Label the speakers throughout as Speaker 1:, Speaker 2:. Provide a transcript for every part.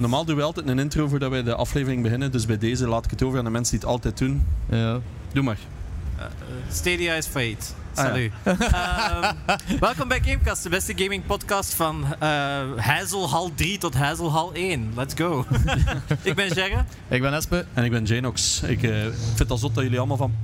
Speaker 1: normaal doen we altijd een intro voordat wij de aflevering beginnen. Dus bij deze laat ik het over aan de mensen die het altijd doen.
Speaker 2: Ja.
Speaker 1: Doe maar.
Speaker 3: Eh, eh, Stadia is failliet.
Speaker 1: Ah, ja.
Speaker 3: Salut. Ehm, welkom bij Gamecast, de beste gaming podcast van eh Hazelhal 3 tot Hazelhal 1. Let's go. ik ben Gerre.
Speaker 2: Ik ben Espe.
Speaker 1: En ik ben Janox. Ik eh, vind het al zot dat jullie allemaal van...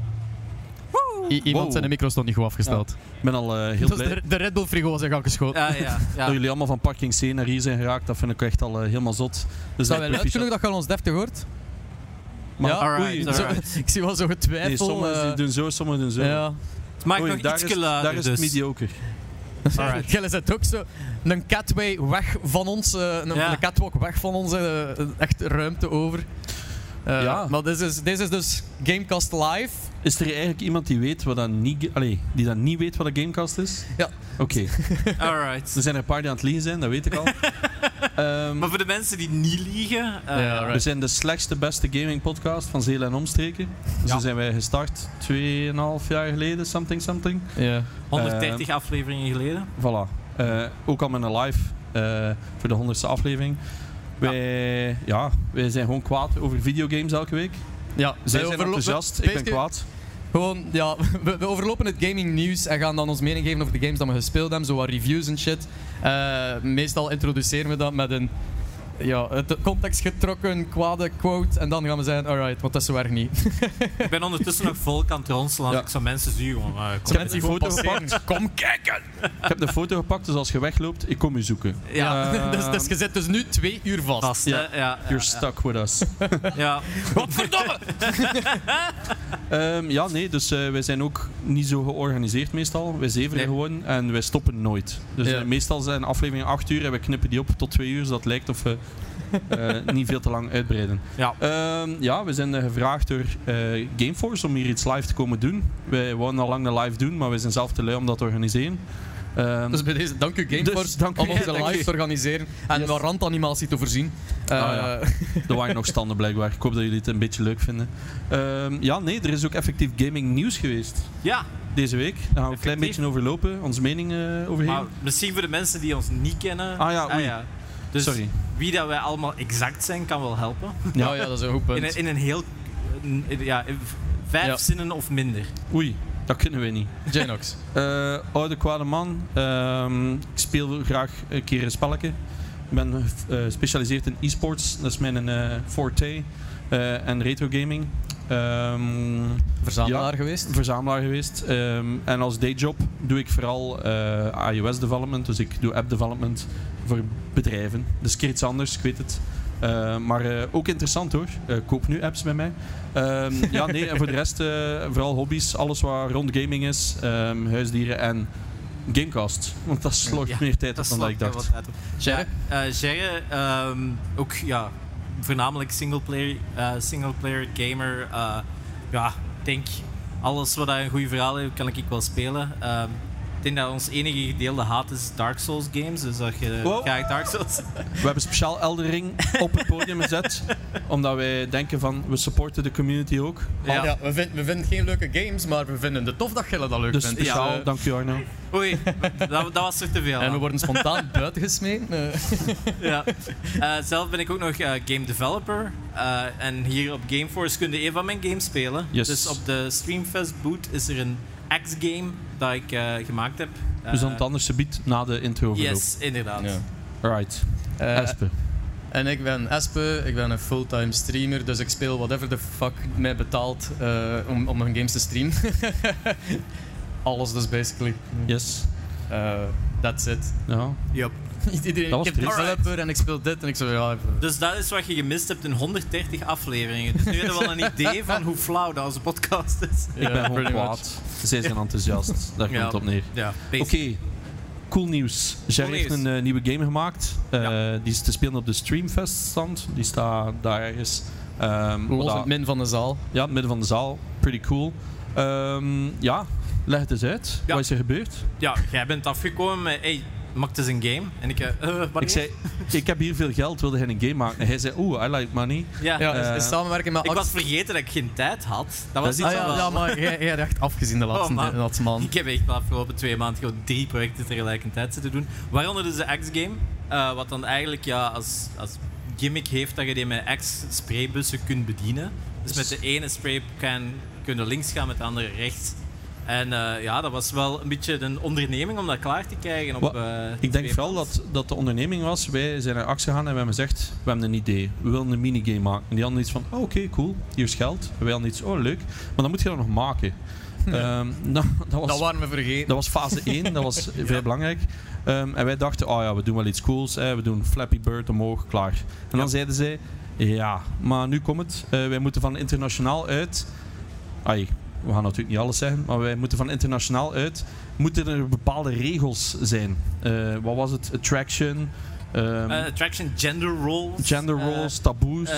Speaker 2: I- iemand
Speaker 1: Wow.
Speaker 2: zijn de micro stond niet goed afgesteld.
Speaker 1: Ik ben al eh, heel
Speaker 2: Dus
Speaker 1: blij
Speaker 2: de, de Red Bull frigo was in gang geschoten.
Speaker 3: Ja, Ah, ja, ja.
Speaker 1: dat jullie allemaal van parking C naar hier zijn geraakt. Dat vind ik echt al eh, helemaal zot. Dus
Speaker 4: Dat
Speaker 1: ik proficiat.
Speaker 4: wel luid genoeg dat je al ons deftig hoort.
Speaker 1: Maar-
Speaker 2: Ja.
Speaker 3: Alright,
Speaker 1: Oei,
Speaker 2: Zo-
Speaker 3: alright.
Speaker 2: ik zie wel zo getwijfel.
Speaker 1: Nee, sommigen
Speaker 2: eh,
Speaker 1: die doen zo, sommigen doen zo.
Speaker 2: ja.
Speaker 3: Het maakt
Speaker 1: Oei,
Speaker 3: nog
Speaker 1: daar
Speaker 3: iets
Speaker 1: is, daar
Speaker 3: luider
Speaker 1: is
Speaker 3: dus.
Speaker 1: het mediocre.
Speaker 3: Alright.
Speaker 2: Gilles is het ook zo. Een catway weg van ons. eh, een,
Speaker 3: Ja.
Speaker 2: een catwalk weg van ons. eh, een echt ruimte over. Eh,
Speaker 1: Ja.
Speaker 2: Maar dit is, dit is dus Gamecast Live.
Speaker 1: Is er eigenlijk iemand die weet wat dat niet, allee, die dat niet weet wat een gamecast is?
Speaker 2: Ja.
Speaker 1: Oké.
Speaker 3: Alright.
Speaker 1: Er zijn er een paar die aan het liegen zijn, dat weet ik al. Ehm,
Speaker 3: Maar voor de mensen die niet liegen, eh,
Speaker 2: Ja, alright.
Speaker 1: we zijn de slechtste beste gaming podcast van Zeel en Omstreken. Dus
Speaker 3: Ja.
Speaker 1: Zo zijn wij gestart 2,5 jaar geleden, something something.
Speaker 2: Ja.
Speaker 3: 130
Speaker 1: Ehm.
Speaker 3: afleveringen geleden.
Speaker 1: Voilà. Eh, ook al met een live eh, voor de 100ste aflevering. Wij, ja. wij zijn gewoon kwaad over videogames elke week.
Speaker 2: ja.
Speaker 1: Zij
Speaker 2: wij
Speaker 1: zijn
Speaker 2: overlopen-
Speaker 1: enthousiast, ik ben
Speaker 2: basically-
Speaker 1: kwaad.
Speaker 2: Gewoon, ja, we, we overlopen het gaming nieuws en gaan dan ons mening geven over de games dat we gespeeld hebben, zo wat reviews en shit. Eh, meestal introduceren we dat met een ja, het context getrokken kwade quote en dan gaan we zeggen, alright, want dat is zo erg niet.
Speaker 3: Ik ben ondertussen nog volk aan het ronselen als
Speaker 1: Ja.
Speaker 3: ik zo mensen zie. Gewoon, eh, kom.
Speaker 1: Ik heb die foto gepakt.
Speaker 2: Kom kijken!
Speaker 1: Ik heb de foto gepakt, dus als je wegloopt, ik kom je zoeken.
Speaker 3: Ja,
Speaker 1: Eh,
Speaker 2: dus, dus je zit dus nu twee uur vast.
Speaker 3: vast.
Speaker 1: ja.
Speaker 3: Ja, ja, ja,
Speaker 1: You're stuck with us.
Speaker 3: ja.
Speaker 1: Ehm, ja, nee, dus eh, wij zijn ook niet zo georganiseerd meestal. Wij zeveren
Speaker 3: Nee.
Speaker 1: gewoon en wij stoppen nooit. Dus
Speaker 2: Ja.
Speaker 1: eh, meestal zijn afleveringen 8 uur en we knippen die op tot 2 uur, zodat het lijkt of we eh, niet veel te lang uitbreiden.
Speaker 3: Ja.
Speaker 1: Ehm, ja, we zijn eh, gevraagd door eh, Gameforce om hier iets live te komen doen. Wij wouden al lang de live doen, maar we zijn zelf te lui om dat te organiseren. Ehm,
Speaker 2: Dus bij deze, dank u Gameforce
Speaker 1: Dus dank u,
Speaker 2: om
Speaker 1: ja,
Speaker 2: onze
Speaker 1: dank u.
Speaker 2: live te organiseren en
Speaker 1: Yes.
Speaker 2: wat randanimatie te voorzien. Eh,
Speaker 1: ja. Er waren nog standen blijkbaar. Ik hoop dat jullie het een beetje leuk vinden. Ehm, ja, nee, er is ook effectief gaming nieuws geweest
Speaker 3: ja.
Speaker 1: deze week. Daar gaan we een klein
Speaker 3: Effectief?
Speaker 1: beetje over lopen, onze mening eh overheen.
Speaker 3: Maar misschien voor de mensen die ons niet kennen.
Speaker 1: Ah ja, oei.
Speaker 3: Dus
Speaker 1: Sorry.
Speaker 3: wie dat wij allemaal exact zijn, kan wel helpen.
Speaker 1: Ja.
Speaker 2: Oh ja, dat is een goed punt.
Speaker 3: In een, in een heel... in- in- ja, in v- vijf
Speaker 2: Ja.
Speaker 3: zinnen of minder.
Speaker 1: Oei, dat kunnen we niet.
Speaker 2: Genox.
Speaker 1: Eh, oude kwade man. Ehm, ik speel graag een keer een spelletje. Ik ben eh, gespecialiseerd in e-sports. Dat is mijn eh, forte. eh, en retro gaming. Ehm,
Speaker 2: Verzamelaar
Speaker 1: Ja.
Speaker 2: geweest.
Speaker 1: verzamelaar geweest. Ehm, en als dayjob doe ik vooral eh, iOS development. Dus ik doe app development voor bedrijven. Dus een keer iets anders, ik weet het. Eh, maar eh, ook interessant hoor. Eh, koop nu apps bij mij. Ehm, ja, nee, en voor de rest eh, vooral hobby's. Alles wat rond gaming is, ehm, huisdieren en Gamecast. Want dat sloeg
Speaker 3: Ja,
Speaker 1: meer tijd op
Speaker 3: Dat
Speaker 1: dan
Speaker 3: slaat
Speaker 1: dat ik
Speaker 3: wel
Speaker 1: dacht.
Speaker 3: wat uit op.
Speaker 2: Gerre?
Speaker 3: Ja, eh, Gerre, ehm, ook ja, voornamelijk singleplayer, eh singleplayer gamer. eh, ja, ik denk alles wat daar een goed verhaal heeft, kan ik wel spelen. Ehm, ik denk dat ons enige gedeelde haat is Dark Souls games. Dus dat je
Speaker 1: Wow.
Speaker 3: graag Dark Souls...
Speaker 1: We hebben speciaal Elden Ring op het podium gezet. omdat wij denken van, we supporten de community ook.
Speaker 2: Ja, we, vind- we vinden geen leuke games, maar we vinden het tof dat Gille dat leuk
Speaker 1: Dus
Speaker 2: vindt.
Speaker 1: speciaal,
Speaker 2: eh,
Speaker 1: dank u Arno.
Speaker 3: Oei, dat, dat was er te veel.
Speaker 2: En we
Speaker 3: aan.
Speaker 2: worden spontaan buiten gesmeten. eh.
Speaker 3: ja. Eh, zelf ben ik ook nog eh, game developer. Eh, en hier op Gameforce kun je een van mijn games spelen.
Speaker 1: Yes.
Speaker 3: Dus op de Streamfest boot is er een X-game dat ik eh, gemaakt heb.
Speaker 1: Dus dan
Speaker 3: Eh,
Speaker 1: het anders gebied na de intro overloop.
Speaker 3: Yes, inderdaad.
Speaker 2: Ja.
Speaker 1: Alright.
Speaker 2: Eh,
Speaker 1: Espe.
Speaker 2: en ik ben Espe, ik ben een fulltime streamer, dus ik speel whatever the fuck mij betaalt eh, om, om mijn games te streamen. Alles dus basically.
Speaker 1: Yes.
Speaker 2: Eh, that's it.
Speaker 1: Ja.
Speaker 3: Yep.
Speaker 1: Dat
Speaker 2: Iedereen,
Speaker 1: was
Speaker 2: ik heb
Speaker 1: triest.
Speaker 2: developer en ik speel dit en ik zo ja, even-
Speaker 3: Dus dat is wat je gemist hebt in 130 afleveringen. Dus nu hebben we wel een idee van hoe flauw dat onze podcast is.
Speaker 2: ja,
Speaker 1: ik ben gewoon
Speaker 2: pretty much.
Speaker 1: kwaad. Zij zijn enthousiast. Daar
Speaker 3: Ja.
Speaker 1: komt het op neer.
Speaker 3: Ja,
Speaker 1: Oké. Cool nieuws. Jerry
Speaker 3: Cool
Speaker 1: heeft
Speaker 3: nieuws.
Speaker 1: een eh, nieuwe game gemaakt. Eh,
Speaker 3: Ja.
Speaker 1: Die is te spelen op de Streamfest stand. Die staat daar ergens. Ehm,
Speaker 2: Los in
Speaker 1: wat-
Speaker 2: het min van de zaal.
Speaker 1: ja, in het midden van de zaal. Pretty cool. Ehm, ja, leg het eens uit.
Speaker 3: Ja.
Speaker 1: Wat is er gebeurd?
Speaker 3: Ja, jij bent afgekomen met... Hey, maak eens een game. En ik... eh, eh, wanneer?
Speaker 1: Ik zei, ik heb hier veel geld, wilde hij een game maken? En hij zei, oeh, I like money.
Speaker 3: Ja.
Speaker 2: Ja,
Speaker 1: Eh,
Speaker 2: in samenwerking met
Speaker 3: Ik
Speaker 2: Act-
Speaker 3: was vergeten dat ik geen tijd had. Dat was
Speaker 1: is
Speaker 3: iets
Speaker 2: ah, ja, Oh,
Speaker 3: anders.
Speaker 2: ja, maar jij, jij hebt echt afgezien de laatste,
Speaker 3: man.
Speaker 2: de laatste maand.
Speaker 3: Ik heb echt de afgelopen twee maanden gewoon drie projecten tegelijkertijd zitten doen. Waaronder dus de X-Game. eh, wat dan eigenlijk ja, als, als gimmick heeft dat je die met X spraybussen kunt bedienen. Dus met de ene spraycan kun je links gaan, met de andere rechts. En eh, ja, dat was wel een beetje een onderneming om dat klaar te krijgen. Op,
Speaker 1: Wat-
Speaker 3: eh,
Speaker 1: Ik denk
Speaker 3: twee
Speaker 1: vooral
Speaker 3: bands.
Speaker 1: dat, dat de onderneming was. Wij zijn naar actie gegaan en we hebben gezegd: We hebben een idee. We willen een minigame maken. En die hadden iets van: oh, Oké, cool. Hier is geld. En wij hadden iets: Oh, leuk. Maar dan moet je dat nog maken. Ehm, nou, dat was
Speaker 2: Dat waren we vergeten.
Speaker 1: Dat was fase 1, dat was vrij belangrijk. Ehm, en wij dachten, oh ja, we doen wel iets cools. Hè. We doen Flappy Bird omhoog, klaar. En dan zeiden zij, ja, maar nu komt het. Eh, wij moeten van internationaal uit... Ai, we gaan natuurlijk niet alles zeggen, maar wij moeten van internationaal uit... Moeten er bepaalde regels zijn. Eh, wat was het? Attraction, ehm,
Speaker 3: Eh, attraction gender roles.
Speaker 1: gender
Speaker 3: eh,
Speaker 1: roles, taboes...
Speaker 3: eh,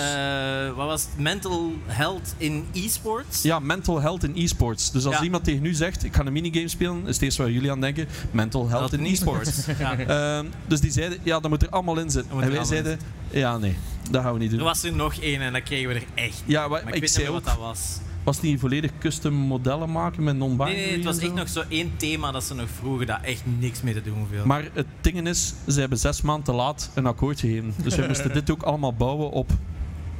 Speaker 3: wat was het? Mental health in e-sports.
Speaker 1: Ja, mental health in e-sports. Dus als
Speaker 3: Ja.
Speaker 1: iemand tegen u zegt, ik ga een minigame spelen, is het eerste waar jullie aan denken, mental health in e-sports.
Speaker 3: ja.
Speaker 1: Ehm, dus die zeiden, ja, dat moet er allemaal in zitten.
Speaker 3: Dat moet
Speaker 1: En
Speaker 3: er
Speaker 1: wij
Speaker 3: allemaal in
Speaker 1: zeiden, ja, nee, dat gaan we niet
Speaker 3: Er
Speaker 1: doen.
Speaker 3: was er nog één en dat kregen we er echt.
Speaker 1: Ja, maar,
Speaker 3: Maar ik,
Speaker 1: ik
Speaker 3: weet niet
Speaker 1: zei
Speaker 3: meer
Speaker 1: ook,
Speaker 3: wat dat was.
Speaker 1: was het niet volledig custom modellen maken met non-binary?
Speaker 3: Nee, nee, het was
Speaker 1: en
Speaker 3: echt
Speaker 1: zo?
Speaker 3: nog zo één thema dat ze nog vroegen dat echt niks mee te doen viel.
Speaker 1: Maar het ding is, ze hebben zes maanden te laat een akkoord gegeven. Dus we moesten dit ook allemaal bouwen op,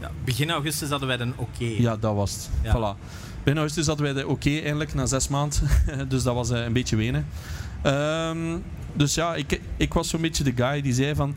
Speaker 3: Ja, begin augustus hadden wij een oké.
Speaker 1: ja, dat was het.
Speaker 3: Ja.
Speaker 1: Voilà. Binnen augustus hadden wij de oké eindelijk, na zes maanden. dus dat was eh, een beetje wenen. Ehm, dus ja, ik, ik was zo'n beetje de guy die zei van...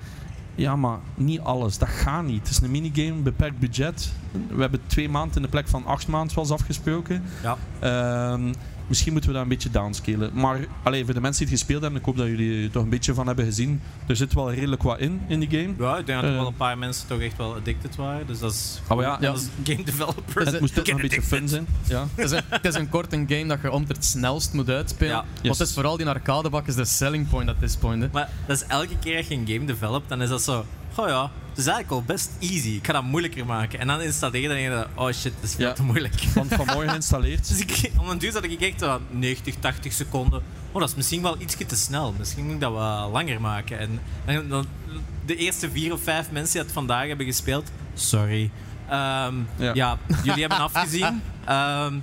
Speaker 1: Ja, maar niet alles. Dat gaat niet. Het is een minigame, beperkt budget. We hebben twee maanden in de plek van acht maanden zoals afgesproken.
Speaker 3: Ja.
Speaker 1: Ehm, misschien moeten we dat een beetje downscalen. Maar allee, voor de mensen die het gespeeld hebben, ik hoop dat jullie er toch een beetje van hebben gezien. Er zit wel redelijk wat in, in die game.
Speaker 3: Ja, ik denk dat er
Speaker 1: Eh.
Speaker 3: wel een paar mensen toch echt wel addicted waren. Dus dat is
Speaker 1: Ah, maar ja,
Speaker 3: als game developer.
Speaker 1: het moest ook nog een beetje fun zijn. Ja.
Speaker 2: Het is, een, het is een korte game dat je om het snelst moet uitspelen.
Speaker 3: Ja.
Speaker 2: Want het
Speaker 1: Yes.
Speaker 2: is vooral die arcadebak is de selling point at this point. Hè.
Speaker 3: Maar dat is elke keer dat je een game developt, dan is dat zo. Oh ja, het is eigenlijk al best easy. Ik ga dat moeilijker maken. En dan installeer je dan en je denkt, oh shit, dat is veel
Speaker 1: Ja.
Speaker 3: te moeilijk.
Speaker 1: Want vanmorgen geïnstalleerd.
Speaker 3: Dus ik, om een duur zat ik echt aan 90, 80 seconden. Oh, dat is misschien wel ietsje te snel. Misschien moet ik dat wat langer maken. En, en dan, de eerste vier of vijf mensen die het vandaag hebben gespeeld. Sorry. Ehm, ja.
Speaker 1: Ja.
Speaker 3: jullie hebben afgezien. Ehm,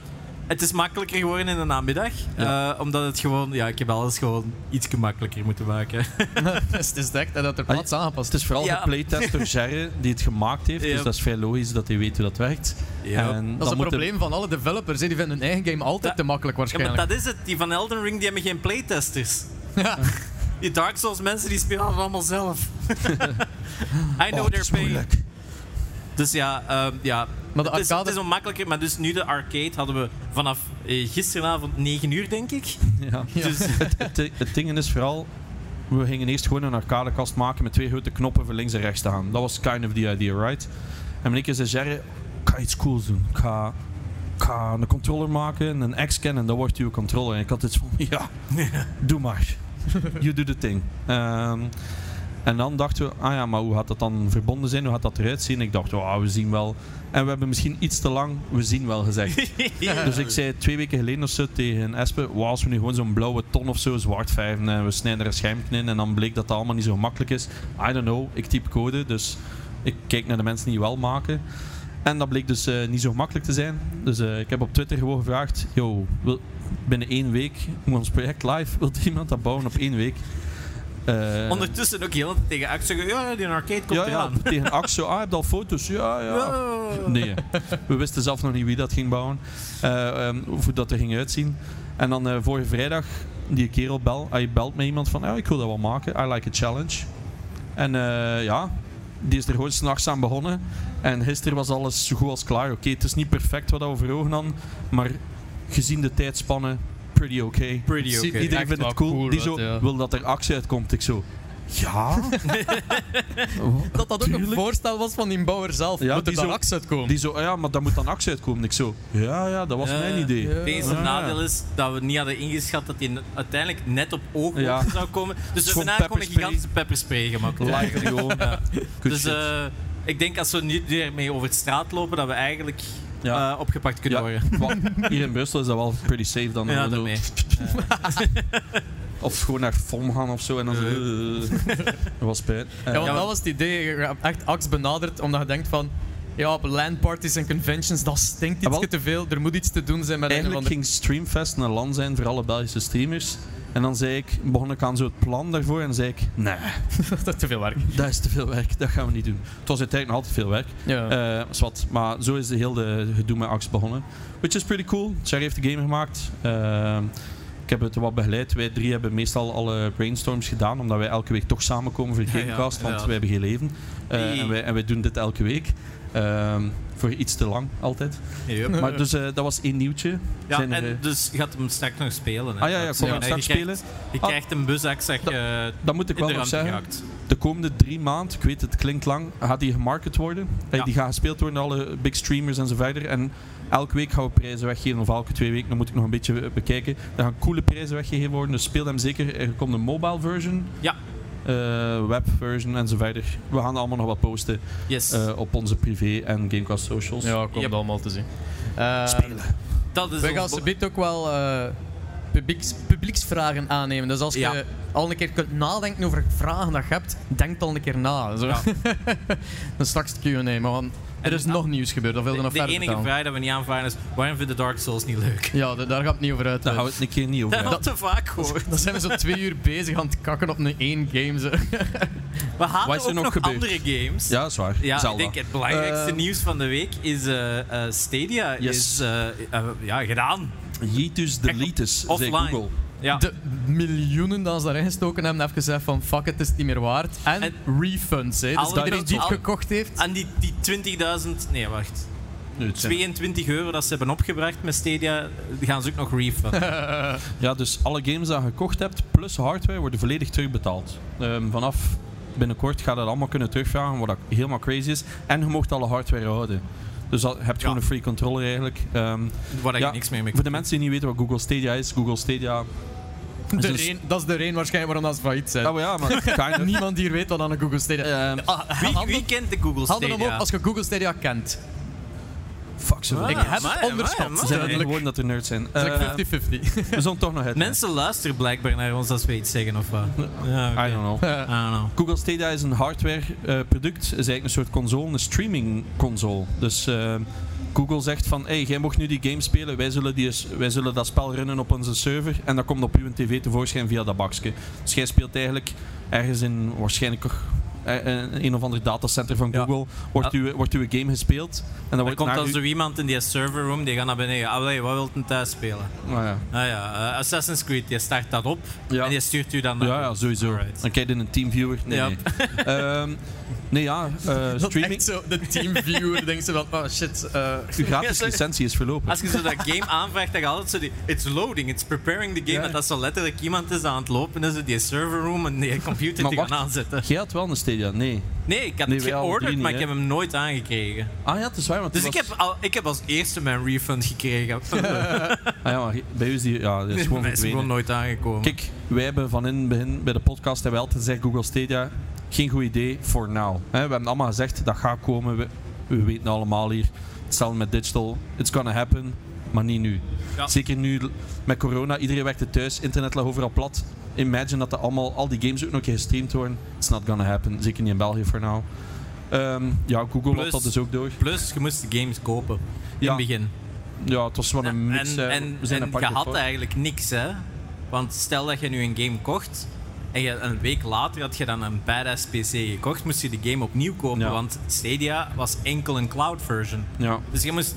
Speaker 3: het is makkelijker geworden in de namiddag.
Speaker 1: Ja.
Speaker 3: eh, omdat het gewoon, ja, ik heb alles gewoon iets makkelijker moeten maken.
Speaker 2: dus het is echt dat er plaats aangepast
Speaker 1: Het is vooral
Speaker 3: Ja.
Speaker 1: de playtest door Gerre die het gemaakt heeft.
Speaker 3: Ja.
Speaker 1: Dus dat is vrij logisch dat hij weet hoe dat werkt.
Speaker 3: Ja.
Speaker 1: En
Speaker 2: Dat
Speaker 1: dan
Speaker 2: is een
Speaker 1: moet Oh,
Speaker 2: probleem van alle developers. hè. Die vinden hun eigen game altijd
Speaker 3: Ja.
Speaker 2: te makkelijk
Speaker 3: Ja, maar
Speaker 2: waarschijnlijk.
Speaker 3: dat is het. Die van Elden Ring die hebben geen playtesters.
Speaker 2: Ja.
Speaker 3: Die Dark Souls mensen die spelen het allemaal zelf. I
Speaker 1: Oh,
Speaker 3: know
Speaker 1: het
Speaker 3: their
Speaker 1: is
Speaker 3: pain.
Speaker 1: moeilijk.
Speaker 3: Dus ja, ehm, ja.
Speaker 2: Maar de
Speaker 3: het, is,
Speaker 2: arcade-
Speaker 3: het is wat makkelijker, maar dus nu de arcade hadden we vanaf eh, gisteravond 9 uur, denk ik.
Speaker 1: Ja.
Speaker 2: Ja.
Speaker 3: Dus
Speaker 1: Het, het ding is vooral, we gingen eerst gewoon een arcadekast maken met twee grote knoppen voor links en rechts te gaan. Dat was kind of the idea, right? En mijn keer zei Gerre, ik ga iets cools doen. Ik ga, ik ga een controller maken, een X-scan en dat wordt uw controller. En ik had iets van, ja, doe maar. You do the thing. Ehm, en dan dachten we, ah ja, maar hoe gaat dat dan verbonden zijn? Hoe gaat dat eruit zien? Ik dacht, oh, we zien wel. En we hebben misschien iets te lang, we zien wel gezegd. Dus ik zei twee weken geleden of zo tegen Espen, "Wauw, als we nu gewoon zo'n blauwe ton of zo zwart vijven en we snijden er een schermpje in en dan bleek dat dat allemaal niet zo makkelijk is. I don't know, ik typ code, dus ik kijk naar de mensen die wel maken. En dat bleek dus eh, niet zo makkelijk te zijn. Dus eh, ik heb op Twitter gewoon gevraagd, yo, wil, binnen één week moet ons project live, wilt iemand dat bouwen op één week? Eh,
Speaker 3: ondertussen ook heel de tijd tegen Axe zeggen, ja, ja, die arcade komt
Speaker 1: ja, ja,
Speaker 3: eraan.
Speaker 1: tegen Axo, ah, heb je al foto's? ja. ja. Nee, we wisten zelf nog niet wie dat ging bouwen, eh, ehm, of hoe dat er ging uitzien. En dan eh, vorige vrijdag, die kerel bel, hij belt met iemand van, "Ah, ik wil dat wel maken, I like a challenge. En eh, ja, die is er gewoon s'nachts aan begonnen. En gisteren was alles zo goed als klaar. Oké, het is niet perfect wat we voor ogen hadden, maar gezien de tijdspannen, pretty okay.
Speaker 3: Pretty
Speaker 2: Ziet
Speaker 3: okay.
Speaker 2: niet-
Speaker 1: Iedereen
Speaker 2: echt
Speaker 1: vindt het
Speaker 2: wel
Speaker 1: cool.
Speaker 2: cool,
Speaker 1: die
Speaker 2: wat,
Speaker 1: zo
Speaker 2: ja.
Speaker 1: wil dat er actie uitkomt. Ik zo, ja?
Speaker 2: Dat dat ook een
Speaker 1: Tuurlijk.
Speaker 2: voorstel was van die bouwer zelf.
Speaker 1: Ja,
Speaker 2: moet er
Speaker 1: die
Speaker 2: dan
Speaker 1: zo-
Speaker 2: actie uitkomen.
Speaker 1: Die zo, "Ah ja, maar daar moet dan actie uitkomen. Ik zo, ja, ja, dat was
Speaker 3: Ja,
Speaker 1: mijn idee.
Speaker 2: ja.
Speaker 3: Het enige
Speaker 1: Ja.
Speaker 3: nadeel is dat we niet hadden ingeschat dat hij uiteindelijk net op oog
Speaker 1: Ja.
Speaker 3: zou komen. Dus we
Speaker 1: Gewoon
Speaker 3: hebben eigenlijk gewoon een
Speaker 1: pepperspray.
Speaker 3: gigantische pepperspray gemaakt.
Speaker 1: Like gewoon. Good
Speaker 3: Dus
Speaker 1: shit.
Speaker 3: eh, ik denk als we nu ermee over de straat lopen, dat we eigenlijk
Speaker 1: Ja.
Speaker 3: eh, opgepakt kunnen
Speaker 1: Ja.
Speaker 3: worden.
Speaker 1: Wa- Hier in Brussel is dat wel pretty safe dan.
Speaker 3: Ja,
Speaker 1: Ik bedoel,
Speaker 3: daarmee.
Speaker 1: Of gewoon naar FOM gaan of zo. En dan zo, eh, dat was pijn. Eh,
Speaker 2: Ja, want
Speaker 3: maar-
Speaker 2: dat was het idee. Je hebt echt Axe benaderd omdat je denkt van... Ja, op landparties en conventions, dat stinkt
Speaker 1: Ah,
Speaker 2: iets
Speaker 1: wel.
Speaker 2: te veel. Er moet iets te doen zijn met een of
Speaker 1: eigenlijk
Speaker 2: andere...
Speaker 1: ging Streamfest een land zijn voor alle Belgische streamers. En dan zei ik, begon ik aan zo het plan daarvoor en dan zei ik, nee,
Speaker 2: dat is te veel werk.
Speaker 1: dat is te veel werk, dat gaan we niet doen. Het was uiteindelijk nog altijd veel werk,
Speaker 2: Ja.
Speaker 1: eh, zwart. maar zo is de hele gedoe met Axe begonnen. Which is pretty cool. Cher heeft de game gemaakt. Eh, ik heb het wat begeleid. Wij drie hebben meestal alle brainstorms gedaan, omdat wij elke week toch samenkomen voor de
Speaker 3: Ja, ja,
Speaker 1: Gamecast, want
Speaker 3: ja.
Speaker 1: wij hebben geen leven. Eh,
Speaker 3: Nee.
Speaker 1: en, wij, en wij doen dit elke week. Ehm, voor iets te lang, altijd.
Speaker 3: Yep.
Speaker 1: Maar dus eh, dat was één nieuwtje.
Speaker 3: Ja,
Speaker 1: Zijn er, eh,
Speaker 3: en dus je gaat hem straks nog spelen. hè.
Speaker 1: Ah ja, ja ik kon
Speaker 2: Ja,
Speaker 1: het
Speaker 3: je
Speaker 1: straks
Speaker 3: krijgt-
Speaker 1: spelen.
Speaker 3: Je
Speaker 1: Ah.
Speaker 3: krijgt een busax, zeg
Speaker 1: Dat-
Speaker 3: je,
Speaker 1: Dat moet ik
Speaker 3: in
Speaker 1: wel
Speaker 3: de
Speaker 1: nog
Speaker 3: ruimte
Speaker 1: zeggen.
Speaker 3: gehakt.
Speaker 1: De komende drie maanden, ik weet het klinkt lang, gaat die gemarket worden. Eh,
Speaker 3: Ja.
Speaker 1: Die gaat gespeeld worden door alle big streamers en zo verder. En elke week gaan we prijzen weggeven, of elke twee weken, dan moet ik nog een beetje eh, bekijken. Er gaan coole prijzen weggegeven worden, dus speel hem zeker. Er komt een mobile version.
Speaker 3: Ja.
Speaker 1: eh, web version en zo verder. We gaan allemaal nog wat posten
Speaker 3: Yes,
Speaker 1: eh, op onze privé en Gamecast socials.
Speaker 2: Ja, komt
Speaker 3: Yep.
Speaker 2: allemaal te zien. Eh,
Speaker 3: dat is
Speaker 2: we gaan
Speaker 3: ons bo-
Speaker 2: alsjeblieft ook wel eh, publieks, publieksvragen aannemen. Dus als je
Speaker 3: Ja.
Speaker 2: al een keer kunt nadenken over vragen dat je hebt, denk al een keer na. Zo.
Speaker 3: Ja.
Speaker 2: Dan straks de Q&A, maar want er is
Speaker 3: En-
Speaker 2: nog nieuws gebeurd. Dat wilde
Speaker 3: De,
Speaker 2: nog
Speaker 3: de
Speaker 2: verder
Speaker 3: enige
Speaker 2: vertellen.
Speaker 3: vraag dat we niet aanvragen is, waarom vinden Dark Souls niet leuk?
Speaker 2: Ja, da- daar gaat het niet over uit.
Speaker 1: Daar
Speaker 2: hè.
Speaker 1: houden we het een keer niet over.
Speaker 3: Dat
Speaker 1: uit.
Speaker 3: hebben we te vaak gehoord.
Speaker 2: Dan zijn we zo twee uur bezig aan het kakken op een één game. Zo.
Speaker 3: We
Speaker 1: Wat
Speaker 3: hadden
Speaker 1: is
Speaker 3: ook
Speaker 1: er nog
Speaker 3: nog
Speaker 1: gebeurd?
Speaker 3: andere games.
Speaker 1: Ja, dat is waar.
Speaker 3: Ja,
Speaker 1: Zelda.
Speaker 3: ik denk het belangrijkste
Speaker 1: Ehm,
Speaker 3: nieuws van de week is eh, eh, Stadia
Speaker 1: Yes.
Speaker 3: is eh, eh, ja, gedaan.
Speaker 1: Yeetus deletus, zei
Speaker 3: offline.
Speaker 1: Google.
Speaker 3: Ja.
Speaker 2: De miljoenen die ze daarin gestoken hebben, heeft gezegd van fuck, het is het niet meer waard. En,
Speaker 3: En-
Speaker 2: refunds, hè. Dus
Speaker 3: Alle
Speaker 2: iedereen die het
Speaker 3: mensen-
Speaker 2: gekocht heeft.
Speaker 3: En die, die 20.000, nee wacht,
Speaker 1: Nee, het zijn-
Speaker 3: 22 euro dat ze hebben opgebracht met Stadia, die gaan ze ook nog refunden.
Speaker 1: Ja, dus alle games die je gekocht hebt, plus hardware, worden volledig terugbetaald. Ehm, vanaf binnenkort ga je dat allemaal kunnen terugvragen, wat dat helemaal crazy is. En je mocht alle hardware houden. Dus dat, je hebt gewoon
Speaker 3: Ja.
Speaker 1: een free controller eigenlijk. Ehm,
Speaker 3: Waar ik
Speaker 1: Ja,
Speaker 3: niks mee mee
Speaker 1: voor de mensen die niet weten wat Google Stadia is, Google Stadia... is
Speaker 2: De
Speaker 1: een-
Speaker 3: Dus-
Speaker 2: reden- dat is de reden waarschijnlijk waarom dat ze failliet zijn.
Speaker 1: Ah, maar ja, maar kind of.
Speaker 2: Niemand hier weet wat aan een Google Stadia...
Speaker 1: Ehm,
Speaker 2: Ah,
Speaker 3: Wie,
Speaker 2: handen-
Speaker 3: wie kent de Google
Speaker 2: Handen hem op
Speaker 3: Stadia?
Speaker 2: als je Google Stadia kent.
Speaker 1: fuck, ze
Speaker 3: Ah,
Speaker 2: ik
Speaker 1: verdienen.
Speaker 2: heb
Speaker 3: amai,
Speaker 2: het onderschat.
Speaker 3: amai, amai.
Speaker 1: Ze zijn
Speaker 2: duidelijk.
Speaker 1: gewoon dat er nerds zijn.
Speaker 2: Dat is
Speaker 1: Eh,
Speaker 2: like 50-50.
Speaker 1: we zullen toch nog uit.
Speaker 3: Mensen luisteren blijkbaar naar ons als we iets zeggen of wat. Ja,
Speaker 1: I
Speaker 3: oké.
Speaker 1: don't know.
Speaker 3: I don't know.
Speaker 1: Google Stadia is een hardware eh, product, is eigenlijk een soort console, een streaming console. Dus eh, Google zegt van, hey, jij mocht nu die game spelen, wij zullen, die, wij zullen dat spel runnen op onze server en dat komt op uw tv tevoorschijn via dat bakje. Dus jij speelt eigenlijk ergens in waarschijnlijk toch, eh, een, een of ander datacenter van
Speaker 3: Ja.
Speaker 1: Google, wordt, uw, wordt uw game gespeeld en dan
Speaker 3: Er
Speaker 1: wordt
Speaker 3: komt
Speaker 1: naar
Speaker 3: dan
Speaker 1: uw-
Speaker 3: zo iemand in die server room, die gaat naar beneden. Allee, wat wilt een thuis spelen?
Speaker 1: Ah, ja.
Speaker 3: Ah ja, eh, Assassin's Creed, je start dat op
Speaker 1: Ja.
Speaker 3: en je stuurt u dan naar
Speaker 1: Ja, ja, sowieso.
Speaker 3: Alright.
Speaker 1: Dan kijk je in een teamviewer. Nee,
Speaker 3: Ja.
Speaker 1: nee. Ehm, nee ja, eh,
Speaker 2: Dat is
Speaker 1: streaming.
Speaker 2: echt zo, de teamviewer denkt ze van, oh shit, eh,
Speaker 1: Uw gratis licentie is verlopen.
Speaker 3: Als je zo dat game aanvraagt, dan gaat altijd zo die... It's loading, it's preparing the game.
Speaker 1: Ja.
Speaker 3: En dat zo letterlijk iemand is aan het lopen is in die server room en die computer
Speaker 1: Maar
Speaker 3: te
Speaker 1: wacht.
Speaker 3: gaan aanzetten.
Speaker 1: Jij had wel een Stadia? Nee.
Speaker 3: Nee, ik had
Speaker 1: Nee,
Speaker 3: het
Speaker 1: wij alle
Speaker 3: georderd,
Speaker 1: drie
Speaker 3: maar ik
Speaker 1: niet,
Speaker 3: heb
Speaker 1: hè?
Speaker 3: hem nooit aangekregen.
Speaker 1: Ah ja, het is waar. Want
Speaker 3: Dus
Speaker 1: het
Speaker 3: ik,
Speaker 1: was-
Speaker 3: heb al, ik heb als eerste mijn refund gekregen.
Speaker 1: Ah ja, maar bij u is die... Ja, dat is gewoon
Speaker 3: Mij is gewoon
Speaker 1: verdwenen.
Speaker 3: nooit aangekomen.
Speaker 1: Kijk, wij hebben van in het begin bij de podcast hebben we altijd gezegd Google Stadia, geen goed idee, for now. Hè, we hebben allemaal gezegd, dat gaat komen. We, we weten allemaal hier, hetzelfde met digital, it's gonna happen, maar niet nu.
Speaker 3: Ja.
Speaker 1: Zeker nu l- met corona, iedereen werkte thuis, internet lag overal plat. Imagine dat er allemaal, al die games ook nog een keer gestreamd worden. It's not gonna happen, zeker niet in België for now. Ehm, ja, Google had
Speaker 3: Plus-
Speaker 1: dat dus ook door.
Speaker 3: Plus, je moest de games kopen. In
Speaker 1: Ja.
Speaker 3: het begin.
Speaker 1: Ja, het was wel een
Speaker 3: En,
Speaker 1: mix. hè.
Speaker 3: en,
Speaker 1: eh, we zijn
Speaker 3: en
Speaker 1: een paar
Speaker 3: je
Speaker 1: keer
Speaker 3: had
Speaker 1: voor.
Speaker 3: eigenlijk niks, hè. Want stel dat je nu een game kocht en je, een week later had je dan een badass PC gekocht, moest je de game opnieuw kopen,
Speaker 1: Ja.
Speaker 3: want Stadia was enkel een cloud version.
Speaker 1: Ja.
Speaker 3: Dus je moest...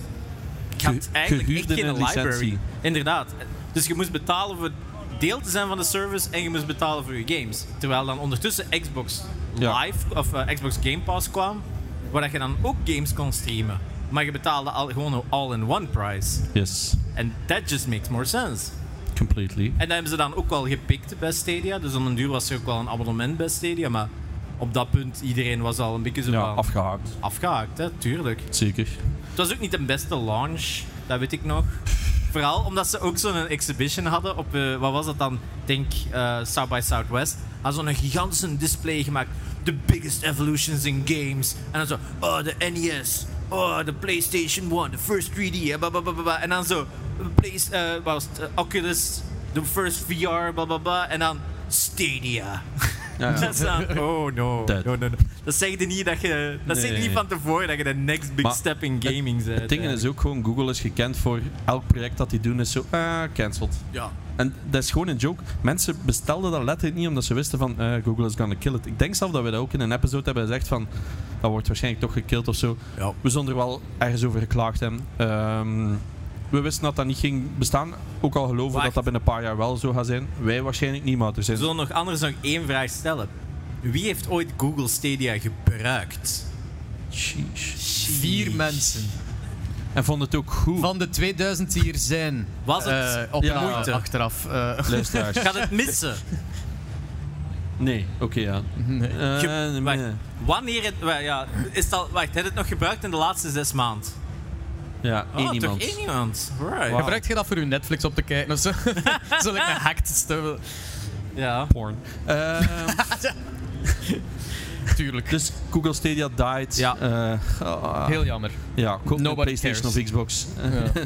Speaker 3: Je had
Speaker 1: Ge-
Speaker 3: eigenlijk echt
Speaker 1: gehuurde
Speaker 3: geen
Speaker 1: een
Speaker 3: library.
Speaker 1: licentie.
Speaker 3: Inderdaad. Dus je moest betalen voor deel te zijn van de service en je moest betalen voor je games. Terwijl dan ondertussen Xbox
Speaker 1: Ja.
Speaker 3: Live of eh, Xbox Game Pass kwam, waar dat je dan ook games kon streamen. Maar je betaalde al, gewoon een all-in-one price.
Speaker 1: Yes,
Speaker 3: En that just makes more sense.
Speaker 1: completely.
Speaker 3: En dat hebben ze dan ook wel gepikt bij Stadia. Dus om een duur was er ook wel een abonnement bij Stadia. Maar op dat punt, iedereen was al een beetje zo
Speaker 1: Ja,
Speaker 3: van
Speaker 1: afgehaakt.
Speaker 3: afgehaakt, hè? tuurlijk.
Speaker 1: Zeker.
Speaker 3: Het was ook niet de beste launch, dat weet ik nog. Vooral omdat ze ook zo'n exhibition hadden op, eh, wat was dat dan? Ik denk eh, South by Southwest. Hadden zo'n gigantische display gemaakt. The biggest evolutions in games. En dan zo, oh de NES. Oh, de PlayStation 1, de first 3D. eh, bla, bla, bla, bla, bla. En dan zo, place, eh, wat was het, eh, Oculus, the first VR, bla bla bla. En dan Stadia.
Speaker 1: Ja, ja.
Speaker 3: Dat is dan- oh no.
Speaker 1: Dead.
Speaker 3: no, no, no. Dat zegt niet, dat je, dat zegt
Speaker 1: Nee.
Speaker 3: niet van tevoren dat je de next big
Speaker 1: Maar
Speaker 3: step in gaming bent.
Speaker 1: Het ding is ook gewoon, Google is gekend voor elk project dat die doen is zo, ah, cancelled.
Speaker 3: Ja.
Speaker 1: En dat is gewoon een joke. Mensen bestelden dat letterlijk niet omdat ze wisten van eh, Google is gonna kill it. Ik denk zelf dat we dat ook in een episode hebben gezegd van dat wordt waarschijnlijk toch gekild of zo.
Speaker 3: Ja.
Speaker 1: We zullen er wel ergens over geklaagd hebben. Ehm, we wisten dat dat niet ging bestaan. Ook al geloven we
Speaker 3: Wacht.
Speaker 1: dat dat binnen een paar jaar wel zo gaat zijn. Wij waarschijnlijk niet, maar er
Speaker 3: We
Speaker 1: zijn...
Speaker 3: zullen nog anders nog één vraag stellen. Wie heeft ooit Google Stadia gebruikt?
Speaker 1: Sheesh.
Speaker 2: Vier mensen
Speaker 1: En vond het ook goed,
Speaker 2: van de 2000 die hier zijn.
Speaker 3: Was het?
Speaker 2: eh, op
Speaker 1: Ja.
Speaker 2: moeite achteraf. eh,
Speaker 1: luisteraars.
Speaker 3: Gaat het missen?
Speaker 1: Nee, oké ja.
Speaker 2: nee.
Speaker 1: Eh,
Speaker 3: Ge- wacht.
Speaker 1: nee.
Speaker 3: Wanneer het... wa- Ja, is dat, wacht, heb je het nog gebruikt in de laatste zes maanden?
Speaker 1: Ja,
Speaker 3: Oh,
Speaker 1: één
Speaker 3: toch
Speaker 1: iemand.
Speaker 3: één iemand? Right.
Speaker 1: Wauw.
Speaker 2: Gebruikt je dat voor uw Netflix op te kijken of zo? Zal ik me hacked stubbel?
Speaker 3: Ja.
Speaker 1: Porn. Ehm,
Speaker 2: Tuurlijk.
Speaker 1: dus Google Stadia died.
Speaker 3: Ja.
Speaker 1: Eh, ah.
Speaker 2: Heel jammer.
Speaker 1: Ja, koop een
Speaker 2: Nobody
Speaker 1: PlayStation
Speaker 2: cares.
Speaker 1: of Xbox.
Speaker 2: Ja.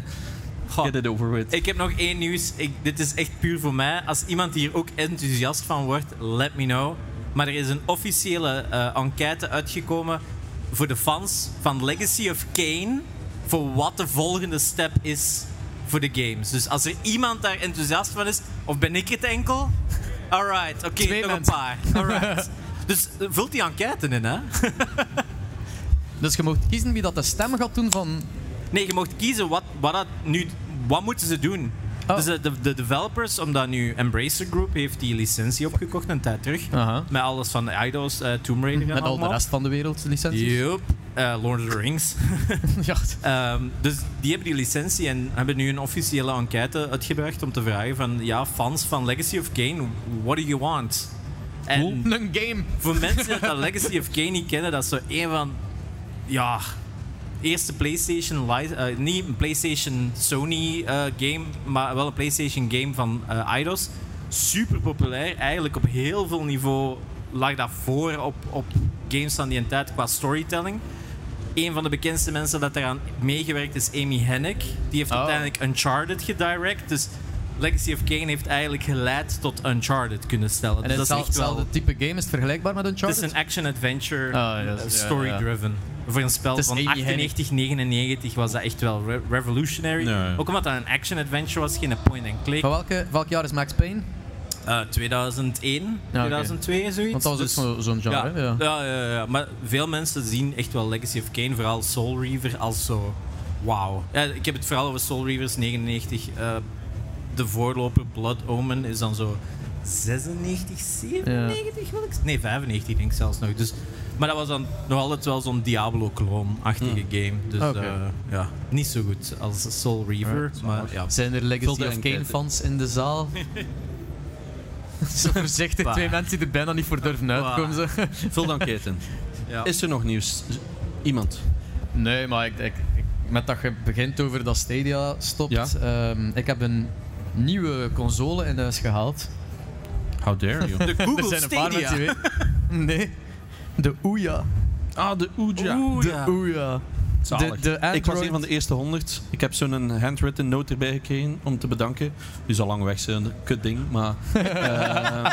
Speaker 3: Goh.
Speaker 1: Get it over with.
Speaker 3: Ah. Ik heb nog één nieuws. Ik, dit is echt puur voor mij. Als iemand hier ook enthousiast van wordt, let me know. Maar er is een officiële eh, enquête uitgekomen voor de fans van Legacy of Kane. Voor wat de volgende step is voor de games. Dus als er iemand daar enthousiast van is, of ben ik het enkel? Alright, oké,
Speaker 2: Twee
Speaker 3: nog
Speaker 2: mensen.
Speaker 3: een paar. Alright. dus eh, vult die enquête in, hè?
Speaker 2: Dus je mocht kiezen wie dat de stem gaat doen van...
Speaker 3: Nee, je mocht kiezen wat, wat, dat nu, wat moeten ze doen.
Speaker 2: Oh.
Speaker 3: Dus de, de, de developers, omdat nu Embracer Group heeft die licentie opgekocht een tijd terug.
Speaker 2: Aha.
Speaker 3: Met alles van Eidos, eh, Tomb Raider en
Speaker 2: Met al de
Speaker 3: allemaal.
Speaker 2: rest van de wereld licenties.
Speaker 3: Yup. Eh, Lord of the Rings.
Speaker 2: Ja.
Speaker 3: Ehm, dus die hebben die licentie en hebben nu een officiële enquête uitgebracht om te vragen van... Ja, fans van Legacy of Kane, what do you want? En
Speaker 2: Een game.
Speaker 3: voor mensen die dat Legacy of Kane niet kennen, dat is zo een van. Ja. Eerste PlayStation. li- eh, niet een PlayStation Sony eh, game, maar wel een PlayStation game van eh Eidos. Super populair. Eigenlijk op heel veel niveau lag dat voor op, op games van die een tijd qua storytelling. Een van de bekendste mensen dat daaraan meegewerkt is Amy Hennig. Die heeft
Speaker 2: Oh.
Speaker 3: uiteindelijk Uncharted gedirect. Dus Legacy of Kane heeft eigenlijk geleid tot Uncharted kunnen stellen.
Speaker 2: En
Speaker 3: Dus
Speaker 2: het
Speaker 3: dat is echt wel...
Speaker 2: hetzelfde type game is het vergelijkbaar met
Speaker 3: Het is
Speaker 2: Uncharted?
Speaker 3: een action-adventure, eh,
Speaker 2: Ah, ja, dat is- ja,
Speaker 3: story-driven. Voor een
Speaker 2: Het
Speaker 3: spel
Speaker 2: is
Speaker 3: van
Speaker 2: Amy Hennig.
Speaker 3: 98, 99 was dat echt wel re- revolutionary.
Speaker 1: Nee.
Speaker 3: Ook omdat dat een action-adventure was, geen point-and-click.
Speaker 2: Van welke, welk jaar is Max Payne?
Speaker 3: Eh, 2001, 2002, zoiets.
Speaker 2: Ah, Want dat was ook
Speaker 3: Dus-
Speaker 2: zo- zo'n
Speaker 3: ja,
Speaker 2: genre. Ja.
Speaker 3: ja, ja, ja. Maar veel mensen zien echt wel Legacy of Kane, vooral Soul Reaver, als zo... Wauw. Ja, ik heb het vooral over Soul Reavers 99. eh, de voorloper Blood Omen is dan zo 96, 97, wil ik- Nee, 95 denk ik zelfs nog. Dus, maar dat was dan nog altijd wel zo'n Diablo-kloon-achtige game. Dus
Speaker 2: Hmm. Oké.
Speaker 3: eh, ja, niet zo goed als Soul Reaver. maar ja,
Speaker 2: Zijn er
Speaker 1: Vul
Speaker 2: Legacy
Speaker 1: de
Speaker 2: of Kane
Speaker 1: enquête.
Speaker 2: fans in de zaal? Zo voorzichtig,
Speaker 3: Bah.
Speaker 2: twee mensen die er bijna niet voor durven uitkomen. ze.
Speaker 1: Vul dan keten.
Speaker 3: ja.
Speaker 1: Is er nog nieuws? Iemand?
Speaker 2: Nee, maar ik, ik, ik- met dat je begint over dat Stadia stopt.
Speaker 1: Ja.
Speaker 2: ehm, ik heb een nieuwe console in huis gehaald.
Speaker 1: How dare you?
Speaker 3: de Google
Speaker 2: er zijn een paar
Speaker 3: Stadia.
Speaker 2: mensen die weten. Nee, de Ouya.
Speaker 1: ah, de Ouija.
Speaker 3: Oeh, ja.
Speaker 2: De Ouya.
Speaker 1: Zalig.
Speaker 2: de
Speaker 1: ik was
Speaker 2: Android-
Speaker 1: een van de eerste honderd. Ik heb zo'n handwritten note erbij gekregen om te bedanken. Die is al lang weg, zijn een kut ding. Maar eh,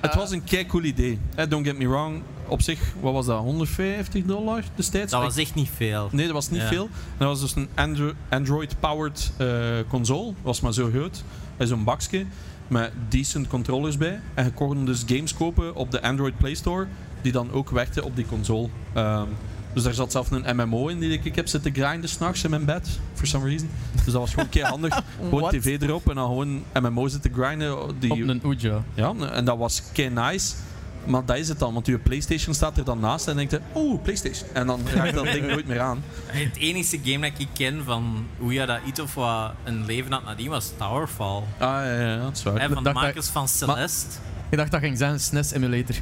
Speaker 1: het was een kei cool idee. Eh, don't get me wrong. Op zich, wat was dat? 150 dollar destijds?
Speaker 3: Dat
Speaker 1: Ik-
Speaker 3: was echt niet veel.
Speaker 1: Nee, dat was niet
Speaker 3: Ja.
Speaker 1: veel. En dat was dus een Andro- Android-powered eh, console. Was maar zo groot. En zo'n bakje. Met decent controllers bij. En je kon dus games kopen op de Android Play Store. Die dan ook werkten op die console. Ehm, dus daar zat zelf een MMO in die ik heb zitten grinden s'nachts in mijn bed. For some reason. Dus dat was gewoon keer handig. Gewoon
Speaker 2: What?
Speaker 1: tv erop en dan gewoon MMO zitten grinden. oh, Die,
Speaker 2: Op een Ouya.
Speaker 1: ja, en dat was kei nice. Maar dat is het dan, want je PlayStation staat er dan naast en denkt je, oeh, PlayStation. En dan raakt dat ding nooit meer aan.
Speaker 3: Het enige game dat ik ken van hoe je dat iets of wat een leven had nadien was Towerfall.
Speaker 1: Ah, ja, ja, ja, dat is
Speaker 3: Hè,
Speaker 1: waar.
Speaker 3: van de
Speaker 2: dacht dat-
Speaker 3: makers van Celeste.
Speaker 2: Ik dacht dat ging zijn SNES E emulator.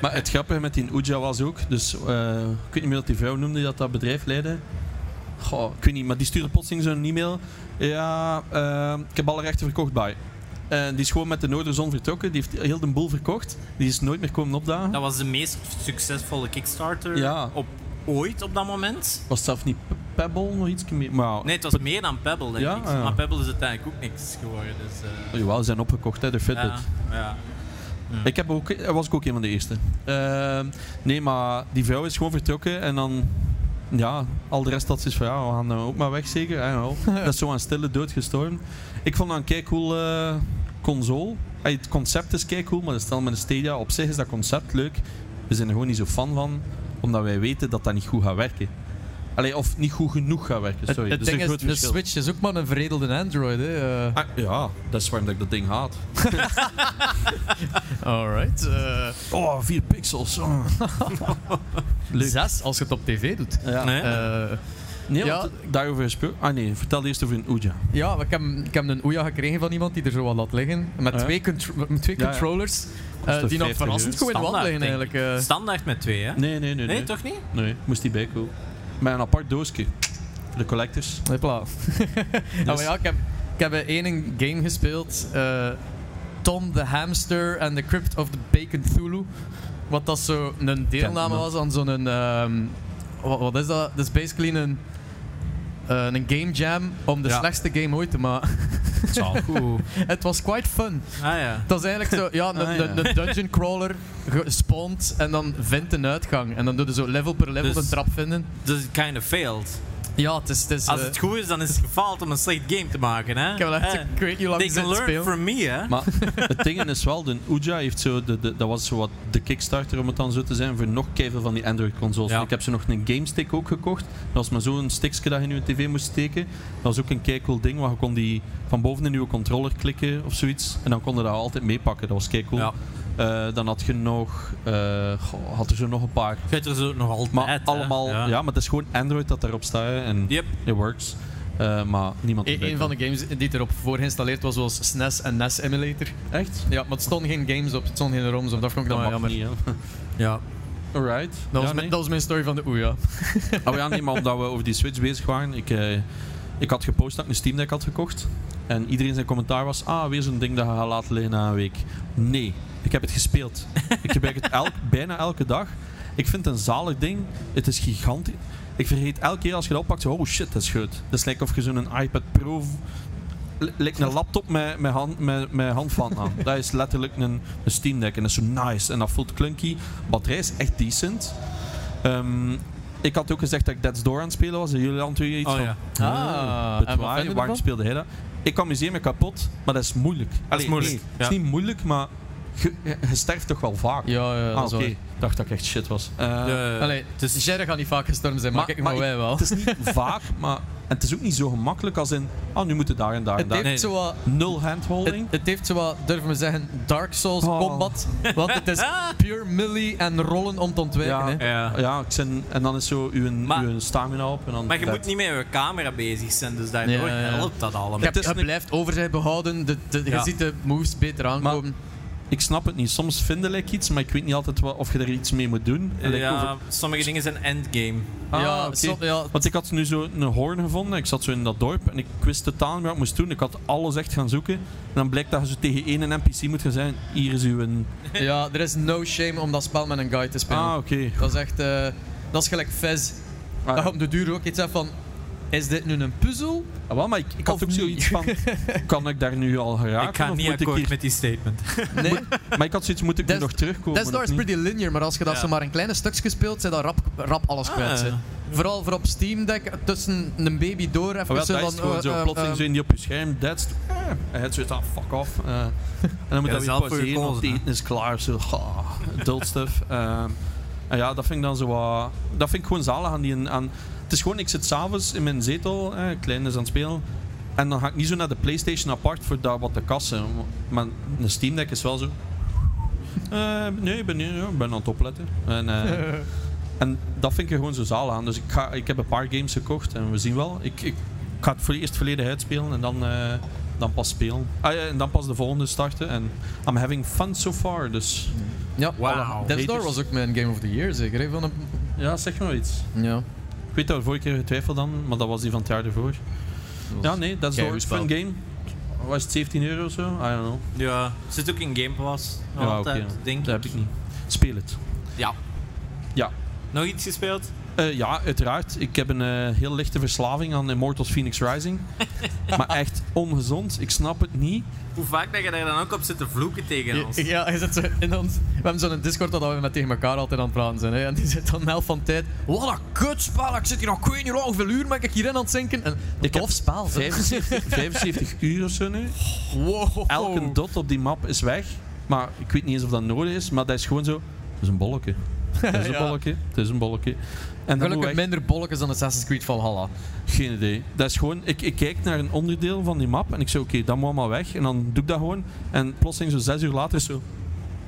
Speaker 1: Maar het grappige met die Ouija was ook, dus eh, ik weet niet meer wat die vrouw noemde die dat, dat bedrijf leidde. Goh, ik weet niet, maar die stuurde plotseling zo'n e-mail. Ja, ehm, ik heb alle rechten verkocht bij. En die is gewoon met de Noorderzon vertrokken, die heeft heel de boel verkocht. Die is nooit meer komen opdagen.
Speaker 3: Dat was de meest succesvolle Kickstarter
Speaker 1: Ja.
Speaker 3: op, ooit op dat moment.
Speaker 1: Was het zelf niet Pe- Pebble, nog iets meer? Maar,
Speaker 3: Nee, het was meer dan Pebble, denk
Speaker 1: Ja,
Speaker 3: ik.
Speaker 1: ja.
Speaker 2: Oh,
Speaker 3: Maar Pebble is uiteindelijk ook niks geworden. Dus, eh,
Speaker 1: Jawel, ze zijn opgekocht, hè, de Fitbit.
Speaker 3: ja, ja.
Speaker 1: Ik heb ook, eh, was ik ook een van de eerste. Eh, nee, maar die vrouw is gewoon vertrokken en dan... Ja, al de rest dat is van ja, we gaan eh, ook maar weg zeker. I don't know. dat is zo aan stille dood gestorven. Ik vond dat een kei cool eh, console. Ey, het concept is kei cool, maar dat stel met de Stadia op zich is dat concept leuk. We zijn er gewoon niet zo fan van, omdat wij weten dat dat niet goed gaat werken. Allee, of niet goed genoeg gaat werken,
Speaker 2: Het,
Speaker 1: sorry.
Speaker 2: het
Speaker 1: dat is
Speaker 2: ding
Speaker 1: een
Speaker 2: is,
Speaker 1: groot
Speaker 2: de
Speaker 1: verschil.
Speaker 2: Switch is ook maar een veredelde Android. Hè. eh.
Speaker 1: Ah, ja, dat is waarom dat ik dat ding haat.
Speaker 2: Alright. eh,
Speaker 1: Oh, 4 pixels. oh. Leuk.
Speaker 2: zes als je het op tv doet.
Speaker 1: Ja.
Speaker 3: Nee?
Speaker 2: Eh,
Speaker 1: Nee,
Speaker 2: Ja.
Speaker 1: want daarover gesproken. Ah nee, vertel eerst over een Ouija.
Speaker 2: ja, maar ik heb, ik heb een Ouya gekregen van iemand die er zo wat laat liggen. Met
Speaker 1: Ja.
Speaker 2: twee, contro- met twee
Speaker 1: Ja, ja.
Speaker 2: controllers. eh,
Speaker 1: Kostte
Speaker 2: die nog
Speaker 1: 50
Speaker 2: verrassend
Speaker 1: euro.
Speaker 2: goed in de wand liggen eigenlijk.
Speaker 3: Standaard, denk ik.
Speaker 2: eh.
Speaker 3: Standaard met twee, hè?
Speaker 1: Nee, nee, nee.
Speaker 3: Nee, toch niet?
Speaker 1: Nee, moest die bijkomen. Met een apart doosje. Voor de collectors.
Speaker 2: Hopla. Ah, maar
Speaker 1: Dus-
Speaker 2: ja, ik heb, ik heb eh, één game gespeeld. eh, Tom the Hamster and the Crypt of the Bacon Thulu. Wat dat zo een deelname
Speaker 1: man.
Speaker 2: was aan zo'n... ehm, wa- wat, is dat? Dat is basically een, eh, een game jam om de
Speaker 3: Ja.
Speaker 2: slechtste game ooit te maken.
Speaker 3: Zal goed.
Speaker 2: Het was quite fun.
Speaker 3: Ah ja.
Speaker 2: Het was eigenlijk zo, ja, een,
Speaker 1: Ah, ja.
Speaker 2: een- een dungeon crawler gespawnt en dan vindt een uitgang. En dan doe je zo level per level
Speaker 3: Dus-
Speaker 2: een trap vinden.
Speaker 3: Dus het kind of failed.
Speaker 2: Ja, het is... Het is
Speaker 3: Als
Speaker 2: eh,
Speaker 3: het goed is, dan is het gefaald om een slecht game te maken, hè?
Speaker 2: ik heb wel echt...
Speaker 3: Eh,
Speaker 2: Ik weet niet hoe lang
Speaker 3: They
Speaker 2: ik zit
Speaker 3: can
Speaker 2: te
Speaker 3: learn
Speaker 2: spelen.
Speaker 3: from me, hè?
Speaker 1: Maar het ding is wel, de Ouija heeft zo, de, de- dat was zo wat de kickstarter om het dan zo te zijn, voor nog keiveel van die Android consoles.
Speaker 3: Ja.
Speaker 1: Ik heb ze nog een GameStick ook gekocht. Dat was maar zo'n stickje dat je in je tv moest steken. Dat was ook een keikool ding, want je kon die van boven in je controller klikken of zoiets. En dan kon je dat altijd meepakken, dat was keikool.
Speaker 3: Ja.
Speaker 1: Eh, dan had je nog, eh, goh, had er zo nog een paar.
Speaker 3: Je hebt er zo nog altijd.
Speaker 1: Maar
Speaker 3: hè?
Speaker 1: allemaal, ja. maar het is gewoon Android dat daarop staat hè, en
Speaker 3: Yep.
Speaker 1: it works. Eh, maar niemand
Speaker 2: E-
Speaker 1: erbij
Speaker 2: een van de games die erop voor geïnstalleerd was, was SNES en NES Emulator.
Speaker 1: kan. Echt?
Speaker 2: Ja, maar het stonden geen games op, het stonden geen ROMs op, dat vond ik dan wel
Speaker 1: Dat mag
Speaker 2: jammer.
Speaker 1: niet, hè.
Speaker 2: Ja.
Speaker 1: Alright. Ah,
Speaker 2: Dat, was
Speaker 1: Ja,
Speaker 2: mijn,
Speaker 1: nee.
Speaker 2: dat was mijn story van de Ouya.
Speaker 1: Oh ja, nee, maar omdat we over die Switch bezig waren. Ik, eh, ik had gepost dat ik een Steam Deck had gekocht. En iedereen zijn commentaar was, ah, weer zo'n ding dat je gaat laten liggen na een week. Nee, ik heb het gespeeld. ik gebruik het elk, bijna elke dag. Ik vind het een zalig ding. Het is gigantisch. Ik vergeet elke keer als je dat oppakt, zo, oh shit, dat is groot. Dat is lijkt of je zo'n iPad Pro... li- Lijkt een laptop met, met, hand, met, met handvat aan. Dat is letterlijk een, een Steam Deck. En dat is zo nice. En dat voelt clunky. Batterij is echt decent. Ehm, ik had ook gezegd dat ik Dead's Door aan het spelen was. En jullie hadden toen iets
Speaker 3: Oh
Speaker 1: van...
Speaker 3: ja.
Speaker 2: Ah, en wat
Speaker 1: het
Speaker 2: vind je
Speaker 1: waaien,
Speaker 2: ervan?
Speaker 1: waarom speelde hij dat? Ik amuseer me kapot, maar dat is moeilijk. Allee,
Speaker 3: moeilijk,
Speaker 1: nee,
Speaker 3: ja.
Speaker 1: Het is niet moeilijk, maar je, je- je sterft toch wel vaak.
Speaker 2: Ja, ja,
Speaker 1: ah,
Speaker 2: dat
Speaker 1: oké.
Speaker 2: is waar.
Speaker 1: Ik dacht dat ik echt shit was. Eh,
Speaker 3: De-
Speaker 2: Allee, dus Jerry gaat niet vaak gestorven zijn, maar,
Speaker 1: Maar-
Speaker 2: kijk,
Speaker 1: maar
Speaker 2: maar wij wel.
Speaker 1: Het is niet vaak, maar en het is ook niet zo gemakkelijk als in... Ah, nu moeten daar en daar en
Speaker 2: Het
Speaker 1: daar.
Speaker 2: heeft, zo
Speaker 3: Nee.
Speaker 2: wat,
Speaker 1: Nul handholding.
Speaker 2: het, het heeft zo wat, durven we zeggen, Dark Souls
Speaker 1: Oh.
Speaker 2: combat. Want het is pure melee en rollen om te ontwijken.
Speaker 1: Ja.
Speaker 2: Hè.
Speaker 3: ja.
Speaker 1: ja, ik zin, en dan is zo uw,
Speaker 3: Maar-
Speaker 1: uw stamina op. En dan
Speaker 3: Maar je
Speaker 1: dat.
Speaker 3: moet niet met je camera bezig zijn, dus daardoor
Speaker 2: Ja, ja.
Speaker 3: helpt dat allemaal.
Speaker 2: Je, hebt-
Speaker 1: Het is
Speaker 2: je
Speaker 1: een-
Speaker 2: blijft overzicht behouden, de, de, je
Speaker 3: Ja.
Speaker 2: ziet de moves beter aankomen.
Speaker 1: Ik snap het niet. Soms vind ik iets, maar ik weet niet altijd wat, of je er iets mee moet doen. En ik over-
Speaker 3: ja, sommige dingen zijn endgame.
Speaker 1: Ah,
Speaker 2: ja,
Speaker 1: oké.
Speaker 2: som- ja,
Speaker 1: Want ik had nu zo een hoorn gevonden. Ik zat zo in dat dorp en ik wist totaal niet wat ik moest doen. Ik had alles echt gaan zoeken. En dan blijkt dat je zo tegen één NPC moet gaan zijn. Hier is uw... een-
Speaker 2: Ja, er is no shame om dat spel met een guide te spelen.
Speaker 1: Ah, oké.
Speaker 2: Dat is echt... eh, dat is gelijk Fez.
Speaker 1: Ah,
Speaker 2: Dat je op de duur ook iets hebt van... Is dit nu een puzzel?
Speaker 1: ah, wel, maar ik, ik
Speaker 2: Of
Speaker 1: had ook zoiets van... Kan ik daar nu al geraken?
Speaker 3: ik ga
Speaker 1: of
Speaker 3: niet
Speaker 1: moet ik
Speaker 3: akkoord
Speaker 1: hier-
Speaker 3: met die statement.
Speaker 2: Nee,
Speaker 1: Maar ik had zoiets, moet ik nu
Speaker 2: Des-
Speaker 1: nog terugkomen?
Speaker 2: Death Door
Speaker 1: of
Speaker 2: is
Speaker 1: niet?
Speaker 2: pretty linear, maar als je dat
Speaker 3: Ja.
Speaker 2: zo maar in kleine stukjes speelt, zijn dat rap, rap alles
Speaker 3: Ah.
Speaker 2: kwijt. hè. Vooral voor op Steam Deck, tussen een baby door even
Speaker 1: Ah, wel,
Speaker 2: zo
Speaker 1: dat is
Speaker 2: van...
Speaker 1: het gewoon
Speaker 2: eh,
Speaker 1: zo
Speaker 2: eh,
Speaker 1: plotseling
Speaker 2: eh,
Speaker 1: zo in die op je scherm. That's... Eh, en het zoiets, ah, fuck off. eh. en dan moet
Speaker 3: Ja,
Speaker 1: dat weer
Speaker 3: zelf voor je
Speaker 1: pauzeren, want
Speaker 3: kozen,
Speaker 1: het
Speaker 3: hè.
Speaker 1: eten is klaar. Zo, ah, adult stuff. eh. en ja, dat vind ik dan zo wat... Dat vind ik gewoon zalig aan die... Aan, het is gewoon, ik zit s'avonds in mijn zetel, eh, klein is aan het spelen. En dan ga ik niet zo naar de Playstation apart voor daar wat te kassen. Maar een Steam Deck is wel zo... eh, nee, ik ben, hier, ja, ik ben aan het opletten. En, eh, en dat vind ik er gewoon zo zaal aan. Dus ik, ga, ik heb een paar games gekocht en we zien wel. Ik, ik, ik ga het voor eerst volledig uitspelen en dan, eh, dan pas spelen. Ah, ja, en dan pas de volgende starten. En I'm having fun so far. Dus
Speaker 2: Ja,
Speaker 3: Wauw.
Speaker 2: Death Door
Speaker 1: Haters.
Speaker 2: was ook mijn Game of the Year, zeker. hè, Van een,
Speaker 1: ja, zeg maar iets.
Speaker 2: ja.
Speaker 1: Ik weet dat we vorige keer getwijfeld dan, maar dat was die van het jaar ervoor. Ja, nee, dat is
Speaker 2: Kei
Speaker 1: een
Speaker 2: goed
Speaker 1: fun game. Was het 17 euro of zo? I don't know.
Speaker 3: Ja, zit ook in Game Pass. nog
Speaker 1: ja,
Speaker 3: altijd,
Speaker 1: oké,
Speaker 3: denk
Speaker 1: Dat
Speaker 3: ik.
Speaker 1: heb ik niet. Speel het.
Speaker 3: Ja.
Speaker 1: Ja.
Speaker 3: Nog iets gespeeld?
Speaker 1: Eh, ja, uiteraard. Ik heb een eh, heel lichte verslaving aan Immortals Phoenix Rising. maar echt ongezond. Ik snap het niet.
Speaker 3: Hoe vaak dat je daar dan ook op zit te vloeken tegen ons.
Speaker 2: Ja, je zit zo in ons. We hebben zo'n Discord dat we met tegen elkaar altijd aan het praten zijn. Hè? En die zit dan de helft van de tijd. Wat een kutspel! Ik zit hier nog kwijt, hoe hoeveel uur ben ik hierin aan het zinken? En,
Speaker 1: Ik
Speaker 2: tof
Speaker 1: heb
Speaker 2: spel. zeg.
Speaker 1: 75, 75 uur of zo nu.
Speaker 2: Wow.
Speaker 1: Elke dot op die map is weg. Maar ik weet niet eens of dat nodig is. Maar dat is gewoon zo. Het is een bolletje. Het is een
Speaker 2: Ja.
Speaker 1: bolletje. Het is een bolletje. En dan moet
Speaker 2: Gelukkig
Speaker 1: weg.
Speaker 2: minder bolletjes dan Assassin's Creed Valhalla.
Speaker 1: Geen idee. Dat is gewoon, ik, ik kijk naar een onderdeel van die map en ik zeg oké, dat moet allemaal weg. En dan doe ik dat gewoon. En plotseling zo zes uur later is zo...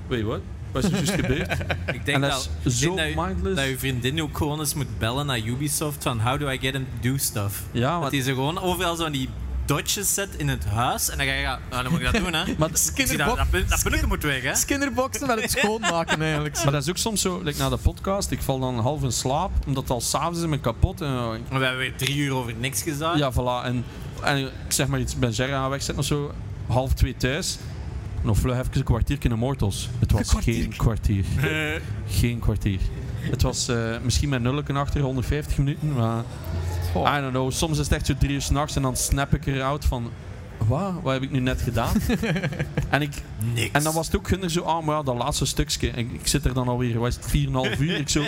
Speaker 1: Wait, what? Wat is er juist gebeurd?
Speaker 3: Ik denk
Speaker 1: En dat
Speaker 3: dat,
Speaker 1: is
Speaker 3: ik denk
Speaker 1: zo
Speaker 3: dat, je-
Speaker 1: mindless.
Speaker 3: dat je vriendin ook gewoon eens moet bellen naar Ubisoft van how do I get him to do stuff.
Speaker 1: Ja,
Speaker 3: Dat
Speaker 1: maar
Speaker 3: hij ze gewoon overal zo aan die dodges zet in het huis en dan ga je gaan, nou dan moet ik dat doen hè.
Speaker 1: Maar-
Speaker 3: Ik zie dat, dat, pun- dat punnetje moet weg hè.
Speaker 2: Skinnerboxen met het schoonmaken eigenlijk.
Speaker 1: Maar dat is ook soms zo, like na de podcast, ik val dan half in slaap, omdat het al s'avonds is en ik ben kapot. En, eh,
Speaker 3: We hebben weer drie uur over niks gezegd.
Speaker 1: ja, voilà. En, en ik zeg maar iets, ben Gerra aan wegzetten of zo, half twee thuis. Nog vlug even een kwartier in de Mortals. Het was geen kwartier. geen kwartier. Het was eh, misschien met nulken achter, 150 minuten, maar...
Speaker 2: Goh.
Speaker 1: I don't know, soms is het echt zo drie uur s'nachts en dan snap ik eruit van... Wat? Wat heb ik nu net gedaan? en ik,
Speaker 3: Niks.
Speaker 1: en dan was het ook gunder zo, ah, maar ja, dat laatste stukje. En ik zit er dan alweer, wat is het, 4,5 uur? Ik zo,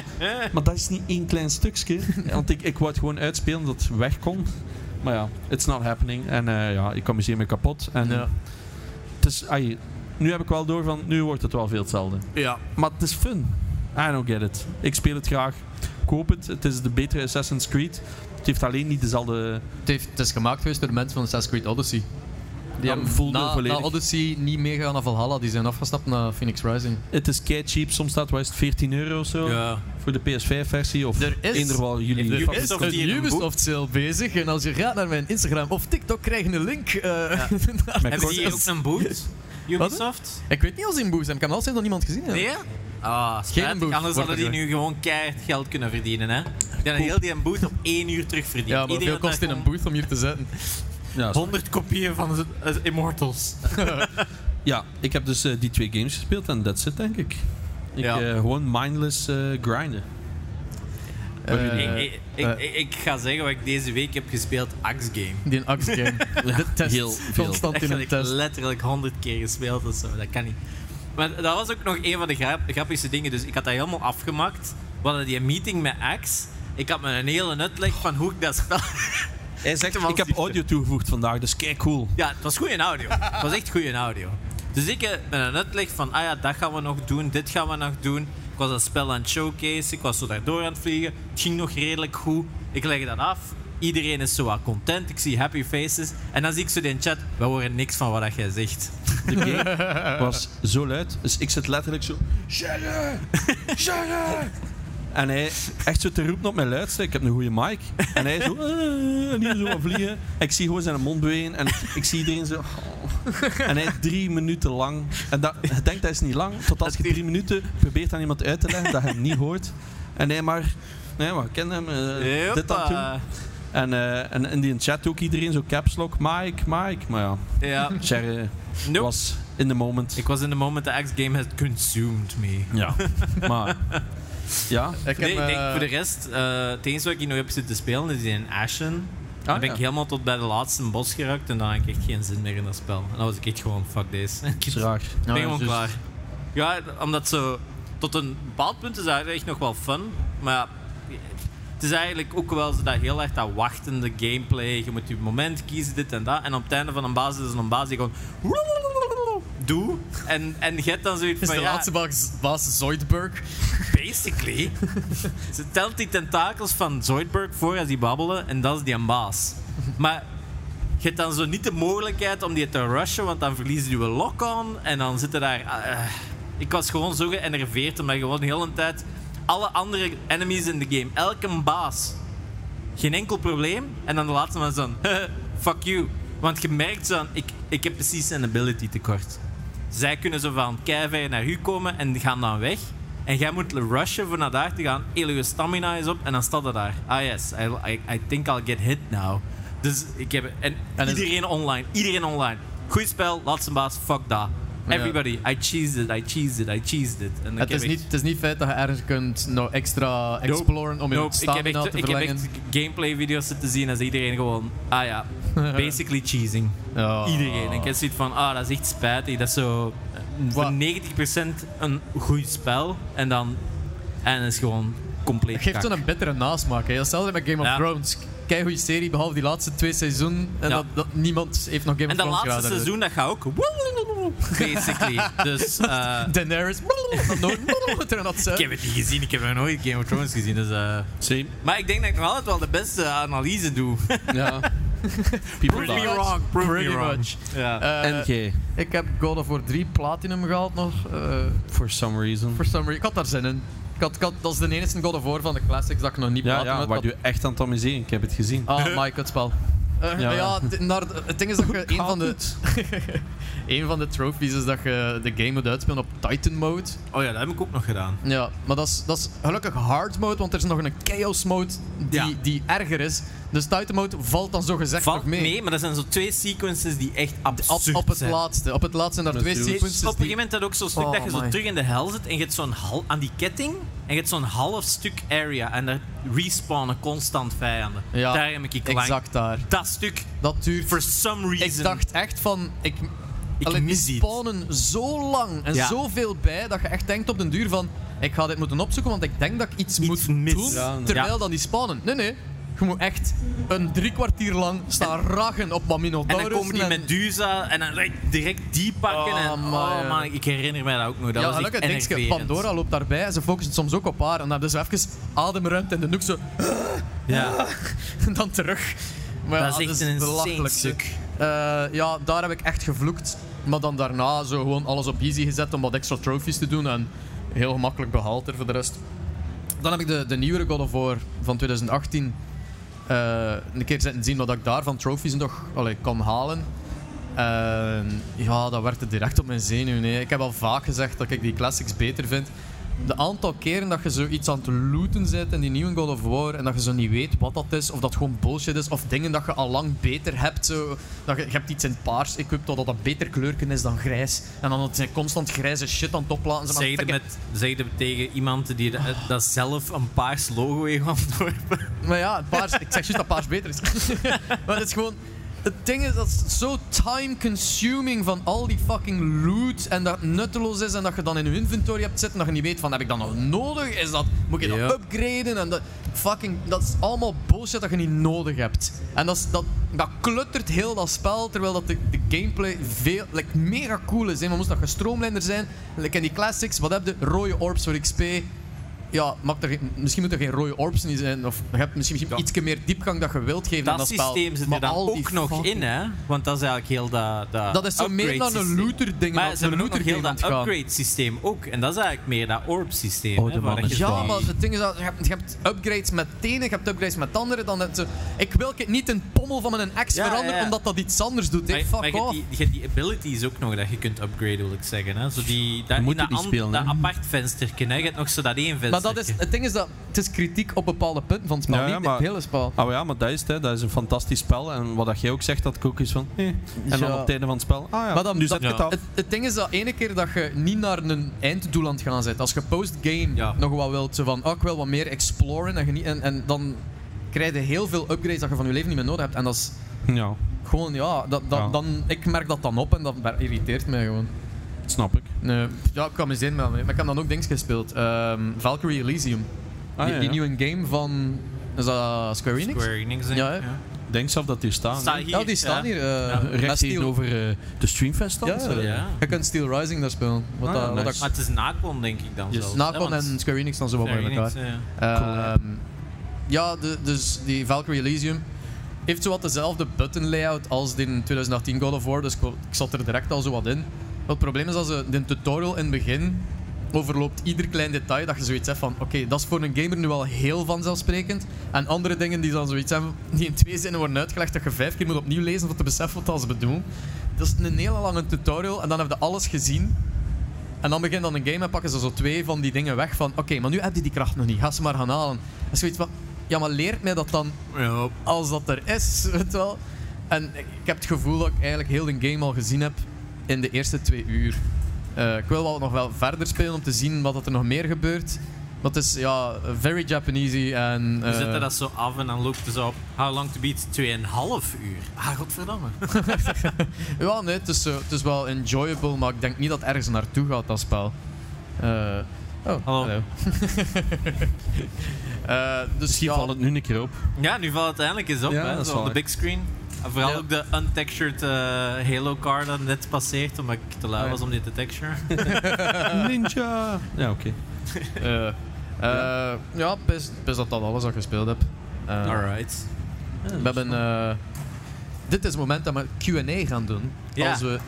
Speaker 1: maar dat is niet één klein stukje. Want ik, ik wou het gewoon uitspelen dat het weg kon. Maar ja, it's not happening. En eh, ja, ik amuseer me kapot. En
Speaker 2: Ja.
Speaker 1: het is, ai, nu heb ik wel door van, nu wordt het wel veel hetzelfde.
Speaker 2: Ja.
Speaker 1: Maar het is fun. I don't get it. Ik speel het graag. Ik hoop het. Het is de betere Assassin's Creed. Het heeft alleen niet dezelfde...
Speaker 2: Het, heeft, het is gemaakt geweest door de mensen van Assassin's Creed Odyssey. Die
Speaker 1: Dat
Speaker 2: hebben
Speaker 1: voelde
Speaker 2: na,
Speaker 1: volledig.
Speaker 2: na Odyssey niet meegegaan naar Valhalla, die zijn afgestapt naar Phoenix Rising.
Speaker 1: Het is kei cheap. Soms staat, wat is het, 14 euro of zo?
Speaker 3: Ja.
Speaker 1: Voor de PS5-versie. Of
Speaker 2: Er is-
Speaker 1: eender wel jullie...
Speaker 3: Er
Speaker 1: fucking
Speaker 3: is-
Speaker 2: Ubisoft
Speaker 3: Ubisoft
Speaker 2: een
Speaker 3: hier een boek.
Speaker 2: Ubisoft sale bezig. En als je gaat naar mijn Instagram of TikTok, krijg je een link. eh, naar-
Speaker 1: Met
Speaker 3: Hebben
Speaker 1: kort-
Speaker 3: die hier ook een boot? Ubisoft?
Speaker 2: Ik weet niet als die in boek zijn. Ik heb hem al sinds nog niemand gezien. hè.
Speaker 3: Nee? hè? Ah, spijtig.
Speaker 2: boot,
Speaker 3: Anders hadden
Speaker 2: wordt
Speaker 3: die
Speaker 2: er
Speaker 3: nu gewoon keihard geld kunnen verdienen hè. Die hadden heel die boot op één uur terugverdiend.
Speaker 2: Ja, maar
Speaker 3: Iedereen
Speaker 2: veel kost
Speaker 3: had
Speaker 2: in een
Speaker 3: gewoon
Speaker 2: booth om hier te zetten.
Speaker 1: Ja,
Speaker 3: 100 kopieën van de- eh, Immortals.
Speaker 1: Ja, ik heb dus eh, die twee games gespeeld en that's it, denk ik. Ik
Speaker 3: Ja.
Speaker 1: eh, gewoon mindless eh, grinden.
Speaker 2: Eh,
Speaker 3: ik, ik,
Speaker 2: eh.
Speaker 3: ik, ik ga zeggen wat ik deze week heb gespeeld, Axe Game.
Speaker 2: Die een Axe game. De test.
Speaker 1: heel veel.
Speaker 2: Constant
Speaker 3: Echt
Speaker 2: in
Speaker 3: dat
Speaker 2: een
Speaker 3: ik
Speaker 2: test.
Speaker 3: letterlijk honderd keer gespeeld of zo, dat kan niet. Maar dat was ook nog een van de grap- grappigste dingen, dus ik had dat helemaal afgemaakt. We hadden die meeting met Axe. Ik had me een hele uitleg van hoe ik dat spel...
Speaker 1: Hij zegt,
Speaker 3: Echt een
Speaker 1: ik heb
Speaker 3: waanzinnige.
Speaker 1: audio toegevoegd vandaag, dus kijk cool.
Speaker 3: Ja, het was goede audio. Het was echt goede audio. Dus ik eh, ben een uitleg van, ah ja, dat gaan we nog doen, dit gaan we nog doen. Ik was dat spel aan het showcase, ik was zo daardoor aan het vliegen. Het ging nog redelijk goed. Ik leg dat af. Iedereen is zo wat content, ik zie happy faces. En dan zie ik zo in chat, we horen niks van wat dat jij zegt.
Speaker 1: De game was zo luid, dus ik zit letterlijk zo... Shadow! Shadow! En hij echt zo te roepen op mijn luidste, ik heb een goede mic. En hij zo... "Eh," en hier zo aan vliegen. En ik zie gewoon zijn mond bewegen en ik zie iedereen zo... "Oh." En hij drie minuten lang... En dat, je denkt dat is niet lang, tot als je drie minuten probeert aan iemand uit te leggen dat hij hem niet hoort. En hij maar... Nee, maar ik ken hem. eh, dit aan het doen.
Speaker 3: Hoppa.
Speaker 1: En, eh, en in die chat ook iedereen zo caps lock, Mike, Mike. Maar ja,
Speaker 3: Ja,
Speaker 1: Cher
Speaker 3: Nope.
Speaker 1: was in the moment.
Speaker 3: ik was in de moment dat Axe Game had consumed me.
Speaker 1: Ja. maar ja,
Speaker 2: Ik
Speaker 3: Nee,
Speaker 2: heb,
Speaker 3: ik denk
Speaker 2: eh,
Speaker 3: voor de rest, eh het enige wat ik hier nog heb zitten spelen is in Ashen.
Speaker 2: Ah,
Speaker 3: dan ben
Speaker 1: ja.
Speaker 3: ik helemaal tot bij de laatste bos geraakt en dan had ik echt geen zin meer in dat spel. En dan was ik echt gewoon, fuck deze. Ik
Speaker 1: is raar.
Speaker 2: ja,
Speaker 3: ben gewoon
Speaker 2: juist.
Speaker 3: klaar. Ja, omdat zo... Tot een bepaald punt is dat echt nog wel fun, maar ja, het is eigenlijk ook wel zo dat heel erg dat wachtende gameplay. Je moet je moment kiezen, dit en dat. En op het einde van een basis is een baas die gewoon... Doe. En, en je hebt dan zoiets
Speaker 2: Het
Speaker 3: van...
Speaker 2: is de
Speaker 3: ja,
Speaker 2: laatste baas, baas Zoidberg.
Speaker 3: Basically. ze telt die tentakels van Zoidberg voor als die babbelen en dat is die een baas. Maar je hebt dan zo niet de mogelijkheid om die te rushen, want dan verliezen je lock-on en dan zitten daar... eh, ik was gewoon zo geënerveerd omdat je gewoon de hele tijd alle andere enemies in de game, elke baas, geen enkel probleem. En dan de laatste man zo'n, fuck you. Want je merkt zo, ik, ik heb precies een ability tekort. Zij kunnen zo van keiver naar u komen en gaan dan weg. En jij moet rushen voor naar daar te gaan. Heel je stamina is op en dan staat dat daar. Ah yes, I, I, I think I'll get hit now. Dus ik heb... En,
Speaker 2: En is-
Speaker 3: iedereen online, iedereen online. Goed spel, laatste baas, fuck dat. Everybody, I cheesed it, I cheesed it, I cheesed it. En ik
Speaker 2: Het
Speaker 3: heb
Speaker 2: is,
Speaker 3: echt-
Speaker 2: niet, het is niet feit dat je ergens kunt nog extra exploren om je
Speaker 3: Nope, ik heb,
Speaker 2: stamina
Speaker 3: echt,
Speaker 2: te
Speaker 3: ik heb
Speaker 2: verlengen.
Speaker 3: echt gameplay video's zitten zien en ze iedereen gewoon, ah ja, basically cheesing.
Speaker 2: Ja.
Speaker 3: Iedereen. En ik heb zoiets van, ah dat is echt spijtig. Dat is zo eh,
Speaker 2: Wat?
Speaker 3: voor 90% een goed spel en dan en het is gewoon compleet
Speaker 2: Het geeft
Speaker 3: kak.
Speaker 2: zo'n een bittere nasmaak. Hè. Hetzelfde met Game of
Speaker 3: Ja.
Speaker 2: Thrones. Kijk goede serie, behalve die laatste twee seizoenen. En
Speaker 3: Ja.
Speaker 2: dat, dat- niemand heeft nog Game
Speaker 3: En
Speaker 2: of
Speaker 3: dat
Speaker 2: Thrones
Speaker 3: laatste
Speaker 2: geraden. dus.
Speaker 3: seizoen, dat gaat ook basically. Dus eh,
Speaker 2: Daenerys. en dan nooit- en dat zo.
Speaker 3: ik heb het niet gezien, ik heb nog nooit Game of Thrones gezien. Dus, eh,
Speaker 1: Same.
Speaker 3: maar ik denk dat ik nog altijd wel de beste analyse doe.
Speaker 1: Ja. People
Speaker 3: Prove me
Speaker 1: die.
Speaker 3: wrong, prove me
Speaker 2: Pretty
Speaker 3: wrong.
Speaker 2: much.
Speaker 3: Ja.
Speaker 2: Eh,
Speaker 1: En jij,
Speaker 2: ik heb God of War 3 Platinum gehaald nog. eh,
Speaker 1: for some reason.
Speaker 2: for some reason. Ik had daar zin in. Ik had, ik had- dat is de enige God of War van de classics dat ik nog niet
Speaker 1: Ja,
Speaker 2: Platinum
Speaker 1: ja,
Speaker 2: had.
Speaker 1: waar
Speaker 2: want-
Speaker 1: je echt aan het amuseren. Ik heb het gezien.
Speaker 2: Ah, Mike, het spel. Eh,
Speaker 1: Ja.
Speaker 2: ja, het- naar de- het ding is dat je een van, de, een van de trophies is dat je de game moet uitspelen op Titan mode.
Speaker 3: Oh ja, dat heb ik ook nog gedaan.
Speaker 2: Ja, maar dat is, dat is gelukkig hard mode, want er is nog een chaos mode die,
Speaker 3: Ja.
Speaker 2: die erger is. Dus Titan mode valt dan zo gezegd
Speaker 3: Valt
Speaker 2: nog mee.
Speaker 3: mee, maar dat zijn zo twee sequences die echt
Speaker 2: Op,
Speaker 3: absurd
Speaker 2: op het
Speaker 3: zijn.
Speaker 2: laatste. Op het laatste zijn er twee
Speaker 1: Natuurlijk.
Speaker 2: sequences.
Speaker 3: op
Speaker 2: die-
Speaker 3: een gegeven moment dat ook zo'n stuk
Speaker 2: Oh,
Speaker 3: dat je zo
Speaker 2: amai.
Speaker 3: terug in de hel zit en je hebt zo'n hal aan die ketting en je hebt zo'n half stuk area en daar respawnen constant vijanden.
Speaker 2: Ja,
Speaker 3: daar heb ik ik lang.
Speaker 2: Exact daar.
Speaker 3: Dat stuk,
Speaker 2: Dat duurt.
Speaker 3: for some reason.
Speaker 2: Ik dacht echt van. Ik,
Speaker 3: Ik
Speaker 2: Allee,
Speaker 3: mis
Speaker 2: die
Speaker 3: iets.
Speaker 2: spawnen zo lang en
Speaker 3: Ja.
Speaker 2: zoveel bij dat je echt denkt op den duur van. Ik ga dit moeten opzoeken, want ik denk dat ik iets,
Speaker 3: Iets
Speaker 2: moet
Speaker 3: mis.
Speaker 2: doen.
Speaker 1: Ja, nee.
Speaker 2: Terwijl
Speaker 3: Ja.
Speaker 2: dan die spawnen. Nee, nee. Je moet echt een drie kwartier lang staan ragen op
Speaker 3: en
Speaker 2: Maminotaurus.
Speaker 3: dan komen die Medusa en dan direct- direct die pakken. en,
Speaker 2: Oh,
Speaker 3: oh
Speaker 2: man.
Speaker 3: man, ik herinner mij dat ook nog. Dat
Speaker 2: ja,
Speaker 3: was echt
Speaker 2: gelukkig dingetje.
Speaker 3: enerverend.
Speaker 2: Pandora loopt daarbij en ze focussen soms ook op haar. En dan hebben ze even ademruimte in de noek zo.
Speaker 3: Ja,
Speaker 2: En dan terug. Maar ja,
Speaker 3: dat is echt een insane
Speaker 2: belachelijkste.
Speaker 3: stuk.
Speaker 2: Eh, ja, daar heb ik echt gevloekt. Maar dan daarna zo gewoon alles op easy gezet om wat extra trophies te doen. En heel gemakkelijk behaald er voor de rest. Dan heb ik de, de nieuwere God of War van 2018 eh, een keer zitten zien wat ik daar van trophies nog allee, kon halen. En ja, dat werd het direct op mijn zenuwen. hè. Ik heb al vaak gezegd dat ik die classics beter vind. De aantal keren dat je zoiets aan het looten zit in die nieuwe God of War en dat je zo niet weet wat dat is, of dat gewoon bullshit is, of dingen dat je al lang beter hebt. Zo, dat je, je hebt iets in paars equipped dat dat een beter kleurken is dan grijs. En dan zijn constant grijze shit aan het oplaten. Ze maar
Speaker 3: Zeg het
Speaker 2: fikke-
Speaker 3: met- zeg het tegen iemand die dat, dat zelf een paars logo heeft ontworpen.
Speaker 2: Maar ja, het paars, ik zeg juist dat paars beter is. maar het is gewoon... Het ding is, dat is zo time-consuming van al die fucking loot en dat het nutteloos is en dat je dan in je inventory hebt zitten dat je niet weet van, heb ik dat nog nodig? Is dat, moet ik
Speaker 3: Ja.
Speaker 2: dat upgraden? En dat, fucking, dat is allemaal bullshit dat je niet nodig hebt. En dat, is, dat, dat kluttert heel dat spel, terwijl dat de, de gameplay veel, like, mega cool is. Hè? Maar moest dat gestroomlijnder zijn. Like in die classics, wat heb je? Rode orbs voor XP. Ja, mag er, geen- misschien moet er geen rode orbs in zijn. Of je hebt misschien
Speaker 3: Ja.
Speaker 2: iets meer diepgang dat je wilt geven aan
Speaker 3: Dat
Speaker 2: dat spel.
Speaker 3: systeem zit
Speaker 2: Maar
Speaker 3: er dan
Speaker 2: al die
Speaker 3: ook nog
Speaker 2: fucking-
Speaker 3: in, hè? Want dat is eigenlijk heel dat. Dat,
Speaker 2: Dat is zo meer dan een
Speaker 3: upgrade-systeem.
Speaker 2: looter-ding.
Speaker 3: Maar ze
Speaker 2: een
Speaker 3: hebben ook nog heel
Speaker 2: looter-game aan
Speaker 3: dat
Speaker 2: het gaan.
Speaker 3: upgrade-systeem ook. En dat is eigenlijk meer dat orb-systeem.
Speaker 1: Oh,
Speaker 3: hè,
Speaker 1: de
Speaker 3: waar
Speaker 1: man
Speaker 3: dat
Speaker 1: is
Speaker 3: je
Speaker 2: Ja,
Speaker 1: die-
Speaker 2: maar het ding is dat je hebt, je hebt upgrades met tenen, je hebt upgrades met tanden. Dan heb je- ik wil het niet een pommel van mijn ex
Speaker 3: Ja,
Speaker 2: veranderen
Speaker 3: ja, ja.
Speaker 2: omdat dat iets anders doet. hè.
Speaker 3: Maar, maar
Speaker 2: Fuck
Speaker 3: je, hebt
Speaker 2: off.
Speaker 3: die, je hebt die abilities ook nog dat je kunt upgraden, wil ik zeggen. Hè? Zo die, dat,
Speaker 1: Je moet
Speaker 3: in dat,
Speaker 1: die
Speaker 3: an-
Speaker 1: spelen, hè.
Speaker 3: dat apart venstertje. Hè? Je hebt nog zo dat één venster.
Speaker 2: Maar dat is, het ding is dat het is kritiek op bepaalde punten van het spel,
Speaker 1: Ja, ja,
Speaker 2: niet
Speaker 1: maar-
Speaker 2: het hele spel.
Speaker 1: Oh ja, maar dat is het. Hè. Dat is een fantastisch spel. En wat dat jij ook zegt, dat ik ook is van... eh. En dan
Speaker 2: Ja.
Speaker 1: op het einde van het spel... Ah ja,
Speaker 2: Maar dan-
Speaker 1: nu
Speaker 2: dat-
Speaker 1: zet ik het af.
Speaker 2: Het, het ding is dat ene keer dat je niet naar een einddoel aan het gaan bent, als je post-game
Speaker 3: Ja.
Speaker 2: nog wat wilt, zo van, oh, ik wil wat meer exploren en, genieten, en, en dan krijg je heel veel upgrades dat je van je leven niet meer nodig hebt. En dat is
Speaker 1: Ja,
Speaker 2: gewoon, ja, dat, dat,
Speaker 1: Ja.
Speaker 2: Dan, ik merk dat dan op en dat ber- irriteert mij gewoon.
Speaker 1: dat snap ik.
Speaker 2: Nee, ja, ik kan me zin met maar ik heb dan ook dingen gespeeld. Ehm, Valkyrie Elysium.
Speaker 1: Ah,
Speaker 2: die,
Speaker 1: ja,
Speaker 2: die
Speaker 1: ja.
Speaker 2: nieuwe game van, is dat Square Enix?
Speaker 3: Square Enix, denk
Speaker 2: Ja,
Speaker 3: ik,
Speaker 2: hè. Ah,
Speaker 1: Ik Denk zelf dat die staan.
Speaker 3: Staat
Speaker 1: hè.
Speaker 3: hier,
Speaker 2: ja, die staan
Speaker 3: ja.
Speaker 2: hier. eh, met
Speaker 1: Rechts
Speaker 2: Steel-
Speaker 1: tegenover eh, de Streamfest dan?
Speaker 2: Ja,
Speaker 1: zo.
Speaker 2: ja.
Speaker 3: Ja.
Speaker 2: Je kunt Steel Rising daar spelen. Wat
Speaker 1: Ah,
Speaker 2: dat,
Speaker 1: ja,
Speaker 2: wat
Speaker 1: nice.
Speaker 2: dat-
Speaker 3: Maar het is Nacon, denk ik dan
Speaker 1: Yes.
Speaker 3: zelfs. hè,
Speaker 2: Nacon
Speaker 3: want
Speaker 2: en Square Enix dan zo wat bij
Speaker 3: Ah, Square
Speaker 2: elkaar.
Speaker 3: Enix, ja.
Speaker 2: Ehm, ja, de- dus die Valkyrie Elysium heeft zowat dezelfde button layout als die in 2018 God of War, dus ik, wou- ik zat er direct al zo wat in. Maar het probleem is dat ze de tutorial in het begin overloopt ieder klein detail dat je zoiets hebt van oké, dat is voor een gamer nu al heel vanzelfsprekend. En andere dingen die dan zoiets hebben, die in twee zinnen worden uitgelegd, dat je vijf keer moet opnieuw lezen om te beseffen wat dat ze bedoelen. Dat is een hele lange tutorial en dan heb je alles gezien. En dan begint dan een game en pakken ze zo twee van die dingen weg van oké, maar nu heb je die kracht nog niet, ga ze maar gaan halen. En zoiets van, ja maar leert mij dat dan
Speaker 3: Ja.
Speaker 2: als dat er is, weet je wel. En ik ik heb het gevoel dat ik eigenlijk heel de game al gezien heb in de eerste twee uur. Eh, ik wil wel nog wel verder spelen om te zien wat dat er nog meer gebeurt. Maar het is ja, very Japanese en...
Speaker 3: We
Speaker 2: eh,
Speaker 3: zetten dat zo af en dan loopt het zo op. How long to beat? 2,5 uur. Ah, godverdamme.
Speaker 2: Ja, nee, het is, eh, het is wel enjoyable, maar ik denk niet dat het ergens naartoe gaat, dat spel. Eh, oh,
Speaker 3: Hallo.
Speaker 2: hallo. Eh, dus
Speaker 1: Misschien
Speaker 2: ja,
Speaker 1: valt het nu een keer op.
Speaker 3: Ja, nu valt het eindelijk eens op.
Speaker 1: Ja,
Speaker 3: hè,
Speaker 1: dat is
Speaker 3: zo op de
Speaker 1: waar.
Speaker 3: big screen. En vooral
Speaker 2: Ja.
Speaker 3: ook de untextured eh, Halo car dat net passeert, omdat ik te lui
Speaker 2: Ja.
Speaker 3: was om die te texturen.
Speaker 1: Ninja! Ja, oké.
Speaker 2: eh, eh, ja, best, best dat dat alles dat ik gespeeld heb. Eh,
Speaker 3: Alright.
Speaker 2: We hebben... eh, dit is het moment dat we Q&A gaan doen.
Speaker 3: Ja.
Speaker 2: Als, we,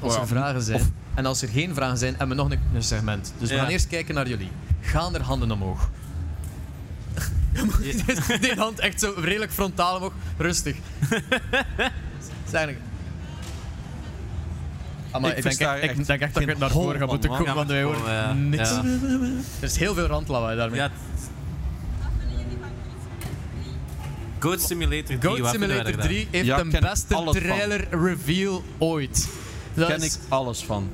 Speaker 2: als
Speaker 1: Ja.
Speaker 2: er vragen zijn. En als er geen vragen zijn, hebben we nog een, een segment. Dus we
Speaker 3: Ja.
Speaker 2: gaan eerst kijken naar jullie. Gaan er handen omhoog?
Speaker 3: Ja.
Speaker 2: Die hand echt zo redelijk frontaal omhoog. Rustig. Het is eigenlijk... Amai,
Speaker 1: Ik
Speaker 2: ik, denk
Speaker 1: versta
Speaker 2: echt, ik
Speaker 1: echt
Speaker 2: denk echt dat ik
Speaker 1: geen
Speaker 2: het naar voren
Speaker 1: hol
Speaker 2: ga
Speaker 1: van,
Speaker 2: moeten
Speaker 1: man.
Speaker 2: komen,
Speaker 3: Ja,
Speaker 2: want wij
Speaker 3: maar-
Speaker 2: horen
Speaker 3: ja.
Speaker 2: niks.
Speaker 3: Ja.
Speaker 2: Er is heel veel randlawaai daarmee.
Speaker 3: Ja. Goat Simulator 3.
Speaker 2: Goat
Speaker 3: wat vinden wij
Speaker 2: Simulator
Speaker 3: daarvan?
Speaker 2: 3 heeft
Speaker 1: Ja,
Speaker 2: de
Speaker 1: ken ik
Speaker 2: beste
Speaker 1: alles van.
Speaker 2: trailer reveal ooit. Dat
Speaker 1: Ken
Speaker 2: is-
Speaker 1: ik alles van.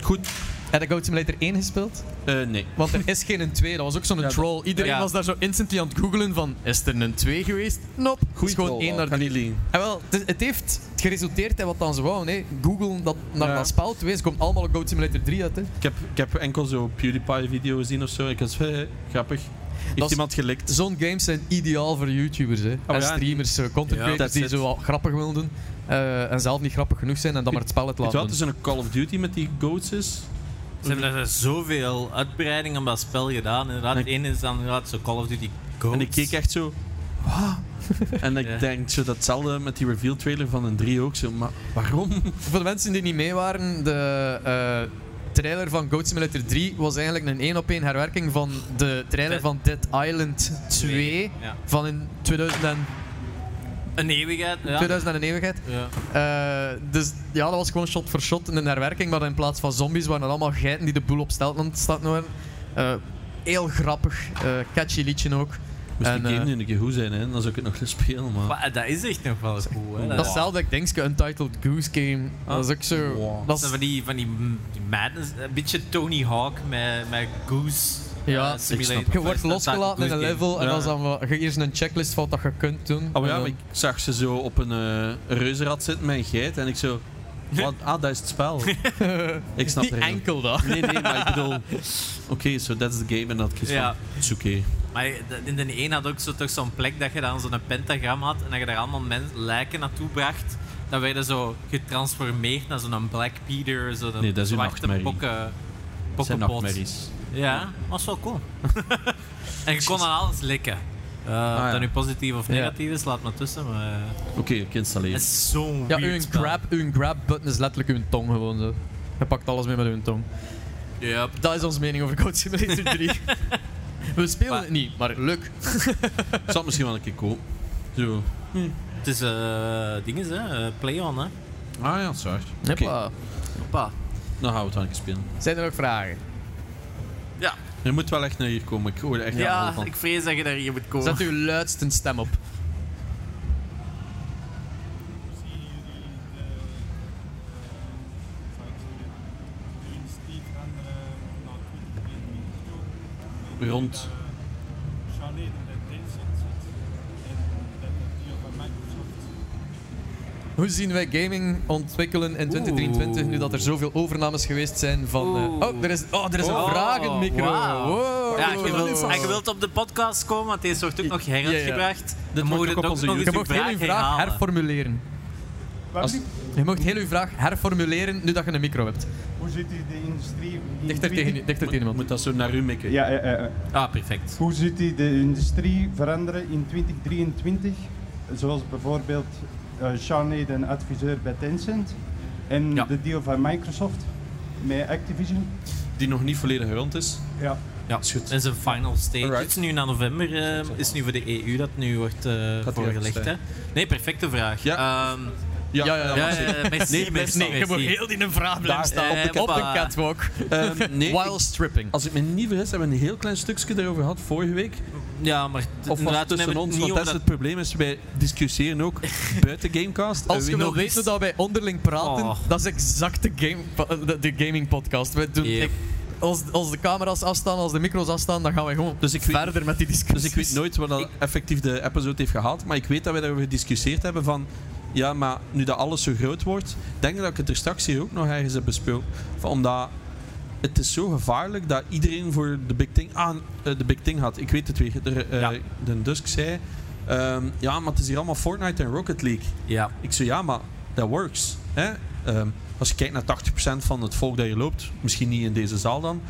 Speaker 1: Goed.
Speaker 2: Heb je Goat Simulator 1 gespeeld?
Speaker 1: Eh, nee.
Speaker 2: Want er is geen 2, dat was ook zo'n
Speaker 1: Ja, dat-
Speaker 2: troll. Iedereen
Speaker 3: ja.
Speaker 2: was daar zo instantly aan het googelen van, is er een 2 geweest? Nope, het is gewoon 1 naar
Speaker 1: kan
Speaker 2: 3.
Speaker 1: niet liegen.
Speaker 2: En wel, het, is- het heeft geresulteerd in wat dan ze wou. Nee, Google dat naar
Speaker 1: Ja.
Speaker 2: dat spel te wezen, komt allemaal op Goat Simulator 3 uit. Hè.
Speaker 1: Ik heb, ik heb enkel zo PewDiePie-video's gezien of zo. Ik was eh, grappig. Heeft
Speaker 2: Dat is-
Speaker 1: iemand gelikt?
Speaker 2: Zo'n games zijn ideaal voor YouTubers hè. en
Speaker 1: ja.
Speaker 2: streamers, eh, content
Speaker 3: Ja,
Speaker 2: creators
Speaker 1: that's
Speaker 2: die
Speaker 1: it.
Speaker 2: zo wat grappig willen doen eh, en zelf niet grappig genoeg zijn en dan maar het spel het
Speaker 1: Weet je
Speaker 2: laten
Speaker 1: wel,
Speaker 2: doen.
Speaker 1: het is een Call of Duty met die goats is.
Speaker 3: Ze hebben er zoveel uitbreiding aan dat spel gedaan. Inderdaad, het
Speaker 1: En ik-
Speaker 3: ene is dan inderdaad zo Call of Duty Goats.
Speaker 1: En ik keek echt zo... "Wow." En ik
Speaker 3: Ja.
Speaker 1: denk zo datzelfde met die reveal trailer van een 3 ook. Zo, maar waarom?
Speaker 2: Voor de mensen die niet mee waren, de eh, trailer van Goat Simulator 3 was eigenlijk een één op één herwerking van de trailer
Speaker 3: Dead-
Speaker 2: van Dead Island 2
Speaker 3: Ja.
Speaker 2: van in 2000 en,
Speaker 3: Een eeuwigheid. Ja.
Speaker 2: 2000 en een eeuwigheid.
Speaker 3: Ja.
Speaker 2: Eh, dus ja, dat was gewoon shot voor shot in een herwerking, maar in plaats van zombies waren er allemaal geiten die de boel op stelten aan het starten waren. Eh, heel grappig, eh, catchy liedje ook.
Speaker 1: Misschien
Speaker 2: En, eh,
Speaker 1: game nu een keer goed zijn, hè? dan zou ik het nog eens spelen. Maar...
Speaker 3: Maar, eh, dat is echt nog wel cool. Hè?
Speaker 2: Dat is hetzelfde, ik denk, Untitled Goose Game.
Speaker 3: Ah.
Speaker 2: Dat is ook zo...
Speaker 1: Wow.
Speaker 2: Dat
Speaker 3: Dat zijn
Speaker 2: is
Speaker 3: van die, van die, mm, die madness. Een beetje Tony Hawk met, met Goose.
Speaker 2: Ja,
Speaker 3: eh,
Speaker 2: ik
Speaker 3: simulator.
Speaker 2: Je wordt
Speaker 3: Dat is een
Speaker 2: losgelaten in een
Speaker 3: Goose game.
Speaker 2: level en
Speaker 1: Ja.
Speaker 2: dan is dan wel- je eerst een checklist van wat dat je kunt doen.
Speaker 1: Oh
Speaker 2: En
Speaker 1: ja,
Speaker 2: dan-
Speaker 1: maar ik zag ze zo op een eh, reuzenrad zitten met een geit. En ik zo... Wat? Ah, dat is het spel. ik snap
Speaker 2: Niet
Speaker 1: er helemaal-
Speaker 2: enkel dat.
Speaker 1: Nee, nee, maar ik bedoel... Oké, so that's the game. En dat ik zo
Speaker 3: Ja.
Speaker 1: van, Het is oké.
Speaker 3: Maar je- dat- in de een had ook zo, toch zo'n plek dat je dan zo'n pentagram had en dat je daar allemaal mens, lijken naartoe bracht. Dan werden zo getransformeerd naar zo'n Black Peter, zo'n
Speaker 1: Nee, dat is uw
Speaker 3: zwarte
Speaker 1: nachtmerrie.
Speaker 3: pokken,
Speaker 1: Het zijn
Speaker 3: pokkenpot.
Speaker 1: nachtmerries.
Speaker 3: Ja, dat was wel cool. en je kon aan alles likken. Eh of
Speaker 1: ja.
Speaker 3: dat nu positief of
Speaker 2: Ah, Ja.
Speaker 3: negatief is, laat maar tussen. Maar, eh,
Speaker 1: Oké, ik installeer.
Speaker 3: het is zo'n
Speaker 2: Ja,
Speaker 3: weird
Speaker 2: uw
Speaker 3: spel.
Speaker 2: grab, uw grab button is letterlijk uw tong gewoon zo. Je pakt alles mee met uw tong.
Speaker 3: Yep.
Speaker 2: Dat is onze mening over Code Simulator 3. We spelen
Speaker 3: Maar-
Speaker 2: het niet, maar leuk.
Speaker 1: Ik zal het misschien wel een keer kopen. Zo.
Speaker 3: Het is eh dinges, hè? eh, Play-on, hè?
Speaker 1: Ah ja, sorry. Oké,
Speaker 2: Hoppa.
Speaker 3: Hoppa.
Speaker 1: dan gaan we het wel een keer spelen.
Speaker 2: Zijn er nog vragen?
Speaker 3: Ja,
Speaker 1: Je moet wel echt naar hier komen. Ik hoor er echt
Speaker 3: ja,
Speaker 1: allemaal van.
Speaker 3: ik vrees dat je daar hier moet komen.
Speaker 2: Zet uw luidste stem op.
Speaker 1: Rond.
Speaker 2: Hoe zien wij gaming ontwikkelen in 2023 nu dat er zoveel overnames geweest zijn van... eh,
Speaker 3: Oeh.
Speaker 2: oh, er is, oh, er is een
Speaker 3: Oh,
Speaker 2: vragenmicro.
Speaker 3: wauw.
Speaker 2: Wow.
Speaker 3: Ja, je wilt, en je wilt op de podcast komen, want deze wordt ook nog heruitgebracht.
Speaker 1: wordt
Speaker 3: Dan mogen
Speaker 1: ook
Speaker 3: we
Speaker 1: op
Speaker 3: ook
Speaker 1: onze
Speaker 3: nog eens
Speaker 2: Je
Speaker 1: YouTube-
Speaker 3: uw
Speaker 2: mocht heel
Speaker 3: vraag
Speaker 2: uw vraag
Speaker 3: herhalen.
Speaker 2: herformuleren.
Speaker 4: Waar
Speaker 2: Als-
Speaker 4: zit-
Speaker 2: Je mag heel uw vraag herformuleren nu dat je een micro hebt.
Speaker 4: Hoe zit die de industrie... in
Speaker 2: Dichter tegen,
Speaker 4: 20
Speaker 2: dichter tegen
Speaker 1: Moet,
Speaker 2: iemand.
Speaker 1: moet dat zo naar u mikken?
Speaker 4: Ja, eh, eh, eh.
Speaker 3: Ah, perfect.
Speaker 4: Hoe zit die de industrie veranderen in 2023? Zoals bijvoorbeeld eh Sean Eden, adviseur bij Tencent. En
Speaker 3: Ja.
Speaker 4: de deal van Microsoft met Activision.
Speaker 1: Die nog niet volledig rond is.
Speaker 4: Ja.
Speaker 3: Ja,
Speaker 1: Is goed.
Speaker 3: Dat is een final stage.
Speaker 1: Alright.
Speaker 3: Het is nu na november, eh, is nu voor de EU dat nu wordt eh,
Speaker 1: Gaat die
Speaker 3: voorgelegd.
Speaker 1: ergens
Speaker 3: Hè?
Speaker 1: zijn?
Speaker 3: Nee, perfecte vraag.
Speaker 1: Ja.
Speaker 3: Ehm,
Speaker 1: Ja,
Speaker 2: Ja, ja,
Speaker 1: eh,
Speaker 2: ja,
Speaker 3: Ja,
Speaker 1: wacht even.
Speaker 3: ja, ja, Messi,
Speaker 1: Nee,
Speaker 3: Messi,
Speaker 1: nee,
Speaker 2: Je moet
Speaker 3: Messi.
Speaker 2: heel die een vraag blijven
Speaker 1: Daar,
Speaker 2: staan.
Speaker 3: eh,
Speaker 2: op, de, op de
Speaker 3: hoppa.
Speaker 2: catwalk.
Speaker 1: Ehm, nee,
Speaker 2: while
Speaker 1: ik-
Speaker 2: stripping.
Speaker 1: als ik me niet vergis, hebben we een heel klein stukje daarover gehad vorige week.
Speaker 3: Ja, maar t-
Speaker 1: Of was
Speaker 3: inderdaad,
Speaker 1: het
Speaker 3: toen
Speaker 1: tussen
Speaker 3: hebben we
Speaker 1: ons?
Speaker 3: het
Speaker 1: Want
Speaker 3: niet
Speaker 1: dat is het
Speaker 3: omdat-
Speaker 1: probleem, is wij discussiëren ook buiten Gamecast.
Speaker 2: Als je wil
Speaker 3: nog
Speaker 2: weten
Speaker 3: eens?
Speaker 2: dat wij onderling praten,
Speaker 3: Oh.
Speaker 2: dat is exact de, game, eh, de, de gaming podcast. Wij doen,
Speaker 3: Yep.
Speaker 2: ik- als, als de camera's afstaan, als de micro's afstaan, dan gaan wij gewoon
Speaker 1: Dus ik weet-
Speaker 2: verder met die discussie.
Speaker 1: Dus ik weet nooit wat dat effectief de episode heeft gehaald. Maar ik weet dat wij daarover gediscussieerd hebben van... Ja, maar nu dat alles zo groot wordt... Denk ik dat ik het er straks hier ook nog ergens heb bespeeld. Van, omdat het is zo gevaarlijk dat iedereen voor de big thing, aan, eh, de big thing had. Ik weet het weer. Er, eh,
Speaker 3: Ja.
Speaker 1: De Dusk zei... ehm, ja, maar het is hier allemaal Fortnite en Rocket League.
Speaker 3: Ja,
Speaker 1: Ik zei, ja, maar dat works. Hè? Ehm, als je kijkt naar 80% van het volk dat je loopt, misschien niet in deze zaal dan,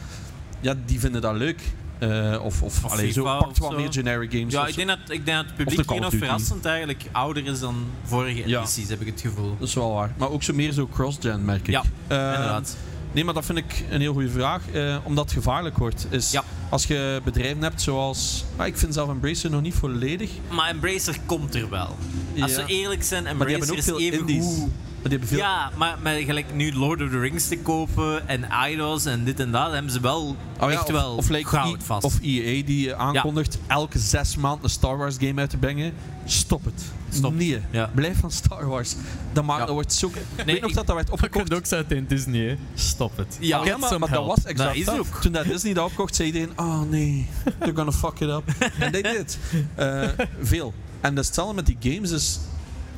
Speaker 1: ja, die vinden dat leuk. Eh, of of,
Speaker 3: Of
Speaker 1: allee, zo
Speaker 3: FIFA
Speaker 1: pakt
Speaker 3: of
Speaker 1: wat
Speaker 3: zo.
Speaker 1: meer generic games.
Speaker 3: ja
Speaker 1: of
Speaker 3: ik,
Speaker 1: zo.
Speaker 3: denk dat, ik denk dat het
Speaker 1: de
Speaker 3: publiek
Speaker 1: Call
Speaker 3: hier
Speaker 1: of
Speaker 3: nog
Speaker 1: Duty.
Speaker 3: verrassend eigenlijk ouder is dan vorige
Speaker 1: Ja.
Speaker 3: edities, heb ik het gevoel.
Speaker 1: Dat is wel waar. Maar ook zo meer zo cross-gen, merk ik.
Speaker 3: Ja,
Speaker 1: Ehm,
Speaker 3: Inderdaad.
Speaker 1: Nee, maar dat vind ik een heel goede vraag. eh, omdat het gevaarlijk wordt. Is
Speaker 3: Ja.
Speaker 1: Als je bedrijven hebt zoals... Ah, ik vind zelf Embracer nog niet volledig.
Speaker 3: Maar Embracer komt er wel. Als
Speaker 1: Ja.
Speaker 3: we eerlijk zijn,
Speaker 1: Maar die hebben
Speaker 3: Embracer
Speaker 1: ook
Speaker 3: is
Speaker 1: veel
Speaker 3: even
Speaker 1: indies.
Speaker 3: goed.
Speaker 1: Maar die hebben veel...
Speaker 3: Ja, maar, maar gelijk nu Lord of the Rings te kopen en Eidos en dit en dat, hebben ze wel
Speaker 1: Oh ja,
Speaker 3: echt
Speaker 1: of-
Speaker 3: wel
Speaker 1: of like
Speaker 3: goud
Speaker 1: E-
Speaker 3: vast.
Speaker 1: Of EA die eh, aankondigt elke zes maanden een Star Wars game uit te brengen. Stop het.
Speaker 3: Stop.
Speaker 1: Nee,
Speaker 3: Ja.
Speaker 1: blijf van Star Wars. Dat, maakt,
Speaker 3: Ja.
Speaker 1: dat wordt zo... ik weet nog
Speaker 3: ik-
Speaker 1: dat dat werd
Speaker 2: Dat
Speaker 1: opgekocht.
Speaker 2: komt ook zo uit in Disney, hè. Stop het.
Speaker 3: Ja,
Speaker 2: Get
Speaker 1: Ja, maar,
Speaker 2: some
Speaker 1: maar dat
Speaker 2: help.
Speaker 1: was exact
Speaker 3: Dat is
Speaker 1: dat.
Speaker 3: ook.
Speaker 1: Toen dat Disney dat opkocht, zei iedereen... Oh nee, they're gonna fuck it up. En they did. Eh, veel. En dat is hetzelfde met die games. Dus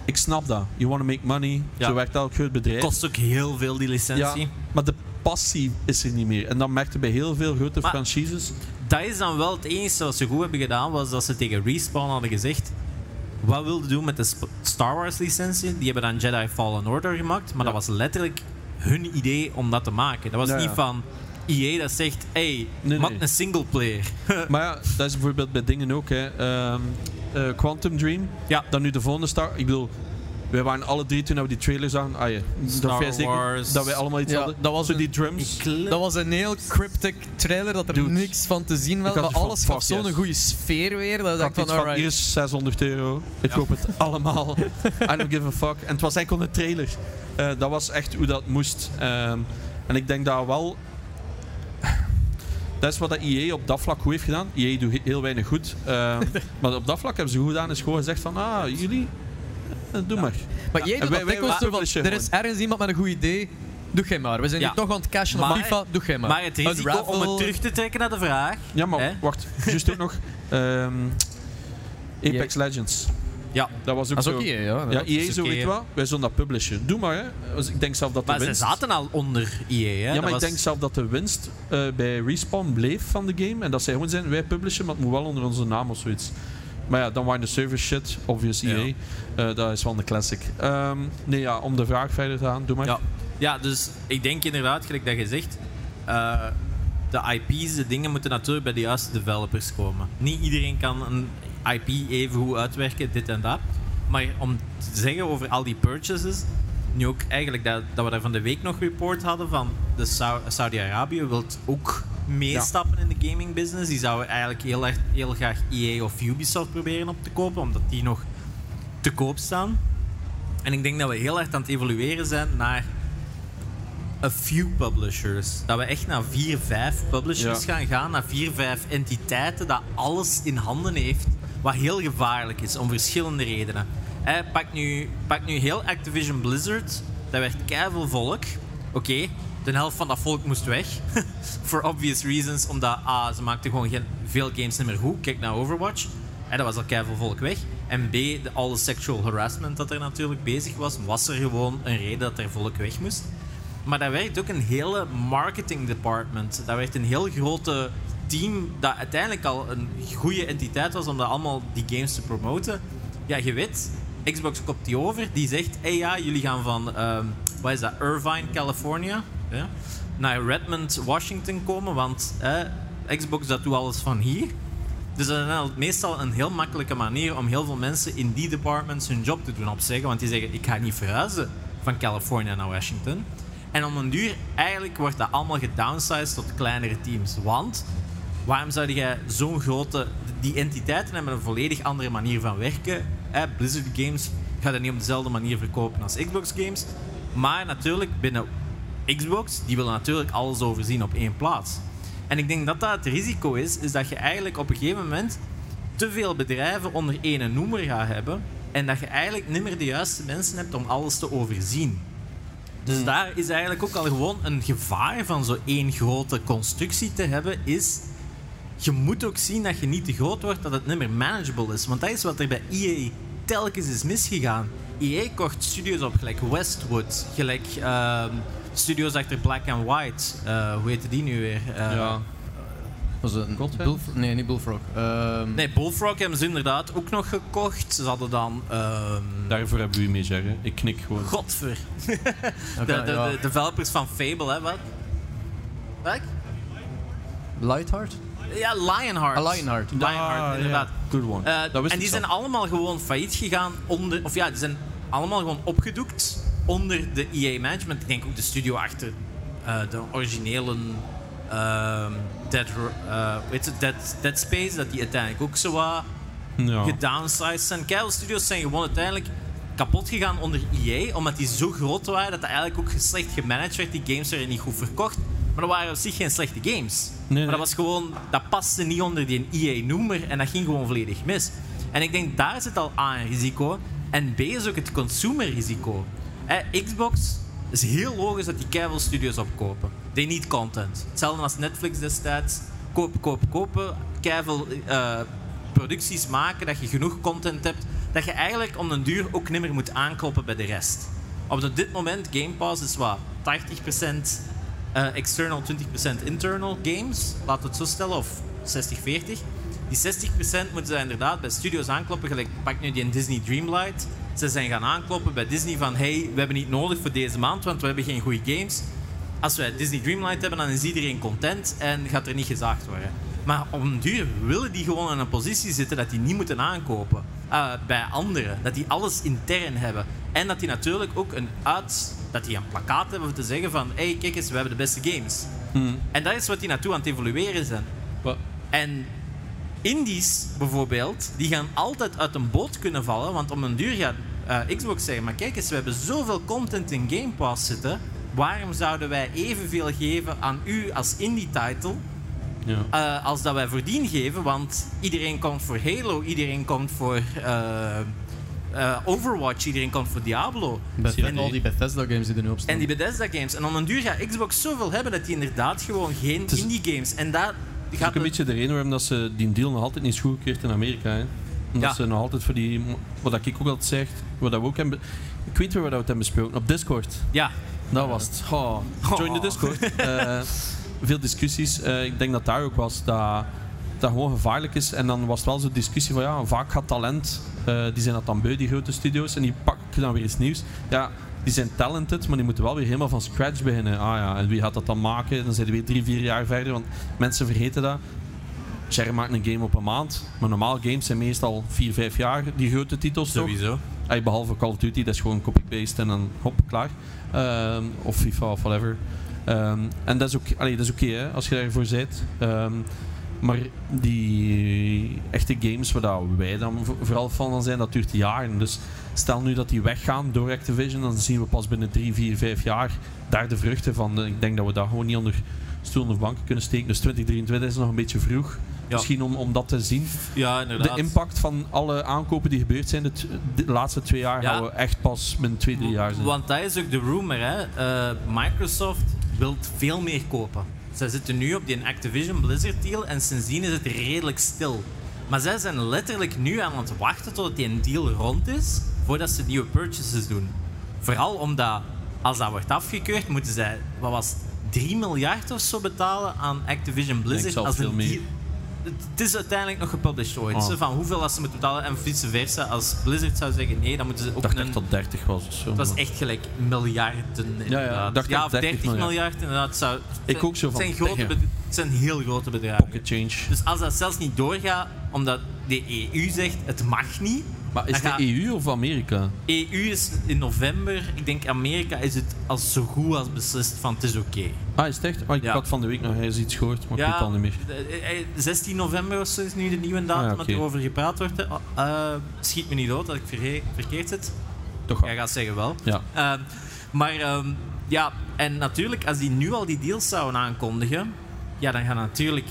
Speaker 1: ik snap dat. You want to make money.
Speaker 3: Ja.
Speaker 1: Zo werkt elk groot bedrijf.
Speaker 3: kost ook heel veel die licentie.
Speaker 1: maar de passie is er niet meer. En dat merkte bij heel veel grote
Speaker 3: Maar-
Speaker 1: franchises.
Speaker 3: Dat is dan wel het enige wat ze goed hebben gedaan, was dat ze tegen Respawn hadden gezegd. Wat wilden doen met de Sp- Star Wars licentie? Die hebben dan Jedi Fallen Order gemaakt, maar
Speaker 1: Ja.
Speaker 3: dat was letterlijk hun idee om dat te maken. Dat was
Speaker 1: Ja,
Speaker 3: niet
Speaker 1: ja.
Speaker 3: van EA dat zegt, hey,
Speaker 1: Nee,
Speaker 3: maak
Speaker 1: nee.
Speaker 3: een singleplayer.
Speaker 1: Maar ja, dat is bijvoorbeeld bij dingen ook. Hè. Ehm, eh, Quantum Dream.
Speaker 3: Ja.
Speaker 1: Dan nu de volgende start. Ik bedoel, wij waren alle drie toen we die trailer zagen. Ah ja,
Speaker 3: Star
Speaker 1: dat, ik,
Speaker 3: Wars.
Speaker 1: dat wij allemaal iets
Speaker 2: Ja,
Speaker 1: hadden.
Speaker 2: dat was
Speaker 1: Zo
Speaker 2: een-
Speaker 1: die drums.
Speaker 2: Dat was een heel cryptic trailer dat er
Speaker 1: Dude.
Speaker 2: niks van te zien was.
Speaker 1: had
Speaker 2: Maar
Speaker 1: iets van,
Speaker 2: alles
Speaker 1: fuck
Speaker 2: gaf zo'n
Speaker 1: yes.
Speaker 2: goede sfeer weer. Dat ik
Speaker 1: Ik
Speaker 2: dacht
Speaker 1: van,
Speaker 2: van,
Speaker 1: van hier
Speaker 2: alright.
Speaker 1: is 600 euro. Ik koop het allemaal. I don't give a fuck. En het was enkel een trailer. Eh, dat was echt hoe dat moest. Ehm, en ik denk dat wel. Dat is wat dat EA op dat vlak goed heeft gedaan. EA doet he- heel weinig goed. Ehm, maar op dat vlak hebben ze goed gedaan. Is gewoon gezegd van, ah, jullie, eh, doe maar.
Speaker 2: Maar jij
Speaker 1: En
Speaker 2: doet
Speaker 1: wij-
Speaker 2: dat
Speaker 1: wij-
Speaker 2: dikwijls
Speaker 1: wij
Speaker 2: zo van,
Speaker 1: publishen
Speaker 2: er is ergens iemand met een goed idee. Doe jij maar. We zijn
Speaker 3: Ja.
Speaker 2: hier toch aan het cashen op
Speaker 3: Maar-
Speaker 2: FIFA. Doe jij maar.
Speaker 3: Maar het risico om
Speaker 2: Unravel.
Speaker 3: het terug te trekken naar de vraag.
Speaker 1: Ja, maar
Speaker 3: Hè?
Speaker 1: wacht. Juist ook nog. ehm, Apex Legends.
Speaker 3: Ja.
Speaker 1: Dat was ook
Speaker 2: Dat is
Speaker 1: zo.
Speaker 2: ook EA, ja.
Speaker 1: Ja,
Speaker 2: ja.
Speaker 1: EA
Speaker 3: is
Speaker 1: zo
Speaker 3: oké,
Speaker 1: weet
Speaker 3: hè.
Speaker 1: wat. Wij zullen dat publishen. Doe maar, hè. Dus ik denk zelf dat de
Speaker 3: Maar ze
Speaker 1: winst-
Speaker 3: zaten al onder EA. Hè?
Speaker 1: Ja,
Speaker 3: Dat
Speaker 1: maar
Speaker 3: was-
Speaker 1: ik denk zelf dat de winst eh, bij Respawn bleef van de game. En dat zij gewoon zijn, wij publishen, maar het moet wel onder onze naam of zoiets. Maar ja, dan waren de servers shit, obvious EA.
Speaker 3: Ja.
Speaker 1: Eh, dat is wel een classic. Ehm, nee, ja, om de vraag verder te gaan, doe maar.
Speaker 3: Ja. ja, dus ik denk inderdaad, gelijk dat je zegt, eh, de IP's, de dingen moeten natuurlijk bij de juiste developers komen. Niet iedereen kan een IP even goed uitwerken, dit en dat. Maar om te zeggen over al die purchases, nu ook eigenlijk dat, dat we daar van de week nog report hadden van de Sau- Saudi-Arabië wil ook meestappen in de gaming business. Die zouden eigenlijk heel, erg- heel graag EA of Ubisoft proberen op te kopen, omdat die nog te koop staan. En ik denk dat we heel erg aan het evolueren zijn naar a few publishers. Dat we echt naar vier, vijf publishers
Speaker 1: Ja.
Speaker 3: gaan gaan, naar vier, vijf entiteiten dat alles in handen heeft, wat heel gevaarlijk is om verschillende redenen. Hè, pak, nu, pak nu heel Activision Blizzard, dat werd keiveel volk. Oké, de helft van dat volk moest weg. For obvious reasons, omdat A, ze maakten gewoon geen, veel games niet meer goed. Kijk naar Overwatch. Hè, dat was al keiveel volk weg. En B, de, alle sexual harassment dat er natuurlijk bezig was, was er gewoon een reden dat er volk weg moest. Maar daar werkt ook een hele marketing department. Daar werkt een heel grote team dat uiteindelijk al een goede entiteit was om dat allemaal die games te promoten. Ja, je weet, Xbox kopt die over. Die zegt, hey ja, jullie gaan van, ehm wat is dat, Irvine, California, ja, naar Redmond, Washington komen, want eh, Xbox dat doet alles van hier. Dus dat is dan meestal een heel makkelijke manier om heel veel mensen in die departments hun job te doen opzeggen. Want die zeggen, ik ga niet verhuizen van California naar Washington. En om een duur, eigenlijk wordt dat allemaal gedownsized tot kleinere teams. Want, waarom zou jij zo'n grote... Die entiteiten hebben een volledig andere manier van werken. Hè? Blizzard Games ga dat niet op dezelfde manier verkopen als Xbox games. Maar natuurlijk, binnen Xbox, die willen natuurlijk alles overzien op één plaats. En ik denk dat dat het risico is, is dat je eigenlijk op een gegeven moment te veel bedrijven onder één noemer gaat hebben. En dat je eigenlijk niet meer de juiste mensen hebt om alles te overzien. Dus daar is eigenlijk ook al gewoon een gevaar van zo één grote constructie te hebben, is je moet ook zien dat je niet te groot wordt, dat het niet meer manageable is. Want dat is wat er bij EA telkens is misgegaan. EA kocht studios op, gelijk Westwood, gelijk ehm, studios achter Black and White. Eh, hoe heette die nu weer? Eh,
Speaker 1: ja.
Speaker 2: Was het een
Speaker 1: Godfrey?
Speaker 2: Bullf- Nee, niet Bullfrog. Ehm,
Speaker 3: Nee, Bullfrog hebben ze inderdaad ook nog gekocht. Ze hadden dan... ehm,
Speaker 1: Daarvoor hebben we u mee zeggen. Ik knik gewoon.
Speaker 3: Godver.
Speaker 2: oké,
Speaker 3: de, de,
Speaker 2: ja.
Speaker 3: de developers van Fable, hè? Wat? Wat?
Speaker 2: Lightheart?
Speaker 3: Ja, Lionheart.
Speaker 2: Ah, Lionheart.
Speaker 1: Ah,
Speaker 3: Lionheart,
Speaker 1: ja.
Speaker 3: inderdaad.
Speaker 1: Good one.
Speaker 3: Eh,
Speaker 1: dat wist
Speaker 3: en die
Speaker 1: ik
Speaker 3: zijn
Speaker 1: zo.
Speaker 3: allemaal gewoon failliet gegaan onder... Of ja, die zijn allemaal gewoon opgedoekt onder de EA management. Ik denk ook de studio achter eh, de originele ehm, Dead, Ro- eh, hoe heet het? Dead, Dead Space, dat die uiteindelijk ook zo wat
Speaker 1: Ja.
Speaker 3: gedownsized zijn. Keil Studios zijn gewoon uiteindelijk kapot gegaan onder EA, omdat die zo groot waren dat dat eigenlijk ook slecht gemanaged werd. Die games werden niet goed verkocht, maar dat waren op zich geen slechte games.
Speaker 1: nee.
Speaker 3: Maar dat was gewoon, dat paste niet onder die EA-noemer en dat ging gewoon volledig mis. En ik denk daar zit al A een risico en B is ook het consumerrisico. Hè, Xbox is heel logisch dat die Keil Studios opkopen. They need content. Hetzelfde als Netflix destijds. Koop, koop, kopen. Keiveel eh producties maken, dat je genoeg content hebt, dat je eigenlijk om den duur ook nimmer moet aankloppen bij de rest. Op de- dit moment, Game Pass is wat? 80% eh, external, 20% internal games, laten we het zo stellen, of 60-40. Die 60% moeten ze inderdaad bij studios aankloppen, gelijk pak nu die in Disney Dreamlight. Ze zijn gaan aankloppen bij Disney van, hey, we hebben niet nodig voor deze maand, want we hebben geen goede games als wij Disney Dreamlight hebben, dan is iedereen content en gaat er niet gezaagd worden. Maar op een duur willen die gewoon in een positie zitten dat die niet moeten aankopen eh, bij anderen. Dat die alles intern hebben. En dat die natuurlijk ook een uit... Dat die een plakkaat hebben om te zeggen van... Hé, hey, kijk eens, we hebben de beste games. En dat is wat die naartoe aan het evolueren zijn.
Speaker 1: Wa-
Speaker 3: En indies bijvoorbeeld, die gaan altijd uit een boot kunnen vallen. Want om een duur gaat eh, Xbox zeggen: maar kijk eens, we hebben zoveel content in Game Pass zitten. Waarom zouden wij evenveel geven aan u als indie-title
Speaker 1: ja.
Speaker 3: eh, als dat wij voordien geven? Want iedereen komt voor Halo, iedereen komt voor eh, eh, Overwatch, iedereen komt voor Diablo.
Speaker 2: Beth-
Speaker 1: Zie je dat
Speaker 2: al
Speaker 1: niet?
Speaker 2: die Bethesda games die er nu op staan.
Speaker 3: En die Bethesda games. En om een duur gaat Xbox zoveel hebben dat die inderdaad gewoon geen
Speaker 1: is-
Speaker 3: indie games. En daar
Speaker 1: Dat is
Speaker 3: gaat
Speaker 1: ook een beetje de reden waarom dat ze die deal nog altijd niet is goedgekeurd in Amerika. Hè. Omdat
Speaker 3: Ja.
Speaker 1: ze nog altijd voor die... Wat dat ik ook altijd zeg, wat dat we ook hebben... Ik weet weer waar dat we het hebben besproken. Op Discord.
Speaker 3: Ja,
Speaker 1: Dat was het. Oh, join the Discord. Eh, veel discussies. Eh, ik denk dat daar ook was dat dat gewoon gevaarlijk is. En dan was het wel zo'n discussie van ja, vaak gaat talent, eh, die zijn dat dan beu, die grote studio's, en die pakken dan weer iets nieuws. Ja, die zijn talented, maar die moeten wel weer helemaal van scratch beginnen. Ah ja, en wie gaat dat dan maken? Dan zijn we weer drie, vier jaar verder, want mensen vergeten dat. Cher maakt een game op een maand, maar normaal games zijn meestal vier, vijf jaar, die grote titels toch?
Speaker 3: sowieso.
Speaker 1: Eigenlijk eh, behalve Call of Duty, dat is gewoon copy-paste en dan hop, klaar. Ehm, of FIFA of whatever. Ehm, en dat is ook- allee, dat is oké hè, als je daarvoor bent. Ehm, maar die echte games waar dat wij dan vo- vooral fan van zijn, dat duurt jaren. Dus stel nu dat die weggaan door Activision, dan zien we pas binnen 3, 4, 5 jaar daar de vruchten van. En Ik denk dat we daar gewoon niet onder stoelen of banken kunnen steken. Dus 2023 is nog een beetje vroeg.
Speaker 3: Ja.
Speaker 1: Misschien om, om dat te zien.
Speaker 3: Ja,
Speaker 1: De
Speaker 3: inderdaad.
Speaker 1: impact van alle aankopen die gebeurd zijn de, t- de laatste twee jaar
Speaker 3: Ja.
Speaker 1: gaan we echt pas binnen twee, drie jaar zijn.
Speaker 3: Want dat is ook de rumor, hè. Eh, Microsoft wil veel meer kopen. Zij zitten nu op die Activision Blizzard deal en sindsdien is het redelijk stil. Maar zij zijn letterlijk nu aan het wachten tot die deal rond is, voordat ze nieuwe purchases doen. Vooral omdat, als dat wordt afgekeurd, moeten zij, wat was het, 3 miljard of zo betalen aan Activision Blizzard.
Speaker 1: zelfs
Speaker 3: als een
Speaker 1: veel meer.
Speaker 3: deal- het, het is uiteindelijk nog gepublished ooit.
Speaker 1: Ah.
Speaker 3: hè, Van hoeveel dat ze moeten betalen en vice versa. Als Blizzard zou zeggen nee, dan moeten ze ook
Speaker 1: Ik dacht
Speaker 3: een-
Speaker 1: echt dat 30 was. of Zo.
Speaker 3: het was echt gelijk miljarden inderdaad.
Speaker 1: ik dacht
Speaker 3: ja
Speaker 1: echt
Speaker 3: of
Speaker 1: 30
Speaker 3: 30 miljard, inderdaad. Zou,
Speaker 1: Ik ook zo van,
Speaker 3: Het zijn, grote
Speaker 1: tegen.
Speaker 3: bed- het zijn heel grote bedragen.
Speaker 1: Pocket change.
Speaker 3: Dus als dat zelfs niet doorgaat, omdat de EU zegt het mag niet.
Speaker 1: Maar is
Speaker 3: dan
Speaker 1: het
Speaker 3: gaat-
Speaker 1: de EU of Amerika?
Speaker 3: EU is in november, ik denk Amerika is het als zo goed als beslist van het is oké.
Speaker 1: Ah, is het echt? Ah, ik
Speaker 3: Ja.
Speaker 1: had van de week nog eens iets gehoord, maar ik weet het al niet meer.
Speaker 3: eh, eh, 16 november of zo is nu de nieuwe datum
Speaker 1: Ah, ja,
Speaker 3: dat
Speaker 1: oké.
Speaker 3: erover gepraat wordt. hè. Oh, eh, schiet me niet dood dat ik verge- verkeerd zit.
Speaker 1: Toch wel.
Speaker 3: Jij gaat zeggen wel.
Speaker 1: Ja.
Speaker 3: Ehm, maar ehm, ja, en natuurlijk, als die nu al die deals zouden aankondigen, ja, dan gaan natuurlijk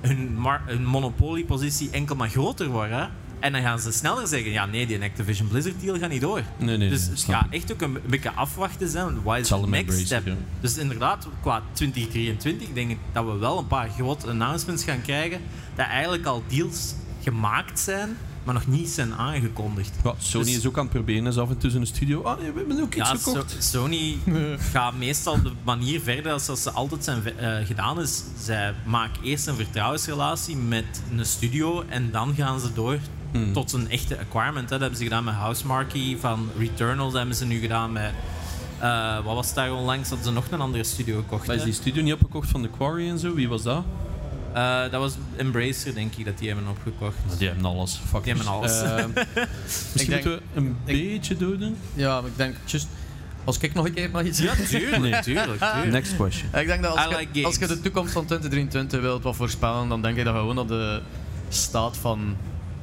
Speaker 3: hun, mar- hun monopoliepositie enkel maar groter worden. hè. En dan gaan ze sneller zeggen, ja nee, die Activision Blizzard deal gaat niet door.
Speaker 1: Nee, nee,
Speaker 3: dus
Speaker 1: nee,
Speaker 3: het
Speaker 1: snap
Speaker 3: gaat echt ook een, een beetje afwachten zijn. Wat is
Speaker 1: zal
Speaker 3: de
Speaker 1: hem
Speaker 3: next
Speaker 1: embracen,
Speaker 3: step?
Speaker 1: ja.
Speaker 3: Dus inderdaad, qua 2023 denk ik dat we wel een paar grote announcements gaan krijgen. Dat eigenlijk al deals gemaakt zijn, maar nog niet zijn aangekondigd.
Speaker 1: Ja, Sony
Speaker 3: Dus-
Speaker 1: is ook aan het proberen, is af en toe in de studio. Ah nee, we hebben ook iets
Speaker 3: Ja,
Speaker 1: gekocht.
Speaker 3: So- Sony gaat meestal de manier verder als dat ze altijd zijn ve- eh, gedaan is. Zij maken eerst een vertrouwensrelatie met een studio en dan gaan ze door
Speaker 1: Hmm.
Speaker 3: tot een echte acquirement. Hè. Dat hebben ze gedaan met Housemarque van Returnal. Dat hebben ze nu gedaan met... eh, wat was het daar onlangs? Hadden ze nog een andere studio gekocht.
Speaker 1: Maar is
Speaker 3: hè?
Speaker 1: die studio niet opgekocht van de Quarry en zo? Wie was dat?
Speaker 3: Eh, dat was Embracer, denk ik, dat die hebben opgekocht.
Speaker 1: Die hebben alles. Fuck. Eh,
Speaker 3: Die hebben alles.
Speaker 1: misschien
Speaker 2: Ik denk-
Speaker 1: moeten we een beetje doden.
Speaker 2: Ja, maar ik denk, just, als ik nog een keer mag iets
Speaker 3: Ja, tuurlijk,
Speaker 1: Nee.
Speaker 3: tuurlijk, tuurlijk.
Speaker 1: Next question.
Speaker 2: Ik denk dat als,
Speaker 3: I
Speaker 2: je-
Speaker 3: like games.
Speaker 2: als je de toekomst van 2023 wilt wat voorspellen, dan denk ik dat je gewoon naar de staat van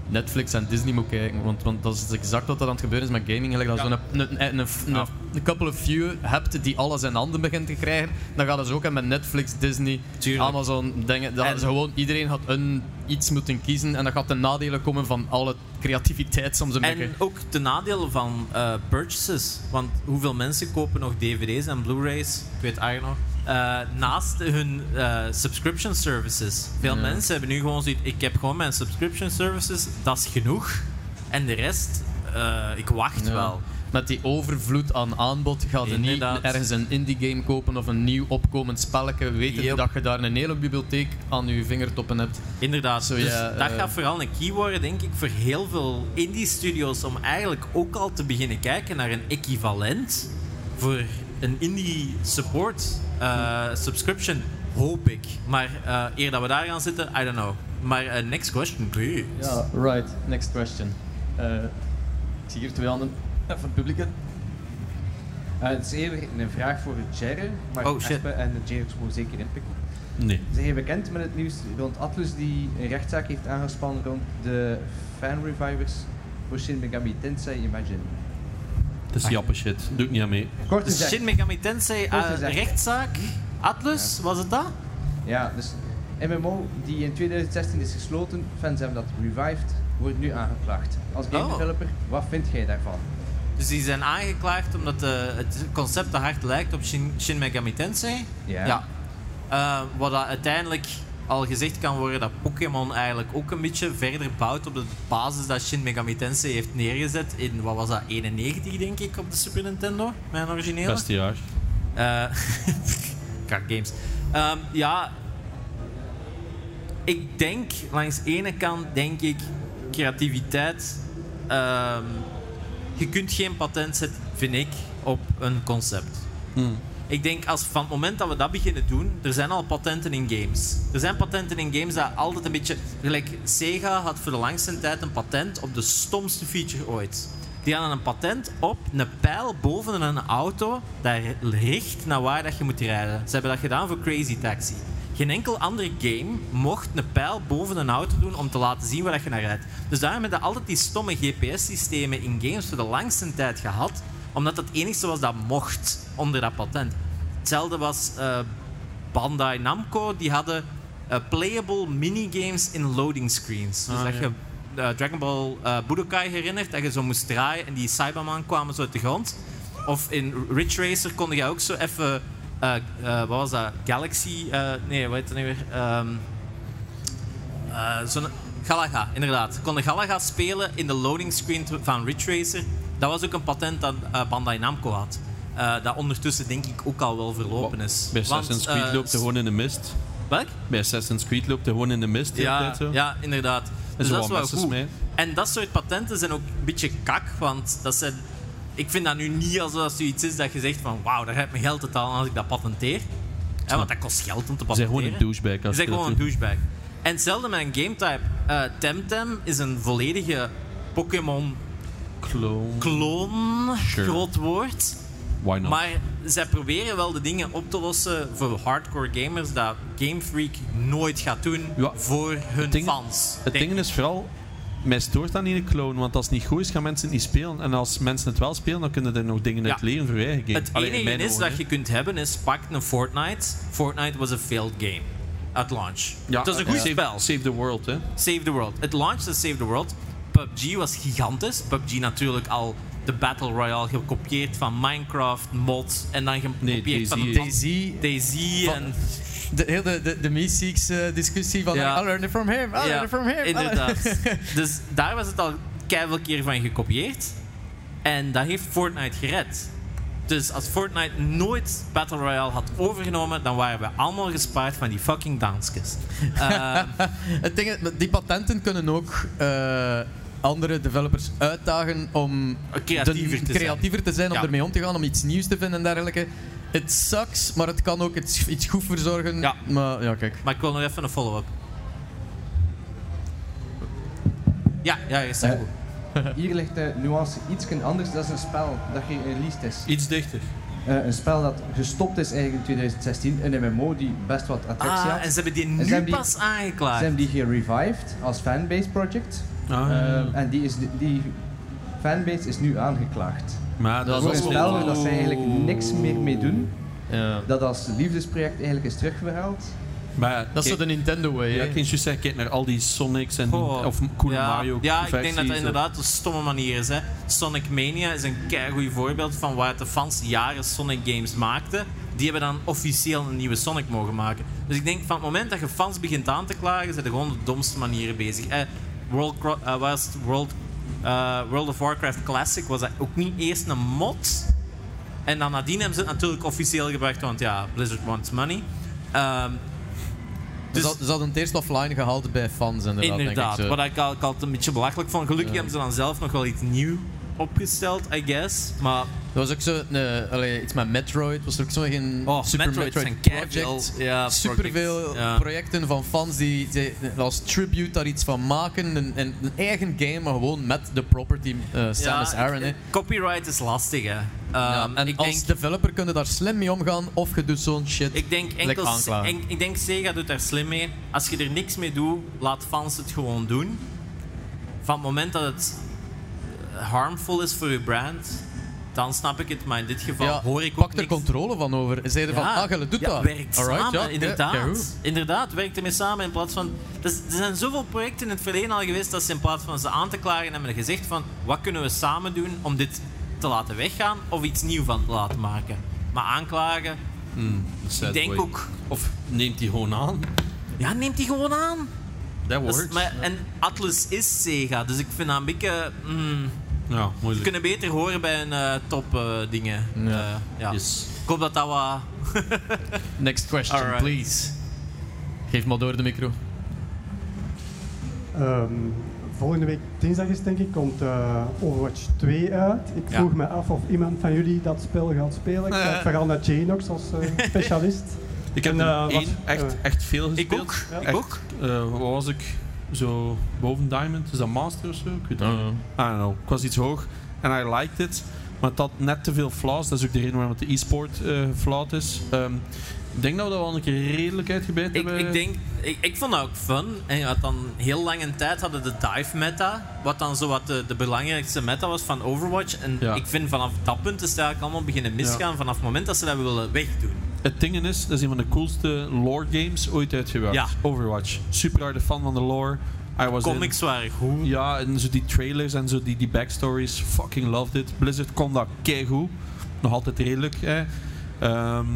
Speaker 2: Netflix en Disney moet kijken. Want, want dat is exact wat er aan het gebeuren is met gaming. Gelijk dat
Speaker 3: Ja.
Speaker 2: je zo'n- een, een, een, een,
Speaker 3: Ja.
Speaker 2: een couple of few hebt die alles in handen begint te krijgen, dan gaan ze ook en met Netflix, Disney,
Speaker 3: Tuurlijk.
Speaker 2: Amazon dingen. Dan
Speaker 3: En-
Speaker 2: gaan ze gewoon iedereen had een, iets moeten kiezen en dan gaat de nadelen komen van alle creativiteit soms een beetje.
Speaker 3: En ook de nadelen van eh, purchases. Want hoeveel mensen kopen nog dvd's en blu-rays, ik weet eigenlijk nog, eh, naast hun eh, subscription services. Veel mensen hebben nu gewoon zoiets, ik heb gewoon mijn subscription services, dat is genoeg. En de rest, eh, ik wacht
Speaker 2: Ja.
Speaker 3: wel.
Speaker 2: Met die overvloed aan aanbod ga je niet
Speaker 3: Inderdaad.
Speaker 2: ergens een indie game kopen of een nieuw opkomend spelletje. Weten
Speaker 3: Yep.
Speaker 2: dat je daar een hele bibliotheek aan je vingertoppen hebt.
Speaker 3: Inderdaad,
Speaker 2: Zo,
Speaker 3: dus
Speaker 2: ja,
Speaker 3: dat
Speaker 2: eh.
Speaker 3: gaat vooral een key worden, denk ik, voor heel veel indie studios om eigenlijk ook al te beginnen kijken naar een equivalent voor een indie support eh, subscription, hoop ik. Maar eh, eer dat we daar gaan zitten, I don't know. Maar eh, next question, please.
Speaker 5: Ja, right. Next question. Eh, ik zie hier twee handen van het publiek. Eh, het is even een vraag voor Jerry, maar
Speaker 3: Oh, shit.
Speaker 5: Espe en Jerry mogen zeker inpikken.
Speaker 1: Nee.
Speaker 5: Zijn je bekend met het nieuws rond Atlus die een rechtszaak heeft aangespannen rond de fanrevivers voor Shin Megami Tensei Imagine?
Speaker 1: Het is jappe shit. Doe ik niet aan mee.
Speaker 5: Kort
Speaker 3: Dus
Speaker 5: gezegd,
Speaker 3: Shin Megami Tensei,
Speaker 5: Kort
Speaker 3: eh,
Speaker 5: gezegd.
Speaker 3: rechtszaak, Atlus, was het dat?
Speaker 5: ja, dus MMO die in 2016 is gesloten, fans hebben dat revived, wordt nu aangeklaagd. Als game
Speaker 3: Oh.
Speaker 5: developer, wat vind jij daarvan?
Speaker 3: Dus die zijn aangeklaagd omdat de, het concept te hard lijkt op Shin, Shin Megami Tensei.
Speaker 5: Ja.
Speaker 3: Eh, wat dat uiteindelijk al gezegd kan worden dat Pokémon eigenlijk ook een beetje verder bouwt op de basis dat Shin Megami Tensei heeft neergezet in, wat was dat, 91 denk ik op de Super Nintendo, mijn originele.
Speaker 1: Beste jaar.
Speaker 3: Eh, Kak games. Ehm, ja, ik denk, langs de ene kant denk ik, creativiteit. ehm, je kunt geen patent zetten, vind ik, op een concept. Ik denk als van het moment dat we dat beginnen doen, er zijn al patenten in games. Er zijn patenten in games dat altijd een beetje. Gelijk, Sega had voor de langste tijd een patent op de stomste feature ooit. Die hadden een patent op een pijl boven een auto dat richt naar waar dat je moet rijden. Ze hebben dat gedaan voor Crazy Taxi. Geen enkel andere game mocht een pijl boven een auto doen om te laten zien waar dat je naar rijdt. Dus daarom hebben we altijd die stomme GPS-systemen in games voor de langste tijd gehad, omdat dat het enigste was dat mocht onder dat patent. Hetzelfde was eh, Bandai Namco, die hadden eh, playable minigames in loading screens.
Speaker 1: Ah,
Speaker 3: Dus dat je eh, Dragon Ball eh, Budokai herinnert, dat je zo moest draaien en die Cyberman kwamen zo uit de grond. Of in Ridge Racer kon je ook zo even, eh, eh, wat was dat, Galaxy, eh, nee, wat heet dat nu weer? Ehm, eh, zo'n Galaga, inderdaad. Ik kon de Galaga spelen in de loading screen te- van Ridge Racer. Dat was ook een patent dat eh, Bandai Namco had. Eh, dat ondertussen denk ik ook al wel verlopen is.
Speaker 1: Bij
Speaker 3: Want,
Speaker 1: Assassin's Creed
Speaker 3: eh,
Speaker 1: loopt hij gewoon in de mist.
Speaker 3: Welk?
Speaker 1: Bij Assassin's Creed loopt hij gewoon in de mist. de hele
Speaker 3: Ja,
Speaker 1: tijd zo.
Speaker 3: ja, inderdaad. Dus
Speaker 1: zo
Speaker 3: dat
Speaker 1: wat
Speaker 3: is wel
Speaker 1: messes
Speaker 3: goed.
Speaker 1: mee.
Speaker 3: En dat soort patenten zijn ook een beetje kak, want dat zijn... Ik vind dat nu niet alsof zoiets is dat je zegt van wauw, daar heb ik mijn geld te talen als ik dat patenteer. Hè, want dat kost geld om te
Speaker 1: Ze
Speaker 3: patenteren.
Speaker 1: zijn gewoon een douchebag.
Speaker 3: Je
Speaker 1: Als
Speaker 3: bent
Speaker 1: je dat
Speaker 3: gewoon een
Speaker 1: doet.
Speaker 3: douchebag. En hetzelfde met een game type. Eh, Temtem is een volledige Pokémon-kloon,
Speaker 1: Clone. Sure.
Speaker 3: groot woord.
Speaker 1: Why not?
Speaker 3: Maar zij proberen wel de dingen op te lossen voor hardcore gamers dat Game Freak nooit gaat doen
Speaker 1: Ja,
Speaker 3: voor hun
Speaker 1: ding-
Speaker 3: fans.
Speaker 1: Het
Speaker 3: denk
Speaker 1: ding is vooral, mij stoort dat niet een clone, want als het niet goed is, gaan mensen het niet spelen. En als mensen het wel spelen, dan kunnen er nog dingen uit
Speaker 3: Ja.
Speaker 1: leren voor je eigen game.
Speaker 3: Het
Speaker 1: Allee, in
Speaker 3: enige
Speaker 1: mijn
Speaker 3: is
Speaker 1: ogen, hè.
Speaker 3: dat je kunt hebben is pak een Fortnite. Fortnite was a failed game at launch. het was een goed
Speaker 1: eh, save,
Speaker 3: spel.
Speaker 1: Save the world, hè.
Speaker 3: Save the World. Het launch is Save the World. PUBG was gigantisch. PUBG natuurlijk al de Battle Royale gekopieerd van Minecraft, mods en dan gekopieerd
Speaker 1: Nee,
Speaker 3: van
Speaker 1: DayZ.
Speaker 3: DayZ.
Speaker 2: Daisy,
Speaker 3: DayZ
Speaker 2: Van-
Speaker 3: en...
Speaker 2: de hele de, de Meeseeks eh, discussie van
Speaker 3: Ja.
Speaker 2: I learned it from him, I learned it from him. I
Speaker 3: inderdaad.
Speaker 2: Ah.
Speaker 3: dus daar was het al keiveel keer van gekopieerd. En dat heeft Fortnite gered. Dus als Fortnite nooit Battle Royale had overgenomen, dan waren we allemaal gespaard van die fucking dansjes. Ehm,
Speaker 2: Het ding, is, die patenten kunnen ook eh, andere developers uitdagen om
Speaker 3: Creatiever
Speaker 2: de-
Speaker 3: te zijn.
Speaker 2: creatiever te zijn, om
Speaker 3: Ja.
Speaker 2: ermee om te gaan, om iets nieuws te vinden en dergelijke. Het sucks, maar het kan ook iets, iets goed verzorgen.
Speaker 3: Ja.
Speaker 2: Maar ja, kijk.
Speaker 3: maar ik wil nog even een follow-up. Ja, ja, je staat
Speaker 5: Eh.
Speaker 3: goed.
Speaker 5: Hier ligt de nuance iets anders. Dat is een spel dat gereleased is.
Speaker 1: Iets dichter.
Speaker 5: Eh, een spel dat gestopt is eigenlijk in 2016. Een MMO die best wat attractie
Speaker 3: Ah,
Speaker 5: had.
Speaker 3: en ze hebben die
Speaker 5: ze
Speaker 3: nu
Speaker 5: hebben die-
Speaker 3: pas aangeklaagd.
Speaker 5: Ze hebben die gerevived als fanbase project.
Speaker 1: Ah,
Speaker 5: Eh, en die, is, die fanbase is nu aangeklaagd.
Speaker 1: maar dat,
Speaker 5: Voor een
Speaker 1: is wel
Speaker 5: spel waar dat ze eigenlijk niks meer mee doen.
Speaker 2: Ja.
Speaker 5: Dat als liefdesproject eigenlijk is teruggehaald.
Speaker 1: Maar
Speaker 2: Dat is zo
Speaker 1: kijk-
Speaker 2: de Nintendo way.
Speaker 1: Ja,
Speaker 2: hè.
Speaker 1: ik kan je zeggen, kijk naar al die Sonics en
Speaker 3: Goh.
Speaker 1: of coole
Speaker 3: ja.
Speaker 1: Mario eh.
Speaker 3: Ja, ik denk dat dat
Speaker 1: versies, of-
Speaker 3: inderdaad een stomme manier is. Hè. Sonic Mania is een keigoed voorbeeld van waar de fans jaren Sonic games maakten. Die hebben dan officieel een nieuwe Sonic mogen maken. Dus ik denk van het moment dat je fans begint aan te klagen, zijn er gewoon de domste manieren bezig. Eh, World, Cro- eh, waar is het? World, eh, World of Warcraft Classic was dat ook niet eerst een mod. En dan nadien hebben ze het natuurlijk officieel gebracht, want ja, Blizzard wants money. Ehm,
Speaker 2: Dus,
Speaker 3: dus-
Speaker 2: dat, dus dat het eerst offline gehaald bij fans, inderdaad.
Speaker 3: Inderdaad,
Speaker 2: denk ik,
Speaker 3: wat
Speaker 2: zo.
Speaker 3: ik al- ik altijd een beetje belachelijk vond. Gelukkig hebben ze dan zelf nog wel iets nieuw opgesteld, I guess. Maar
Speaker 2: Dat was ook zo, eh, allee, iets met Metroid, was er ook zo geen
Speaker 3: Oh,
Speaker 2: Super
Speaker 3: Metroid
Speaker 2: Metroid,
Speaker 3: zijn keiveel,
Speaker 2: project.
Speaker 3: ja,
Speaker 2: Superveel
Speaker 3: projects, ja.
Speaker 2: projecten van fans die, die als tribute daar iets van maken. Een, een, een eigen game, maar gewoon met de property eh, Samus Aran. hè.
Speaker 3: ik- copyright is lastig, hè. Ehm,
Speaker 2: Ja, en
Speaker 3: ik,
Speaker 2: als
Speaker 3: denk,
Speaker 2: developer kunnen daar slim mee omgaan, of je doet zo'n shit.
Speaker 3: ik denk
Speaker 2: Like
Speaker 3: enkel...
Speaker 2: aanklagen.
Speaker 3: en- ik denk Sega doet daar slim mee. Als je er niks mee doet, laat fans het gewoon doen. Van het moment dat het eh, harmful is voor je brand, dan snap ik het. Maar in dit geval
Speaker 2: ja,
Speaker 3: hoor ik ook
Speaker 2: pak er
Speaker 3: niks.
Speaker 2: controle van over. Zeiden van, ah, jullie doet
Speaker 3: ja,
Speaker 2: dat.
Speaker 3: Werkt
Speaker 2: Alright,
Speaker 3: samen,
Speaker 2: ja,
Speaker 3: inderdaad.
Speaker 2: ja, goed.
Speaker 3: inderdaad, werkt ermee samen in plaats van... Dus, er zijn zoveel projecten in het verleden al geweest dat ze in plaats van ze aan te klagen hebben gezegd van wat kunnen we samen doen om dit te laten weggaan of iets nieuw van te laten maken. Maar aanklagen,
Speaker 1: Sad
Speaker 3: ik denk
Speaker 1: boy.
Speaker 3: ook...
Speaker 1: Of neemt die gewoon aan?
Speaker 3: Ja, neemt die gewoon aan.
Speaker 1: Dat
Speaker 3: Dat is-
Speaker 1: wordt.
Speaker 3: maar, en Atlas is Sega, dus ik vind dat een beetje... mm,
Speaker 1: Ja,
Speaker 3: we
Speaker 1: moeilijk.
Speaker 3: kunnen beter horen bij een eh, top eh, dingen.
Speaker 2: Ja.
Speaker 3: Eh, ja.
Speaker 1: Yes.
Speaker 3: Ik hoop dat dat wat...
Speaker 2: Next question,
Speaker 3: Alright.
Speaker 2: please. Geef maar door de micro.
Speaker 6: Ehm, volgende week, dinsdag is het denk ik, komt eh, Overwatch 2 uit. Ik
Speaker 3: Ja. Eh.
Speaker 6: vroeg me af of iemand van jullie dat spel gaat spelen. Ik kijk vooral naar Janox als eh, specialist.
Speaker 1: Ik heb
Speaker 6: En, eh,
Speaker 1: er één
Speaker 6: wat-
Speaker 1: echt,
Speaker 6: eh,
Speaker 1: echt veel gespeeld.
Speaker 3: Ik ook, ik
Speaker 1: Echt,
Speaker 3: ook.
Speaker 1: eh, wat was ik? Zo boven Diamond? Is dat Master of zo? Ik weet het niet. I don't know. Ik was iets hoog en I liked it. Maar het had net te veel flaws. Dat is ook de reden waarom het de e-sport eh flawed is. Ehm, ik denk dat we dat wel een keer redelijk uitgebreid
Speaker 3: Ik,
Speaker 1: hebben.
Speaker 3: ik denk, ik, ik vond dat ook fun. En je had dan heel lang een tijd hadden de dive meta, wat dan zo wat de, de belangrijkste meta was van Overwatch. En
Speaker 1: Ja.
Speaker 3: ik vind vanaf dat punt is het eigenlijk allemaal beginnen misgaan vanaf het moment dat ze dat willen wegdoen.
Speaker 1: Het ding is, dat is een van de coolste lore games ooit uitgebracht.
Speaker 3: Ja.
Speaker 1: Overwatch. Super harde fan van de lore. I was in.
Speaker 3: Comics waren goed.
Speaker 1: Ja, en zo die trailers en zo die, die backstories. Fucking loved it. Blizzard kon dat keigoed. Nog altijd redelijk. Hè. Ehm,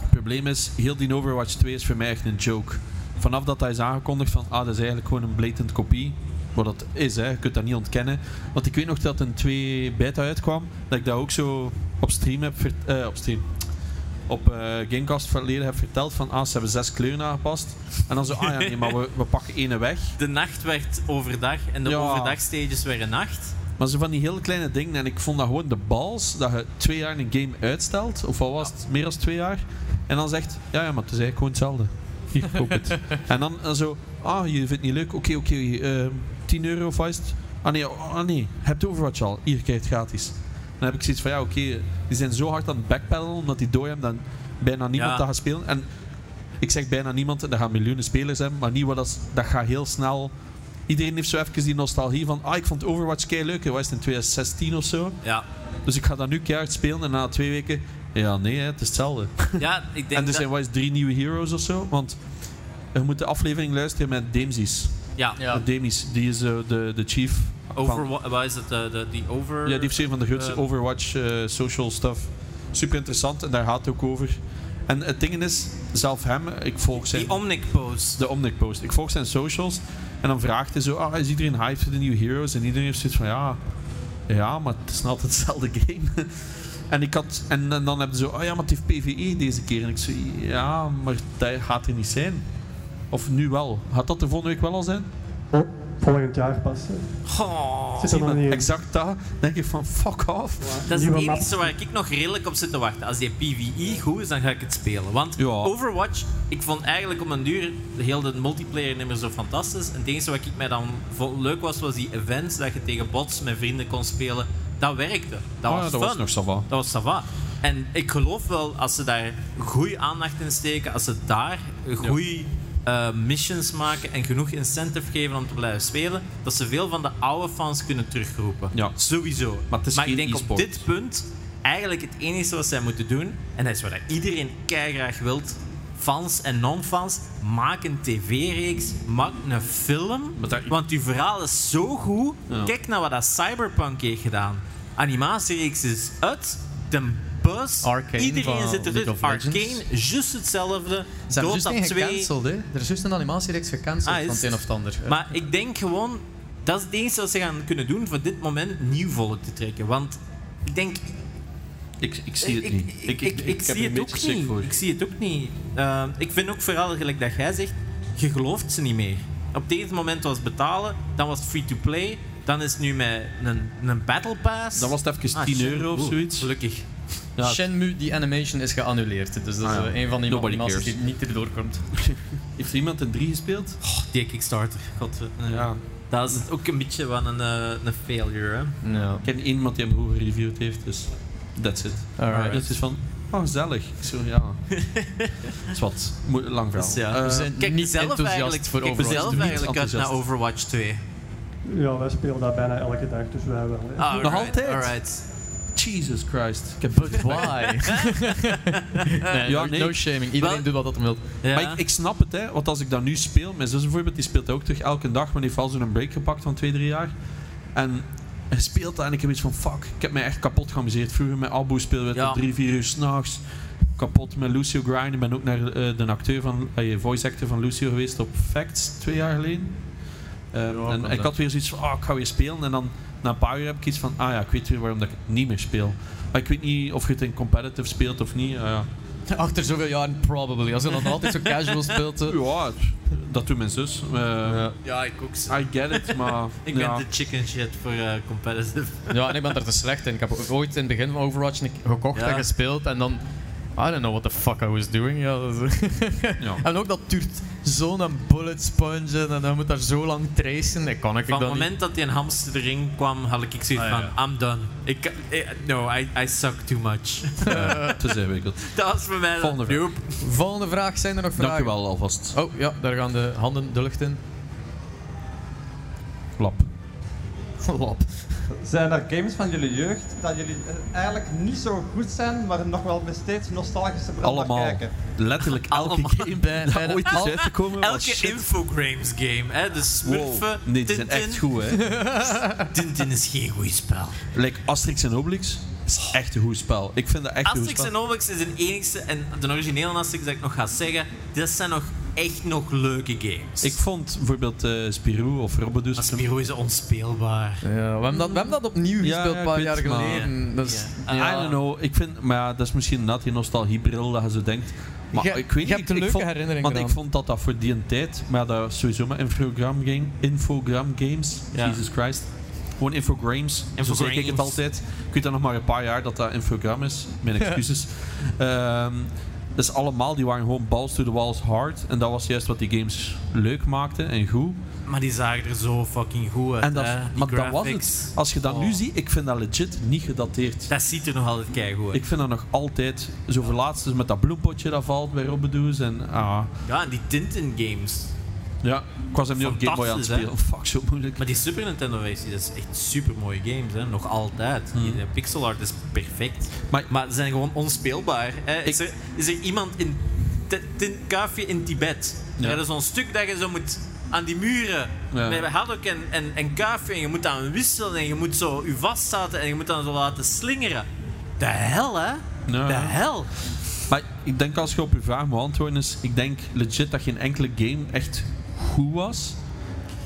Speaker 1: het probleem is, heel die Overwatch 2 is voor mij echt een joke. Vanaf dat hij is aangekondigd van, ah, dat is eigenlijk gewoon een blatant kopie. Wat dat is, hè. je kunt dat niet ontkennen. Want ik weet nog dat een 2 beta uitkwam, dat ik dat ook zo op stream heb... vert- eh, op stream op eh, Gamecast verleden heb verteld van ah, ze hebben zes kleuren aangepast. En dan zo, ah ja nee, maar we, we pakken ene weg.
Speaker 3: De nacht werd overdag en de
Speaker 1: Ja.
Speaker 3: overdag stages werden nacht.
Speaker 1: Maar zo van die hele kleine dingen. En ik vond dat gewoon de bals dat je twee jaar een game uitstelt. Of al was het meer dan twee jaar. En dan zegt, ja, ja maar het is eigenlijk gewoon hetzelfde. Hier, koop het. en dan eh, zo, ah, je vindt het niet leuk. Oké, oké, eh, 10 euro of wat is het? Ah nee, oh, ah, nee, je hebt Overwatch al. Hier, krijg je het gratis. Dan heb ik zoiets van, ja, oké, die zijn zo hard aan het backpedalen. Omdat die door hebben dan bijna niemand
Speaker 3: Ja.
Speaker 1: dat gaat spelen. En ik zeg bijna niemand, en dat gaan miljoenen spelers hebben. Maar niet wat dat, dat gaat heel snel Iedereen heeft zo even die nostalgie van, ah, ik vond Overwatch kei leuk. Wat is het in 2016 of zo?
Speaker 3: Ja,
Speaker 1: Dus ik ga dat nu keihard spelen en na twee weken, ja, nee, hè, het is hetzelfde.
Speaker 3: ja
Speaker 1: en
Speaker 3: ik denk
Speaker 1: dus er
Speaker 3: dat...
Speaker 1: zijn wel eens drie nieuwe heroes of zo, want je moet de aflevering luisteren met Damesies.
Speaker 3: Ja,
Speaker 2: Ja.
Speaker 1: Of Damies, die is eh, de, de chief.
Speaker 3: over...
Speaker 1: van,
Speaker 3: wa- Wat is het? eh, de, die over...
Speaker 1: ja, die heeft zeer van de grootste
Speaker 3: eh,
Speaker 1: Overwatch eh, social stuff. Super interessant en daar gaat het ook over. En het ding is, zelf hem, ik volg zijn.
Speaker 3: Die Omnic-pose.
Speaker 1: de Omnic post. Ik volg zijn socials en dan vraagt hij zo: ah, is iedereen hyped voor de nieuwe heroes? En iedereen heeft zoiets van: ja, ja, maar het is nog altijd hetzelfde game. en, ik had, en, en dan hebben ze zo: oh ja, maar het heeft PvE deze keer. En ik zo: ja, maar dat gaat er niet zijn. Of nu wel. Gaat dat er volgende week wel al zijn?
Speaker 6: Oh, volgend jaar pas. hè.
Speaker 3: Goh.
Speaker 6: Zit er nog niet in.
Speaker 1: Exact dat. denk ik van: fuck off.
Speaker 3: Dat is het
Speaker 6: Nieuwe
Speaker 3: enige
Speaker 6: maps.
Speaker 3: waar ik nog redelijk op zit te wachten. Als die PvE goed is, dan ga ik het spelen. Want
Speaker 1: Ja.
Speaker 3: Overwatch, ik vond eigenlijk om een duur heel de multiplayer niet meer zo fantastisch. En het enige wat ik mij dan vond leuk was, was die events dat je tegen bots met vrienden kon spelen. Dat werkte. Dat
Speaker 1: Ah,
Speaker 3: was
Speaker 1: dat
Speaker 3: fun.
Speaker 1: was nog ça va.
Speaker 3: Dat was Sava. En ik geloof wel, als ze daar goede aandacht in steken, als ze daar goede missions maken en genoeg incentive geven om te blijven spelen, dat ze veel van de oude fans kunnen terugroepen.
Speaker 1: Ja.
Speaker 3: Sowieso.
Speaker 1: Maar het is
Speaker 3: ik
Speaker 1: geen
Speaker 3: denk op
Speaker 1: e-sport.
Speaker 3: dit punt eigenlijk het enige wat zij moeten doen, en dat is wat iedereen graag wilt, fans en non-fans, maak een tv-reeks, maak een film,
Speaker 1: Maar daar-
Speaker 3: want uw verhaal is zo goed.
Speaker 1: Ja.
Speaker 3: Kijk naar wat dat Cyberpunk heeft gedaan. Animatiereeks is uit, de bus,
Speaker 2: Arcane
Speaker 3: iedereen
Speaker 2: van
Speaker 3: zit
Speaker 2: League
Speaker 3: erin.
Speaker 2: of
Speaker 3: Arcane,
Speaker 2: Legends.
Speaker 3: juist hetzelfde.
Speaker 2: Ze hebben
Speaker 3: Dota
Speaker 2: juist één
Speaker 3: 2.
Speaker 2: gecanceld, hè. Er is juist een animatiereeks gecanceld
Speaker 3: Ah, is
Speaker 2: van het een
Speaker 3: het?
Speaker 2: of het ander.
Speaker 3: Maar ik denk gewoon, dat is het enige wat ze gaan kunnen doen voor dit moment nieuw volk te trekken. Want ik denk,
Speaker 1: Ik, ik zie het
Speaker 3: ik,
Speaker 1: niet.
Speaker 3: Ik, ik, ik
Speaker 1: heb er
Speaker 3: zie
Speaker 1: een
Speaker 3: het
Speaker 1: beetje
Speaker 3: ook
Speaker 1: schrik
Speaker 3: niet.
Speaker 1: voor.
Speaker 3: Ik zie het ook niet. Eh, ik vind ook vooral, gelijk dat jij zegt, je gelooft ze niet meer. Op dit moment was betalen, dan was het free-to-play, dan is het nu met een, een battle pass.
Speaker 1: Dat was het even
Speaker 3: Ah,
Speaker 1: 10
Speaker 3: shit.
Speaker 1: euro of
Speaker 3: Oeh,
Speaker 1: zoiets.
Speaker 3: Gelukkig.
Speaker 1: Ja.
Speaker 2: Shenmue, die animation is geannuleerd. Dus dat is
Speaker 1: Ah, ja.
Speaker 2: eh, een van die
Speaker 1: Nobody
Speaker 2: animaties die
Speaker 1: cares.
Speaker 2: niet erdoor komt.
Speaker 1: Heeft er iemand een 3 gespeeld?
Speaker 3: Oh, die Kickstarter. God, eh,
Speaker 1: Ja.
Speaker 3: Dat is ook een beetje van een, eh, een failure. Hè?
Speaker 2: Ja.
Speaker 1: Ik ken iemand die hem goed gereviewd heeft, dus that's it.
Speaker 2: Alright.
Speaker 1: Dus het is van, oh gezellig. Ik zo, ja. is wat, mo- lang verhaal.
Speaker 3: Dus ja.
Speaker 1: Eh,
Speaker 2: We zijn
Speaker 3: Kijk,
Speaker 2: niet
Speaker 3: zelf
Speaker 2: enthousiast
Speaker 3: eigenlijk,
Speaker 2: voor
Speaker 3: kijk
Speaker 2: Overwatch.
Speaker 3: zelf
Speaker 1: Niet
Speaker 3: eigenlijk uit
Speaker 1: enthousiast.
Speaker 3: naar Overwatch 2.
Speaker 6: Ja, wij spelen dat bijna elke dag, dus wij wel. hè.
Speaker 3: Ah,
Speaker 1: Nog altijd?
Speaker 3: Alright.
Speaker 1: Jesus Christ. Ik heb
Speaker 2: But why? nee,
Speaker 1: Ja,
Speaker 2: no,
Speaker 1: nee.
Speaker 2: no shaming. Iedereen
Speaker 3: Wel-
Speaker 2: doet wat dat hem wil.
Speaker 3: Ja.
Speaker 1: Maar ik, ik snap het, hè, want als ik dat nu speel, mijn zus bijvoorbeeld, die speelt dat ook terug elke dag, maar die heeft al zo'n break gepakt van 2, 3 jaar. En hij speelt dat en ik heb iets van, fuck, ik heb mij echt kapot geamuseerd. Vroeger met Abu speelden we
Speaker 3: Ja.
Speaker 1: tot 3, 4 uur s'nachts. Kapot met Lucio grind. Ik ben ook naar eh, de acteur van, eh, voice actor van Lucio geweest op Facts twee jaar geleden. Ehm,
Speaker 2: Ja,
Speaker 1: en
Speaker 2: dat-
Speaker 1: ik had weer zoiets van, ah, ik ga weer spelen. En dan na een paar uur heb ik iets van, ah ja, ik weet weer waarom dat ik het niet meer speel. Maar ik weet niet of je het in competitive speelt of niet. Ah, ja.
Speaker 2: Achter zoveel jaren, probably. Als je dan altijd zo casual speelt. eh.
Speaker 1: Ja, dat doet mijn zus. Eh,
Speaker 3: ja, ik ook.
Speaker 1: I get it, maar...
Speaker 3: Ik
Speaker 1: ja.
Speaker 3: ben de chicken shit voor eh, competitive.
Speaker 2: Ja, en ik ben er te slecht in. Ik heb ook ooit in het begin van Overwatch een keer gekocht
Speaker 3: Ja.
Speaker 2: en gespeeld en dan... I don't know what the fuck I was doing. Ja, dat is-
Speaker 1: Ja.
Speaker 2: en ook dat duurt zo'n bullet sponge en dan moet daar zo lang tracen. Dat kan ik
Speaker 3: Van
Speaker 2: dan
Speaker 3: het moment dat die een hamster erin kwam, had ik zoiets
Speaker 2: Ah,
Speaker 3: van,
Speaker 2: ja.
Speaker 3: I'm done. Ik, kan- eh, no, I, I suck too much.
Speaker 1: Eh, het is ingewikkeld.
Speaker 3: dat was voor mij... dan-
Speaker 1: Volgende vraag.
Speaker 3: Nope.
Speaker 2: niet. Volgende vraag, zijn er nog vragen?
Speaker 1: Dankjewel alvast.
Speaker 2: Oh ja, daar gaan de handen de lucht in.
Speaker 1: Klap.
Speaker 2: Lap.
Speaker 7: Zijn er games van jullie jeugd dat jullie eh, eigenlijk niet zo goed zijn, maar nog wel met steeds nostalgische bril naar
Speaker 1: Allemaal.
Speaker 7: kijken?
Speaker 1: Letterlijk elke
Speaker 3: Allemaal.
Speaker 1: game
Speaker 2: Bij-
Speaker 1: dat
Speaker 2: bij de-
Speaker 1: ooit is
Speaker 2: al-
Speaker 1: uitgekomen was
Speaker 3: Elke
Speaker 1: Oh, shit.
Speaker 3: Infogrames game, hè. De
Speaker 1: Wow.
Speaker 3: smurfen,
Speaker 1: Nee, die zijn echt
Speaker 3: Tintin.
Speaker 1: goed, hè.
Speaker 3: Tintin is geen goed spel.
Speaker 1: like Asterix en Obelix is echt een goed spel. Ik vind dat echt een
Speaker 3: Asterix
Speaker 1: goed
Speaker 3: en
Speaker 1: spel.
Speaker 3: Obelix is de enigste, en de originele Asterix dat ik nog ga zeggen, dat zijn nog echt nog leuke games.
Speaker 1: Ik vond bijvoorbeeld eh, Spirou of Robbedoes.
Speaker 3: Maar Spiro is onspeelbaar.
Speaker 2: Ja, we, hebben dat, we hebben dat opnieuw
Speaker 1: Ja,
Speaker 2: gespeeld
Speaker 1: ja,
Speaker 2: een
Speaker 1: ik
Speaker 2: paar
Speaker 1: weet
Speaker 2: jaar
Speaker 1: het, maar-
Speaker 2: geleden. Dat is-
Speaker 3: Ja.
Speaker 1: I don't know. Ik vind, maar ja, dat is misschien net die nostalgiebril dat je zo denkt. Maar
Speaker 2: Jij-
Speaker 1: ik weet
Speaker 2: jij
Speaker 1: niet.
Speaker 2: hebt een
Speaker 1: ik
Speaker 2: leuke
Speaker 1: vond-
Speaker 2: herinnering
Speaker 1: Want
Speaker 2: eraan.
Speaker 1: ik vond dat dat voor die een tijd, maar dat was sowieso met infogram, game, infogram games,
Speaker 3: Ja.
Speaker 1: Jesus Christ. Gewoon infogrames, zo zeg ik het
Speaker 3: Infogrames.
Speaker 1: altijd. Ik weet dat nog maar een paar jaar dat dat infogram is, mijn excuses. Ehm, dus allemaal, die waren gewoon balls to the walls hard. En dat was juist wat die games leuk maakte en goed.
Speaker 3: Maar die zagen er zo fucking goed uit.
Speaker 1: En dat,
Speaker 3: hè, eh, die
Speaker 1: maar dat was
Speaker 3: graphics.
Speaker 1: het. Als je dat nu
Speaker 3: Oh.
Speaker 1: ziet, ik vind dat legit niet gedateerd.
Speaker 3: Dat ziet er nog altijd keigoed uit.
Speaker 1: Ik vind dat nog altijd zo verlaatst dus met dat bloempotje dat valt bij Robbedoes en ah,
Speaker 3: Ja, en die Tintin games.
Speaker 1: Ja, ik was hem nu op Game Boy aan het
Speaker 3: Fantastisch,
Speaker 1: spelen. Oh,
Speaker 3: hè?
Speaker 1: Fuck, zo moeilijk.
Speaker 3: Maar die Super Nintendo-versie, dat is echt super mooie games, hè? nog altijd. Die, de pixel art is perfect.
Speaker 1: Maar-
Speaker 3: Maar, ze zijn gewoon onspeelbaar. Hè? Is, er, is er iemand in Te- Tinkafi in Tibet?
Speaker 1: Ja.
Speaker 3: Ja. dat is zo'n stuk dat je zo moet aan die muren.
Speaker 1: Ja.
Speaker 3: Met haddock en, en, en kaafje en je moet aan wisselen en je moet zo je vastzaten en je moet dan zo laten slingeren. De hel, hè?
Speaker 1: Ja.
Speaker 3: De hel.
Speaker 1: Maar ik denk als je op je vraag moet antwoorden is, ik denk legit dat geen enkele game echt goed was.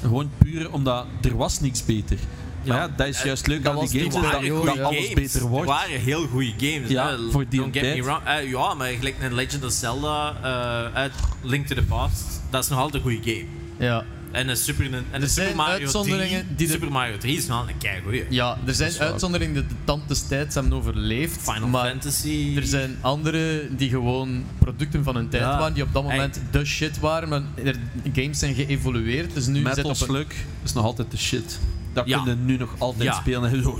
Speaker 1: Gewoon puur omdat er was niks beter. maar ja, dat is juist leuk
Speaker 2: dat
Speaker 1: aan
Speaker 2: was
Speaker 1: die
Speaker 2: die
Speaker 1: games, dat,
Speaker 3: waren
Speaker 1: dat
Speaker 3: goeie
Speaker 1: alles
Speaker 3: games.
Speaker 1: beter wordt.
Speaker 3: Het waren heel goede games.
Speaker 1: Ja,
Speaker 3: hè.
Speaker 1: voor die
Speaker 3: Don't get me
Speaker 1: tijd.
Speaker 3: wrong. Eh, ja, maar gelijk een Legend of Zelda eh, uit Link to the Past, dat is nog altijd een goede game.
Speaker 2: Ja.
Speaker 3: En een Super, en een
Speaker 2: Er zijn
Speaker 3: Super Mario 3.
Speaker 2: uitzonderingen die de-
Speaker 3: Super Mario 3 is wel een kei goeie.
Speaker 2: ja, er zijn
Speaker 1: waar.
Speaker 2: uitzonderingen die de tand des tijds hebben overleefd.
Speaker 3: Final
Speaker 2: maar
Speaker 3: Fantasy.
Speaker 2: er zijn anderen die gewoon producten van hun tijd
Speaker 3: Ja.
Speaker 2: waren, die op dat moment de shit waren. Maar er- games zijn geëvolueerd, dus nu zit
Speaker 1: Metal
Speaker 2: op een...
Speaker 1: Slug is nog altijd de shit. Dat
Speaker 3: Ja.
Speaker 1: kunnen nu nog altijd
Speaker 3: Ja.
Speaker 1: spelen. En zo,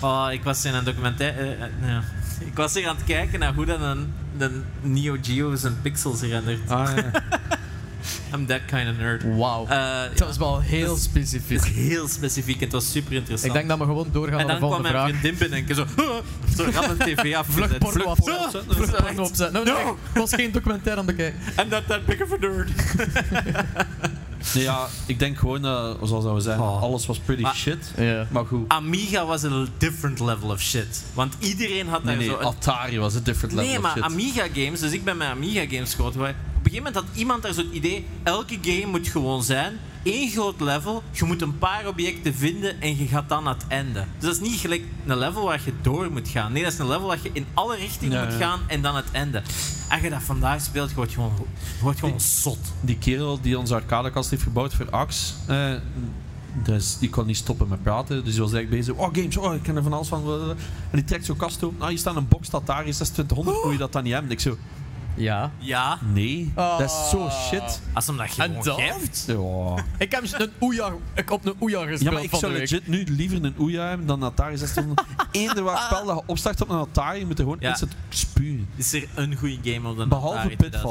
Speaker 3: Oh, ik was in een documentaire. eh, eh, ja. Ik was hier aan het kijken naar hoe dat een, een Neo Geo zijn pixels rendert.
Speaker 1: Ah, ja.
Speaker 3: I'm that kind of nerd.
Speaker 2: Wauw.
Speaker 3: Eh,
Speaker 2: dat is wel heel
Speaker 3: dat is-
Speaker 2: specifiek.
Speaker 3: Het is heel specifiek en het was super interessant.
Speaker 2: Ik denk dat we gewoon doorgaan
Speaker 3: en
Speaker 2: naar
Speaker 3: dan
Speaker 2: de
Speaker 3: kwam
Speaker 2: volgende
Speaker 3: mijn
Speaker 2: vraag.
Speaker 3: vriendin binnen en ik zo... Zo rap een tv af.
Speaker 2: Vlug porno opzetten.
Speaker 3: Vlug
Speaker 2: Vlug porno opzetten. Nou, nee,
Speaker 3: No.
Speaker 2: ik was geen documentaire aan het bekijken.
Speaker 3: En dat that big of a nerd.
Speaker 1: Nee, ja, ik denk gewoon, eh, zoals dat we zeiden,
Speaker 3: Oh.
Speaker 1: alles was pretty
Speaker 3: Maar-
Speaker 1: shit.
Speaker 2: Ja.
Speaker 1: Maar goed.
Speaker 3: Amiga was een different level of shit. Want iedereen had
Speaker 1: Nee,
Speaker 3: daar
Speaker 1: nee,
Speaker 3: zo... een-
Speaker 1: Atari was een different level
Speaker 3: nee,
Speaker 1: of
Speaker 3: maar
Speaker 1: shit.
Speaker 3: Amiga games, dus ik ben met Amiga games groot geworden. Op een gegeven moment had iemand daar zo'n idee, elke game moet gewoon zijn, één groot level, je moet een paar objecten vinden en je gaat dan naar het einde. Dus dat is niet gelijk een level waar je door moet gaan. Nee, dat is een level dat je in alle richtingen
Speaker 1: Ja,
Speaker 3: moet
Speaker 1: ja.
Speaker 3: gaan en dan het einde. Als je dat vandaag speelt, je wordt gewoon, je wordt gewoon zot.
Speaker 1: Die kerel die onze arcadekast heeft gebouwd voor Ax, eh, dus die kon niet stoppen met praten. Dus die was echt bezig. Oh, games, oh, ik ken er van alles van. blablabla." En die trekt zo'n kast open. Nou, hier staat een box Atari 2600, moet je dat dan niet hebben? Ik zo,
Speaker 2: Ja.
Speaker 3: Ja,
Speaker 1: nee,
Speaker 3: Ah.
Speaker 1: dat is zo shit.
Speaker 3: als hem dat
Speaker 2: En
Speaker 3: gewoon
Speaker 2: dat?
Speaker 3: geeft.
Speaker 1: Ja.
Speaker 2: Ik heb een Ouija, ik op een Ouija gespeeld
Speaker 1: Ja, maar ik
Speaker 2: van
Speaker 1: zou
Speaker 2: de week.
Speaker 1: legit nu liever een Ouya hebben dan een Atari 600. Eender waar spel dat je opstart op een Atari, moet er gewoon
Speaker 3: Ja.
Speaker 1: instant spuwen.
Speaker 3: Is er een goede game op de
Speaker 1: Behalve
Speaker 3: Atari
Speaker 1: Pitfall.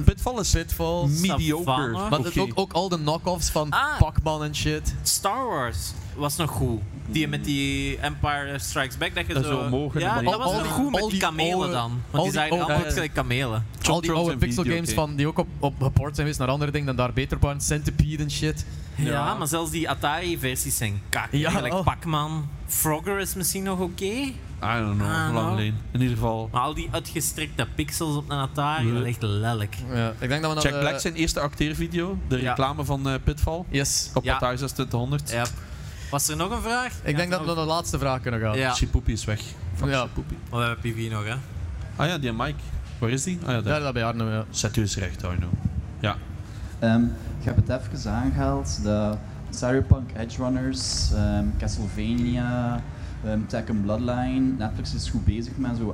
Speaker 3: 2000?
Speaker 1: Pitfall is
Speaker 2: Pitfall.
Speaker 1: mediocre.
Speaker 3: Savannah.
Speaker 2: Maar
Speaker 1: Oké.
Speaker 2: dat ook, ook al de knock-offs van
Speaker 3: Ah.
Speaker 2: Pac-Man en shit.
Speaker 3: Star Wars was nog goed. Die met die Empire Strikes Back, dat je
Speaker 1: Dat
Speaker 3: zo...
Speaker 1: zo omhoog en
Speaker 3: ja,
Speaker 1: omlaag.
Speaker 3: dat was
Speaker 2: Al
Speaker 3: nog
Speaker 2: die-
Speaker 3: goed met
Speaker 2: al
Speaker 3: die
Speaker 2: die
Speaker 3: kamelen
Speaker 2: oude-
Speaker 3: dan.
Speaker 2: al
Speaker 3: Want die
Speaker 2: die
Speaker 3: zijn
Speaker 2: oude-
Speaker 3: allemaal gelijk kamelen.
Speaker 2: al die
Speaker 1: Trolls
Speaker 2: oude
Speaker 1: en
Speaker 2: pixelgames
Speaker 1: videogame.
Speaker 2: van die ook op, op geport zijn geweest naar andere dingen dan daar beter waren. Centipede en shit.
Speaker 3: Ja, maar zelfs die Atari-versies zijn kak.
Speaker 2: Ja,
Speaker 3: Gelijk
Speaker 2: oh.
Speaker 3: Pac-Man. Frogger is misschien nog oké.
Speaker 1: I don't know,
Speaker 3: I don't
Speaker 1: lang
Speaker 3: know.
Speaker 1: geleden. In ieder geval.
Speaker 3: Maar al die uitgestrekte pixels op een Atari,
Speaker 1: Ja.
Speaker 3: dat is echt lelijk.
Speaker 2: Ja, ik denk dat we
Speaker 1: Jack
Speaker 2: naar de-
Speaker 1: Black zijn eerste acteervideo, de
Speaker 3: eh, Ja.
Speaker 1: reclame van eh, Pitfall.
Speaker 2: Yes.
Speaker 1: Op
Speaker 3: Ja.
Speaker 1: Atari 2600.
Speaker 3: Ja. Was er nog een vraag?
Speaker 2: Ik denk dat we naar de laatste vraag kunnen gaan.
Speaker 3: Ja.
Speaker 1: Chipoopie is weg. Fuck
Speaker 2: Ja.
Speaker 1: Chipoopie.
Speaker 3: Maar Oh, we hebben PV nog, hè.
Speaker 1: Ah ja, die Mike. Waar is die? Ah ja, daar.
Speaker 2: Daar, dat bij Arno, ja.
Speaker 1: Zet u eens recht, Arno. Ja.
Speaker 5: Ehm, ik heb het even aangehaald dat Cyberpunk, Edge Runners, ehm, Castlevania, ehm, Tekken Bloodline, Netflix is goed bezig met zo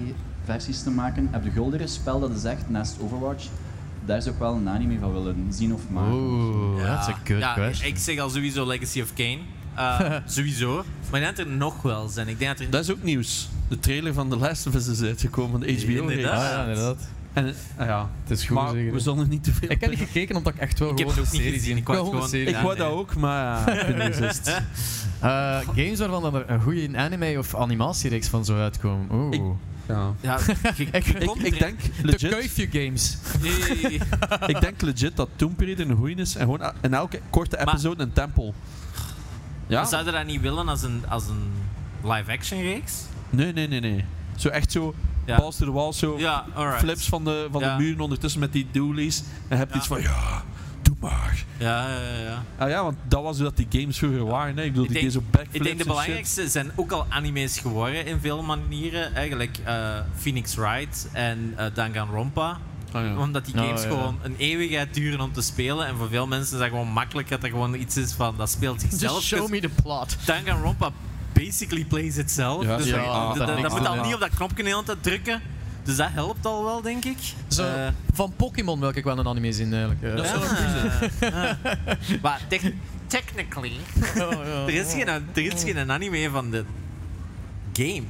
Speaker 5: anime-versies te maken. Heb de guldere spel dat is echt naast Overwatch, daar zou ik wel een anime van willen zien of maken.
Speaker 2: Oeh,
Speaker 3: Ja.
Speaker 2: that's a good
Speaker 3: ja,
Speaker 2: question.
Speaker 3: Ik zeg al sowieso Legacy of Kane. Eh, sowieso. Maar ik denk dat er nog wel zijn. Ik denk dat er
Speaker 1: Dat is ook nieuws. De trailer van The Last of Us is uitgekomen van de
Speaker 3: Inderdaad.
Speaker 1: HBO-reeks.
Speaker 2: Ah, ja, inderdaad.
Speaker 1: En eh, ah ja.
Speaker 2: Het is goed,
Speaker 1: Maar
Speaker 2: zeker.
Speaker 1: we zullen niet te veel.
Speaker 2: Ik heb niet gekeken omdat ik echt wel
Speaker 3: Ik heb het ook niet gezien. Ik wou het gewoon-
Speaker 1: Ik
Speaker 3: Ja,
Speaker 1: wou dat
Speaker 3: nee.
Speaker 1: ook, maar ja, ik ben resist.
Speaker 2: Eh, games waarvan dat er een goede anime of animatiereeks van zou uitkomen. Oeh.
Speaker 1: Ik- Ja.
Speaker 3: Ja, je,
Speaker 2: Ik-
Speaker 3: je
Speaker 1: Ik,
Speaker 3: komt
Speaker 1: ik,
Speaker 3: er-
Speaker 1: denk
Speaker 2: De
Speaker 1: legit,
Speaker 2: Kuifje Games.
Speaker 3: Nee, nee, nee, nee.
Speaker 1: ik denk legit dat Tomb Raider een goeie is en gewoon a- in elke korte
Speaker 3: Maar-
Speaker 1: episode een tempel. Ja?
Speaker 3: Zou je dat niet willen als een, als een live-action reeks?
Speaker 1: Nee, nee, nee, nee. Zo echt zo,
Speaker 3: Ja.
Speaker 1: balls to the wall, zo
Speaker 3: Ja, alright.
Speaker 1: flips van de, van
Speaker 3: Ja.
Speaker 1: de muren ondertussen met die doolies. En heb je
Speaker 3: Ja.
Speaker 1: iets van, ja, doe maar.
Speaker 3: Ja, ja, ja, ja.
Speaker 1: Ah ja, want dat was hoe dat die games vroeger waren. Hè. Ik bedoel,
Speaker 3: Ik
Speaker 1: die
Speaker 3: denk-
Speaker 1: games op backflips
Speaker 3: Ik denk de
Speaker 1: en shit.
Speaker 3: belangrijkste zijn ook al anime's geworden in veel manieren. Eigenlijk eh, Phoenix Wright en eh, Danganronpa.
Speaker 1: Ah, ja.
Speaker 3: Omdat die
Speaker 2: Oh,
Speaker 3: games
Speaker 2: ja.
Speaker 3: gewoon een eeuwigheid duren om te spelen. En voor veel mensen is dat gewoon makkelijk dat er gewoon iets is van dat speelt zichzelf.
Speaker 2: Just show me the plot.
Speaker 3: Danganronpa basically plays itself.
Speaker 1: Ja,
Speaker 3: dus
Speaker 1: ja,
Speaker 3: dat-
Speaker 1: ah,
Speaker 3: dat-
Speaker 2: dat
Speaker 3: dat,
Speaker 2: niks
Speaker 3: moet
Speaker 2: doen,
Speaker 3: al
Speaker 2: ja.
Speaker 3: niet op dat knopje de hele tijd drukken. Dus dat helpt al wel, denk ik.
Speaker 2: Zo,
Speaker 3: Eh,
Speaker 2: van Pokémon wil ik wel een anime zien, eigenlijk. Eh,
Speaker 1: Dat is
Speaker 3: Ja.
Speaker 1: wel een
Speaker 3: Ja. Maar tech- technically,
Speaker 2: ja, ja.
Speaker 3: er is, geen, er is geen anime van de game.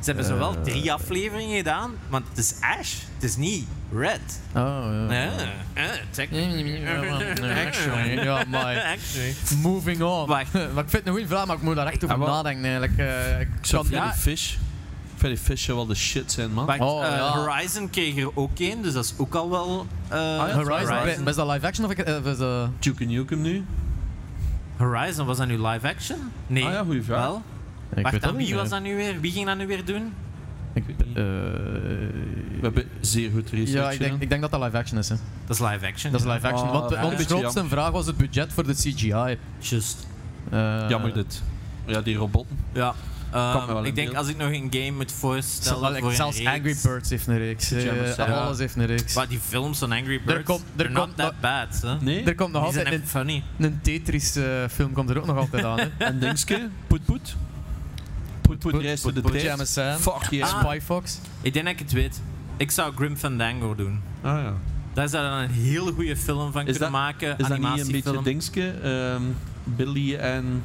Speaker 3: Ze hebben zo wel drie afleveringen gedaan, want het is Ash, het is niet Red.
Speaker 2: Oh,
Speaker 3: Nee, eh, check.
Speaker 2: Actually, ja, maar.
Speaker 3: Actually.
Speaker 2: Moving on.
Speaker 3: Wacht.
Speaker 2: Maar ik vind het een goede vraag, maar ik moet daar echt over
Speaker 1: Ah, wel.
Speaker 2: nadenken eigenlijk. Eh, ik
Speaker 1: Ik zou
Speaker 2: kan-
Speaker 1: Freddy Fish... Freddy Fish zou wel de shit zijn, man.
Speaker 3: Wacht,
Speaker 2: Oh,
Speaker 3: eh,
Speaker 2: ja.
Speaker 3: Horizon kreeg er ook één, dus dat is ook al wel. eh,
Speaker 2: Ah, Horizon, Is dat live action of ik- eh, of is dat...
Speaker 1: Duke Nukem nu?
Speaker 3: Horizon, was dat nu live action? Nee.
Speaker 1: Ah ja, goeie vraag.
Speaker 3: Wel?
Speaker 2: Ik
Speaker 3: Wacht,
Speaker 2: weet
Speaker 3: dan, wie
Speaker 2: niet,
Speaker 3: was
Speaker 2: eh.
Speaker 3: dat nu weer? Wie ging dat nu weer doen?
Speaker 2: Ik, eh,
Speaker 1: We hebben zeer goed research
Speaker 2: ja, ik denk,
Speaker 1: gedaan.
Speaker 2: ik denk dat dat live action is. Hè.
Speaker 3: Dat is live action.
Speaker 2: Dat is live action.
Speaker 1: Ah,
Speaker 2: want de-
Speaker 1: ja.
Speaker 2: want de
Speaker 1: Beetje
Speaker 2: grootste
Speaker 1: jammer.
Speaker 2: vraag was het budget voor de CGI.
Speaker 3: Just.
Speaker 2: Eh,
Speaker 1: Jammer dit. Ja, die robotten.
Speaker 3: Ja.
Speaker 1: Kan me wel
Speaker 3: Ehm,
Speaker 1: in
Speaker 3: ik denk
Speaker 1: beeld.
Speaker 3: als ik nog een game moet voorstellen.
Speaker 2: wel, ik-
Speaker 3: voor een
Speaker 2: zelfs
Speaker 3: reeks-
Speaker 2: Angry Birds heeft een reeks. eh,
Speaker 1: Pyjama Sam.
Speaker 2: Alles heeft een reeks.
Speaker 3: Maar die films van Angry Birds.
Speaker 2: komt- er
Speaker 3: they're
Speaker 2: komt
Speaker 3: not that bad. Hè?
Speaker 1: Nee?
Speaker 2: Eh, Er komt nog
Speaker 3: Die zijn
Speaker 2: altijd een,
Speaker 3: echt funny.
Speaker 2: een Tetris-film komt er ook nog altijd aan. Hè.
Speaker 1: En Dingske? Poet Poet? Poet Poet reist door de
Speaker 2: Pyjama
Speaker 1: tijd.
Speaker 2: Sam.
Speaker 1: Fuck yeah.
Speaker 3: Ah.
Speaker 2: Spy Fox.
Speaker 3: Ik denk dat ik het weet. Ik zou Grim Fandango doen.
Speaker 1: Ah ja.
Speaker 3: Daar zou dan een hele goede film van
Speaker 1: Is
Speaker 3: kunnen
Speaker 1: dat- Is
Speaker 3: maken.
Speaker 1: dat niet een
Speaker 3: animatiefilm.
Speaker 1: beetje Dingske? Ehm, Billy en...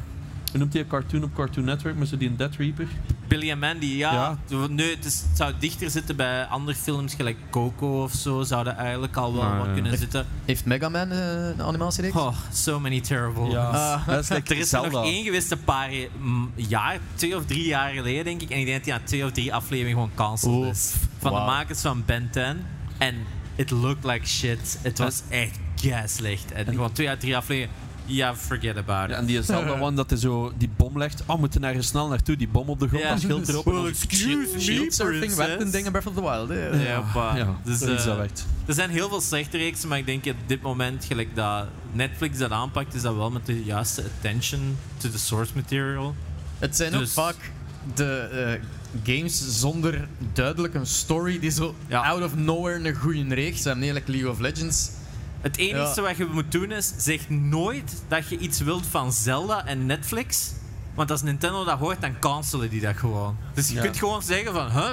Speaker 1: Hoe noemt hij een cartoon op Cartoon Network? Maar zo die een Dead Reaper?
Speaker 3: Billy en Mandy, ja. Nee, het, is, het zou dichter zitten bij andere films, gelijk Coco of zo, zou dat eigenlijk al wel
Speaker 1: Ah,
Speaker 3: wat
Speaker 1: ja.
Speaker 3: kunnen zitten.
Speaker 2: Heeft Mega Man eh, een animatiereeks?
Speaker 3: Oh, so many terrible.
Speaker 2: Ah.
Speaker 1: dat is lekker
Speaker 3: Er is er nog één geweest een paar mm, jaar, twee of drie jaar geleden denk ik. En ik denk dat die na twee of drie afleveringen gewoon cancelled
Speaker 2: Oeh,
Speaker 3: is. Van
Speaker 2: wauw.
Speaker 3: de makers van Ben 10. En it looked like shit. Het was echt gas slecht. En gewoon twee à drie afleveringen, ja, forget about
Speaker 1: Ja,
Speaker 3: it.
Speaker 1: en die Zelda one dat hij zo die bom legt. Oh, we moeten ergens snel naartoe. Die bom op de grond,
Speaker 3: Ja.
Speaker 1: dat schild erop.
Speaker 3: Well, excuse me,
Speaker 2: Shieldsurfing werd een
Speaker 3: princess.
Speaker 2: ding in Breath of the Wild. hè.
Speaker 3: Ja, pa.
Speaker 1: Ja,
Speaker 3: Dus,
Speaker 1: dat is
Speaker 3: eh,
Speaker 1: dat echt.
Speaker 3: Er zijn heel veel slechte reeksen, maar ik denk op dit moment, gelijk dat Netflix dat aanpakt, is dat wel met de juiste attention to the source material.
Speaker 2: Het zijn
Speaker 3: Dus-
Speaker 2: ook vaak de eh, games zonder duidelijk een story die zo
Speaker 3: Ja.
Speaker 2: out of nowhere een goede reeks hebben. Nee, like League of Legends.
Speaker 3: Het enige
Speaker 2: Ja.
Speaker 3: wat je moet doen is, zeg nooit dat je iets wilt van Zelda en Netflix. Want als Nintendo dat hoort, dan cancelen die dat gewoon. Dus je
Speaker 1: Ja.
Speaker 3: kunt gewoon zeggen van, huh,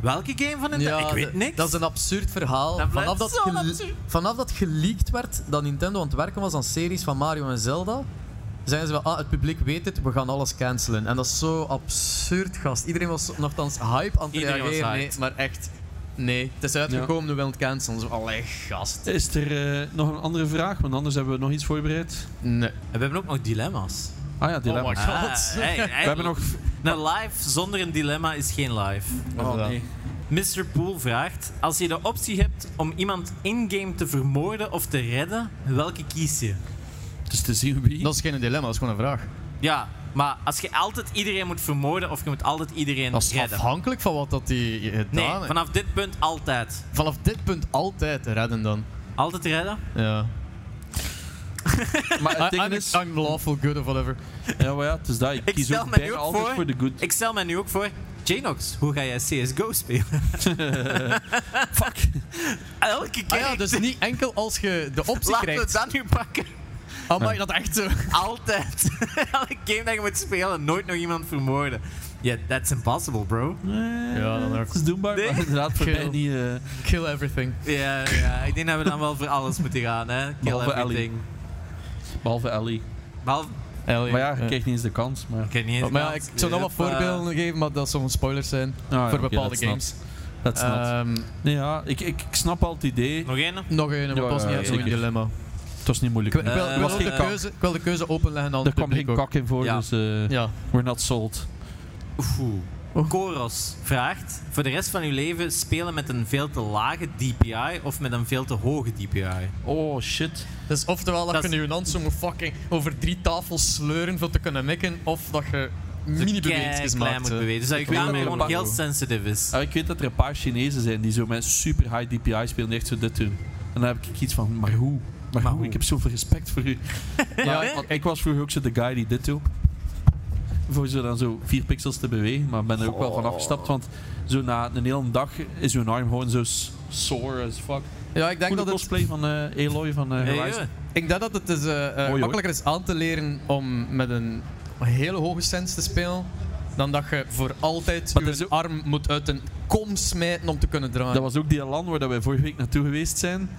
Speaker 3: welke game van Nintendo? ik weet
Speaker 2: d-
Speaker 3: niks.
Speaker 2: Dat is een absurd verhaal.
Speaker 3: Dat
Speaker 2: vanaf,
Speaker 3: blijft
Speaker 2: dat
Speaker 3: zo
Speaker 2: gele-
Speaker 3: absurd.
Speaker 2: vanaf dat geleakt werd dat Nintendo aan het werken was aan series van Mario en Zelda, zeiden ze wel, ah, het publiek weet het, we gaan alles cancelen. En dat is zo absurd, gast. Iedereen was nogthans hype aan het
Speaker 3: Iedereen was
Speaker 2: reageren. Nee,
Speaker 3: hyped.
Speaker 2: maar echt, nee. Het is uitgekomen, we willen het cancelen. Zo, allee, gast.
Speaker 1: Is er eh, nog een andere vraag? Want anders hebben we nog iets voorbereid.
Speaker 2: Nee.
Speaker 3: En we hebben ook nog dilemma's.
Speaker 1: Ah ja, dilemma.
Speaker 2: Oh my god.
Speaker 3: Ah, hey, hey,
Speaker 1: we hebben nog...
Speaker 3: Een live zonder een dilemma is geen live.
Speaker 2: Inderdaad.
Speaker 3: Mr. Pool vraagt: Als je de optie hebt om iemand in-game te vermoorden of te redden, welke kies je?
Speaker 1: Het is te zien wie.
Speaker 2: Dat is geen dilemma, dat is gewoon een vraag.
Speaker 3: Ja, maar als je altijd iedereen moet vermoorden of je moet altijd iedereen
Speaker 2: Dat is
Speaker 3: redden.
Speaker 2: afhankelijk van wat dat die eh, gedaan
Speaker 3: Nee,
Speaker 2: heeft.
Speaker 3: vanaf dit punt altijd.
Speaker 2: Vanaf dit punt altijd redden dan.
Speaker 3: Altijd redden?
Speaker 2: Ja.
Speaker 3: Ah,
Speaker 1: maar het
Speaker 2: I-
Speaker 1: ding
Speaker 2: I'm,
Speaker 1: is...
Speaker 2: I'm lawful good of whatever.
Speaker 1: Ja, maar ja, het is dat. Ik,
Speaker 3: Ik
Speaker 1: kies
Speaker 3: stel
Speaker 1: ook
Speaker 3: mij
Speaker 1: bijna
Speaker 3: ook
Speaker 1: altijd
Speaker 3: voor-
Speaker 1: voor de good.
Speaker 3: Ik stel mij nu ook voor: Janox, hoe ga jij CSGO spelen?
Speaker 1: fuck.
Speaker 3: Elke keer.
Speaker 2: Ah ja, dus niet enkel als je de optie
Speaker 3: Laten we
Speaker 2: krijgt.
Speaker 3: dat nu pakken.
Speaker 2: Amai, dat echt zo.
Speaker 3: Altijd. Elke game dat je moet spelen, nooit nog iemand vermoorden. Yeah, that's impossible, bro.
Speaker 2: Ja, dan ook.
Speaker 1: Het is doenbaar,
Speaker 3: Nee.
Speaker 1: maar inderdaad voor mij
Speaker 2: Kill.
Speaker 1: niet... eh,
Speaker 2: Kill everything.
Speaker 3: Ja, ja, ik denk dat we dan wel voor alles moeten gaan, hè. Kill
Speaker 1: Behalve
Speaker 3: everything.
Speaker 1: behalve Ellie.
Speaker 3: Behalve...
Speaker 2: Ellie.
Speaker 1: Maar ja, je krijgt niet eens de kans. Maar...
Speaker 3: Ik weet niet eens
Speaker 2: Maar ja, ik
Speaker 3: kans.
Speaker 2: zou nog wat
Speaker 3: Yep, eh,
Speaker 2: voorbeelden geven, maar dat sommige spoilers zijn
Speaker 1: Ah,
Speaker 2: voor
Speaker 1: ja, oké,
Speaker 2: bepaalde
Speaker 1: dat snap-
Speaker 2: games.
Speaker 1: Dat snap ik.
Speaker 2: Ehm,
Speaker 1: Nee, ja, ik, ik, ik snap al het idee.
Speaker 3: Nog één?
Speaker 2: nog een,
Speaker 1: Ja,
Speaker 2: maar dat was niet
Speaker 1: ja,
Speaker 2: echt zo'n
Speaker 1: zeker.
Speaker 2: dilemma.
Speaker 1: Het was niet moeilijk.
Speaker 2: Ik, wil- ik wil,
Speaker 3: Eh,
Speaker 2: ik wil
Speaker 1: was
Speaker 2: ook
Speaker 1: geen
Speaker 2: de
Speaker 1: kak.
Speaker 2: keuze, ik wil de keuze openleggen aan
Speaker 1: Daar
Speaker 2: het
Speaker 1: kwam
Speaker 2: publiek
Speaker 1: geen
Speaker 2: ook.
Speaker 1: kak in voor,
Speaker 3: Ja.
Speaker 1: dus eh
Speaker 2: Ja.
Speaker 1: we're not sold.
Speaker 3: Oeh. Koros vraagt, voor de rest van uw leven spelen met een veel te lage DPI of met een veel te hoge DPI?
Speaker 1: Oh shit.
Speaker 2: Dus oftewel dat,
Speaker 3: Dat
Speaker 2: je
Speaker 3: is-
Speaker 2: je hand zo fucking over drie tafels sleuren voor te kunnen mikken, of dat je mini-beweegjes
Speaker 3: klein
Speaker 2: maakt. eh.
Speaker 3: moet
Speaker 2: hè.
Speaker 3: bewegen. Dus dat je
Speaker 1: Ik weet
Speaker 3: camera
Speaker 1: ook
Speaker 3: gewoon
Speaker 1: dat-
Speaker 3: heel sensitive is.
Speaker 1: Ah, ik weet dat er een paar Chinezen zijn die zo met super high DPI spelen, die echt zo dit doen. En dan heb ik iets van, maar hoe? Maar, hoe?
Speaker 3: hoe?
Speaker 1: Ik heb zoveel respect voor u.
Speaker 2: Ja,
Speaker 1: Maar- want ik was vroeger ook zo de guy die dit doet. Voor zo dan zo vier pixels te bewegen, maar ben er ook wel van afgestapt, want zo na een hele dag is hun arm gewoon zo s- sore as fuck.
Speaker 2: Ja, ik denk
Speaker 1: Goede
Speaker 2: dat het
Speaker 1: cosplay van eh Aloy van eh,
Speaker 3: Hey,
Speaker 1: Horizon.
Speaker 3: joh.
Speaker 2: Ik denk dat het dus, eh, eh,
Speaker 1: hoor.
Speaker 2: makkelijker is aan te leren om met een hele hoge sens te spelen. Dan dat je voor altijd
Speaker 1: Maar
Speaker 2: je
Speaker 1: dat is ook-
Speaker 2: arm moet uit een kom smijten om te kunnen draaien.
Speaker 3: Ah.
Speaker 1: Dat was ook die land waar dat wij vorige week naartoe geweest zijn.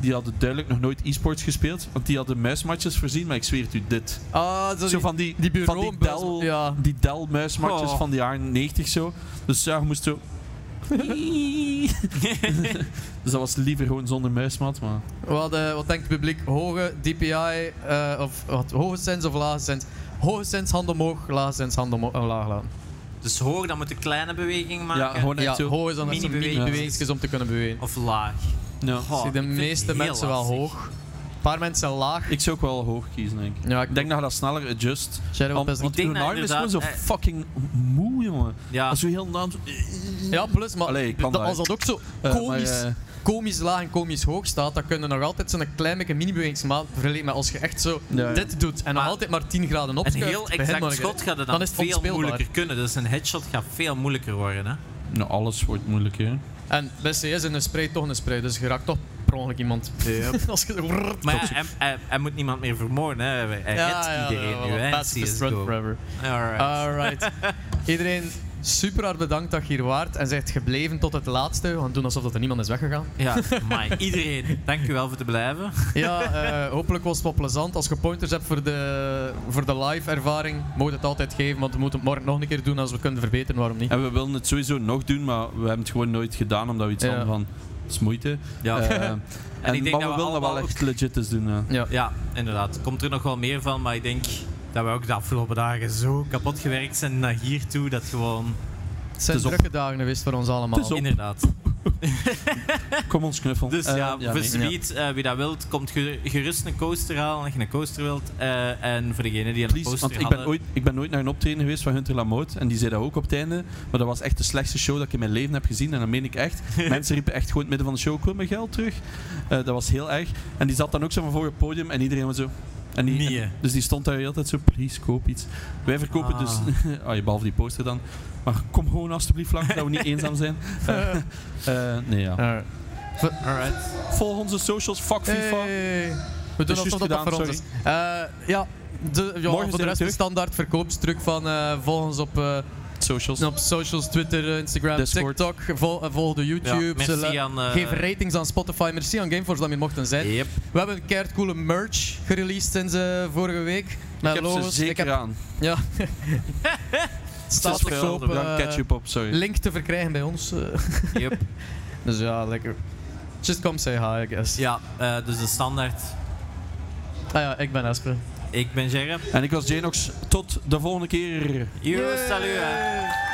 Speaker 1: die hadden duidelijk nog nooit e-sports gespeeld. Want die hadden muismatjes voorzien, maar ik zweer het u, dit.
Speaker 2: Ah, zo,
Speaker 1: Zo
Speaker 2: die,
Speaker 1: van die,
Speaker 2: die bureau...
Speaker 1: van die Dell,
Speaker 2: Ja.
Speaker 1: die Dell muismatjes
Speaker 3: Oh.
Speaker 1: van de jaren 90 zo. Dus ja, je moest zo... dus dat was liever gewoon zonder muismat, maar...
Speaker 2: Wat, eh, wat denkt het publiek? Hoge DPI, eh, of wat, hoge sens of lage sens? Hoge sens, hand omhoog, lage sens, hand omhoog, eh, laag laten.
Speaker 3: Dus hoog, dan moet je kleine beweging maken.
Speaker 1: Ja, gewoon echt
Speaker 2: Ja,
Speaker 1: zo.
Speaker 2: hoog is dan echt zo'n
Speaker 3: Mini-beweging.
Speaker 2: mini-beweging om te kunnen bewegen.
Speaker 3: Of laag.
Speaker 1: Ja.
Speaker 3: Goh,
Speaker 2: Ik
Speaker 3: ik
Speaker 2: zie de
Speaker 3: vind
Speaker 2: meeste
Speaker 3: het heel
Speaker 2: mensen wel
Speaker 3: lastig.
Speaker 2: hoog. Een paar mensen laag.
Speaker 1: Ik zou ook wel hoog kiezen, denk ik.
Speaker 2: Ja, ik
Speaker 1: Ik denk dat je dat sneller adjust.
Speaker 2: Shadow
Speaker 1: Want,
Speaker 2: Peasant.
Speaker 1: want
Speaker 3: denk
Speaker 1: uw
Speaker 3: dat
Speaker 1: arm is gewoon
Speaker 3: inderdaad-
Speaker 1: zo
Speaker 3: eh.
Speaker 1: fucking moe, jongen.
Speaker 3: Ja,
Speaker 1: Als je heel naam... zo-
Speaker 2: Ja, plus, maar
Speaker 1: Allee, ik kan
Speaker 2: dat,
Speaker 1: dat,
Speaker 2: als dat ook zo
Speaker 1: Eh, maar,
Speaker 2: komisch,
Speaker 1: eh,
Speaker 2: komisch laag en komisch hoog staat, dan kunnen nog altijd zo'n klein beetje mini-beweging maken vergeleken met als je echt zo
Speaker 1: Ja, ja.
Speaker 2: dit doet en nog
Speaker 3: Maar
Speaker 2: altijd maar 10 graden
Speaker 3: een
Speaker 2: opschuift.
Speaker 3: heel
Speaker 2: begin maar-
Speaker 3: exact schot gaat het dan,
Speaker 2: dan is het
Speaker 3: veel
Speaker 2: onspeelbaar.
Speaker 3: moeilijker kunnen. Dus een headshot gaat veel moeilijker worden. Hè?
Speaker 1: Nou, alles wordt moeilijk, hè.
Speaker 2: En bij CS is een spray toch een spray, dus je raakt toch per ongeluk iemand. als je zo...
Speaker 3: Maar ja, hij, hij- hij moet niemand meer vermoorden. Hè? Hij hij redt iedereen nu. Hè? in
Speaker 2: Best friend
Speaker 3: CSGO.
Speaker 2: forever.
Speaker 3: Alright.
Speaker 2: Ah. Alright. Iedereen, super hard bedankt dat je hier waart en zegt gebleven tot het laatste. We gaan doen alsof dat er niemand is weggegaan.
Speaker 3: Ja, maar iedereen, dankjewel voor te blijven.
Speaker 2: Ja, eh, hopelijk was het wel plezant. Als je pointers hebt voor de, voor de live ervaring, moet het altijd geven, want we moeten het morgen nog een keer doen als we kunnen verbeteren, waarom niet?
Speaker 1: En we willen het sowieso nog doen, maar we hebben het gewoon nooit gedaan, omdat we iets
Speaker 2: Ja.
Speaker 1: hadden van... Het is moeite.
Speaker 3: Ja,
Speaker 1: Eh, en maar
Speaker 3: ik denk dat
Speaker 1: we
Speaker 3: we
Speaker 1: willen dat wel
Speaker 3: allemaal
Speaker 1: echt legit eens doen, ja.
Speaker 2: Ja.
Speaker 3: ja inderdaad. Komt er nog wel meer van, maar ik denk dat we ook de afgelopen dagen zo kapot gewerkt zijn naar hier toe. Dat gewoon,
Speaker 2: Het zijn
Speaker 1: Het is op.
Speaker 2: drukke dagen geweest voor ons allemaal.
Speaker 1: op.
Speaker 3: inderdaad.
Speaker 1: Kom ons knuffelen.
Speaker 3: Dus
Speaker 1: Eh,
Speaker 3: ja, voor
Speaker 1: nee.
Speaker 3: Sweet, eh, wie dat wilt, komt ge- gerust een coaster halen als je een coaster wilt. Eh, en voor degene die een
Speaker 1: Please,
Speaker 3: coaster
Speaker 1: want ik ben,
Speaker 3: hadden-
Speaker 1: ooit, ik ben ooit naar een optreden geweest van Hunter Lamoot. En die zei dat ook op het einde. Maar dat was echt de slechtste show dat ik in mijn leven heb gezien. En dat meen ik echt. Mensen riepen echt gewoon in het midden van de show: Ik wil mijn geld terug. Eh, dat was heel erg. En die zat dan ook zo van voor het podium. En iedereen was zo. En die,
Speaker 3: Nee, hè.
Speaker 1: en- dus die stond daar altijd zo: Please, koop iets. Wij verkopen
Speaker 3: Ah.
Speaker 1: dus. ah, ja, behalve die poster dan. Maar kom gewoon alsjeblieft langs dat we niet eenzaam zijn. Eh, eh, nee, ja.
Speaker 2: Alright.
Speaker 3: Alright.
Speaker 1: Volg onze socials, fuck FIFA.
Speaker 2: Hey. We doen
Speaker 1: juist
Speaker 2: alsof dat dat
Speaker 1: gedaan,
Speaker 2: voor ons is. Eh, ja, de,
Speaker 1: Morgen
Speaker 2: ja, voor de
Speaker 1: zijn we
Speaker 2: rest de
Speaker 1: terug.
Speaker 2: standaard verkoopstruc van eh volg ons op, eh,
Speaker 1: Socials.
Speaker 2: op socials, Twitter, eh, Instagram,
Speaker 1: Discord.
Speaker 2: TikTok, vol, eh, volg de
Speaker 3: Ja,
Speaker 2: YouTube.
Speaker 3: merci
Speaker 2: Ze-
Speaker 3: aan... eh,
Speaker 2: Geef ratings aan Spotify. Merci aan Gameforce dat we hier mochten zijn.
Speaker 3: Yep.
Speaker 2: We hebben een keihard coole merch gereleased sinds eh, vorige week. Met
Speaker 1: ik heb ze
Speaker 2: logos.
Speaker 1: zeker
Speaker 2: ik heb,
Speaker 1: aan.
Speaker 2: ja. Staat
Speaker 1: Staat
Speaker 2: te koop. eh,
Speaker 1: ketchup op, sorry.
Speaker 2: link te verkrijgen bij ons. eh.
Speaker 3: Yep.
Speaker 2: dus ja, lekker. Just come say hi, I guess.
Speaker 3: Ja, eh, dus de standaard.
Speaker 2: Ah ja, ik ben Esper.
Speaker 3: Ik ben Gerrit.
Speaker 1: En ik was Janox. Tot de volgende keer.
Speaker 3: Yo, salut. hè.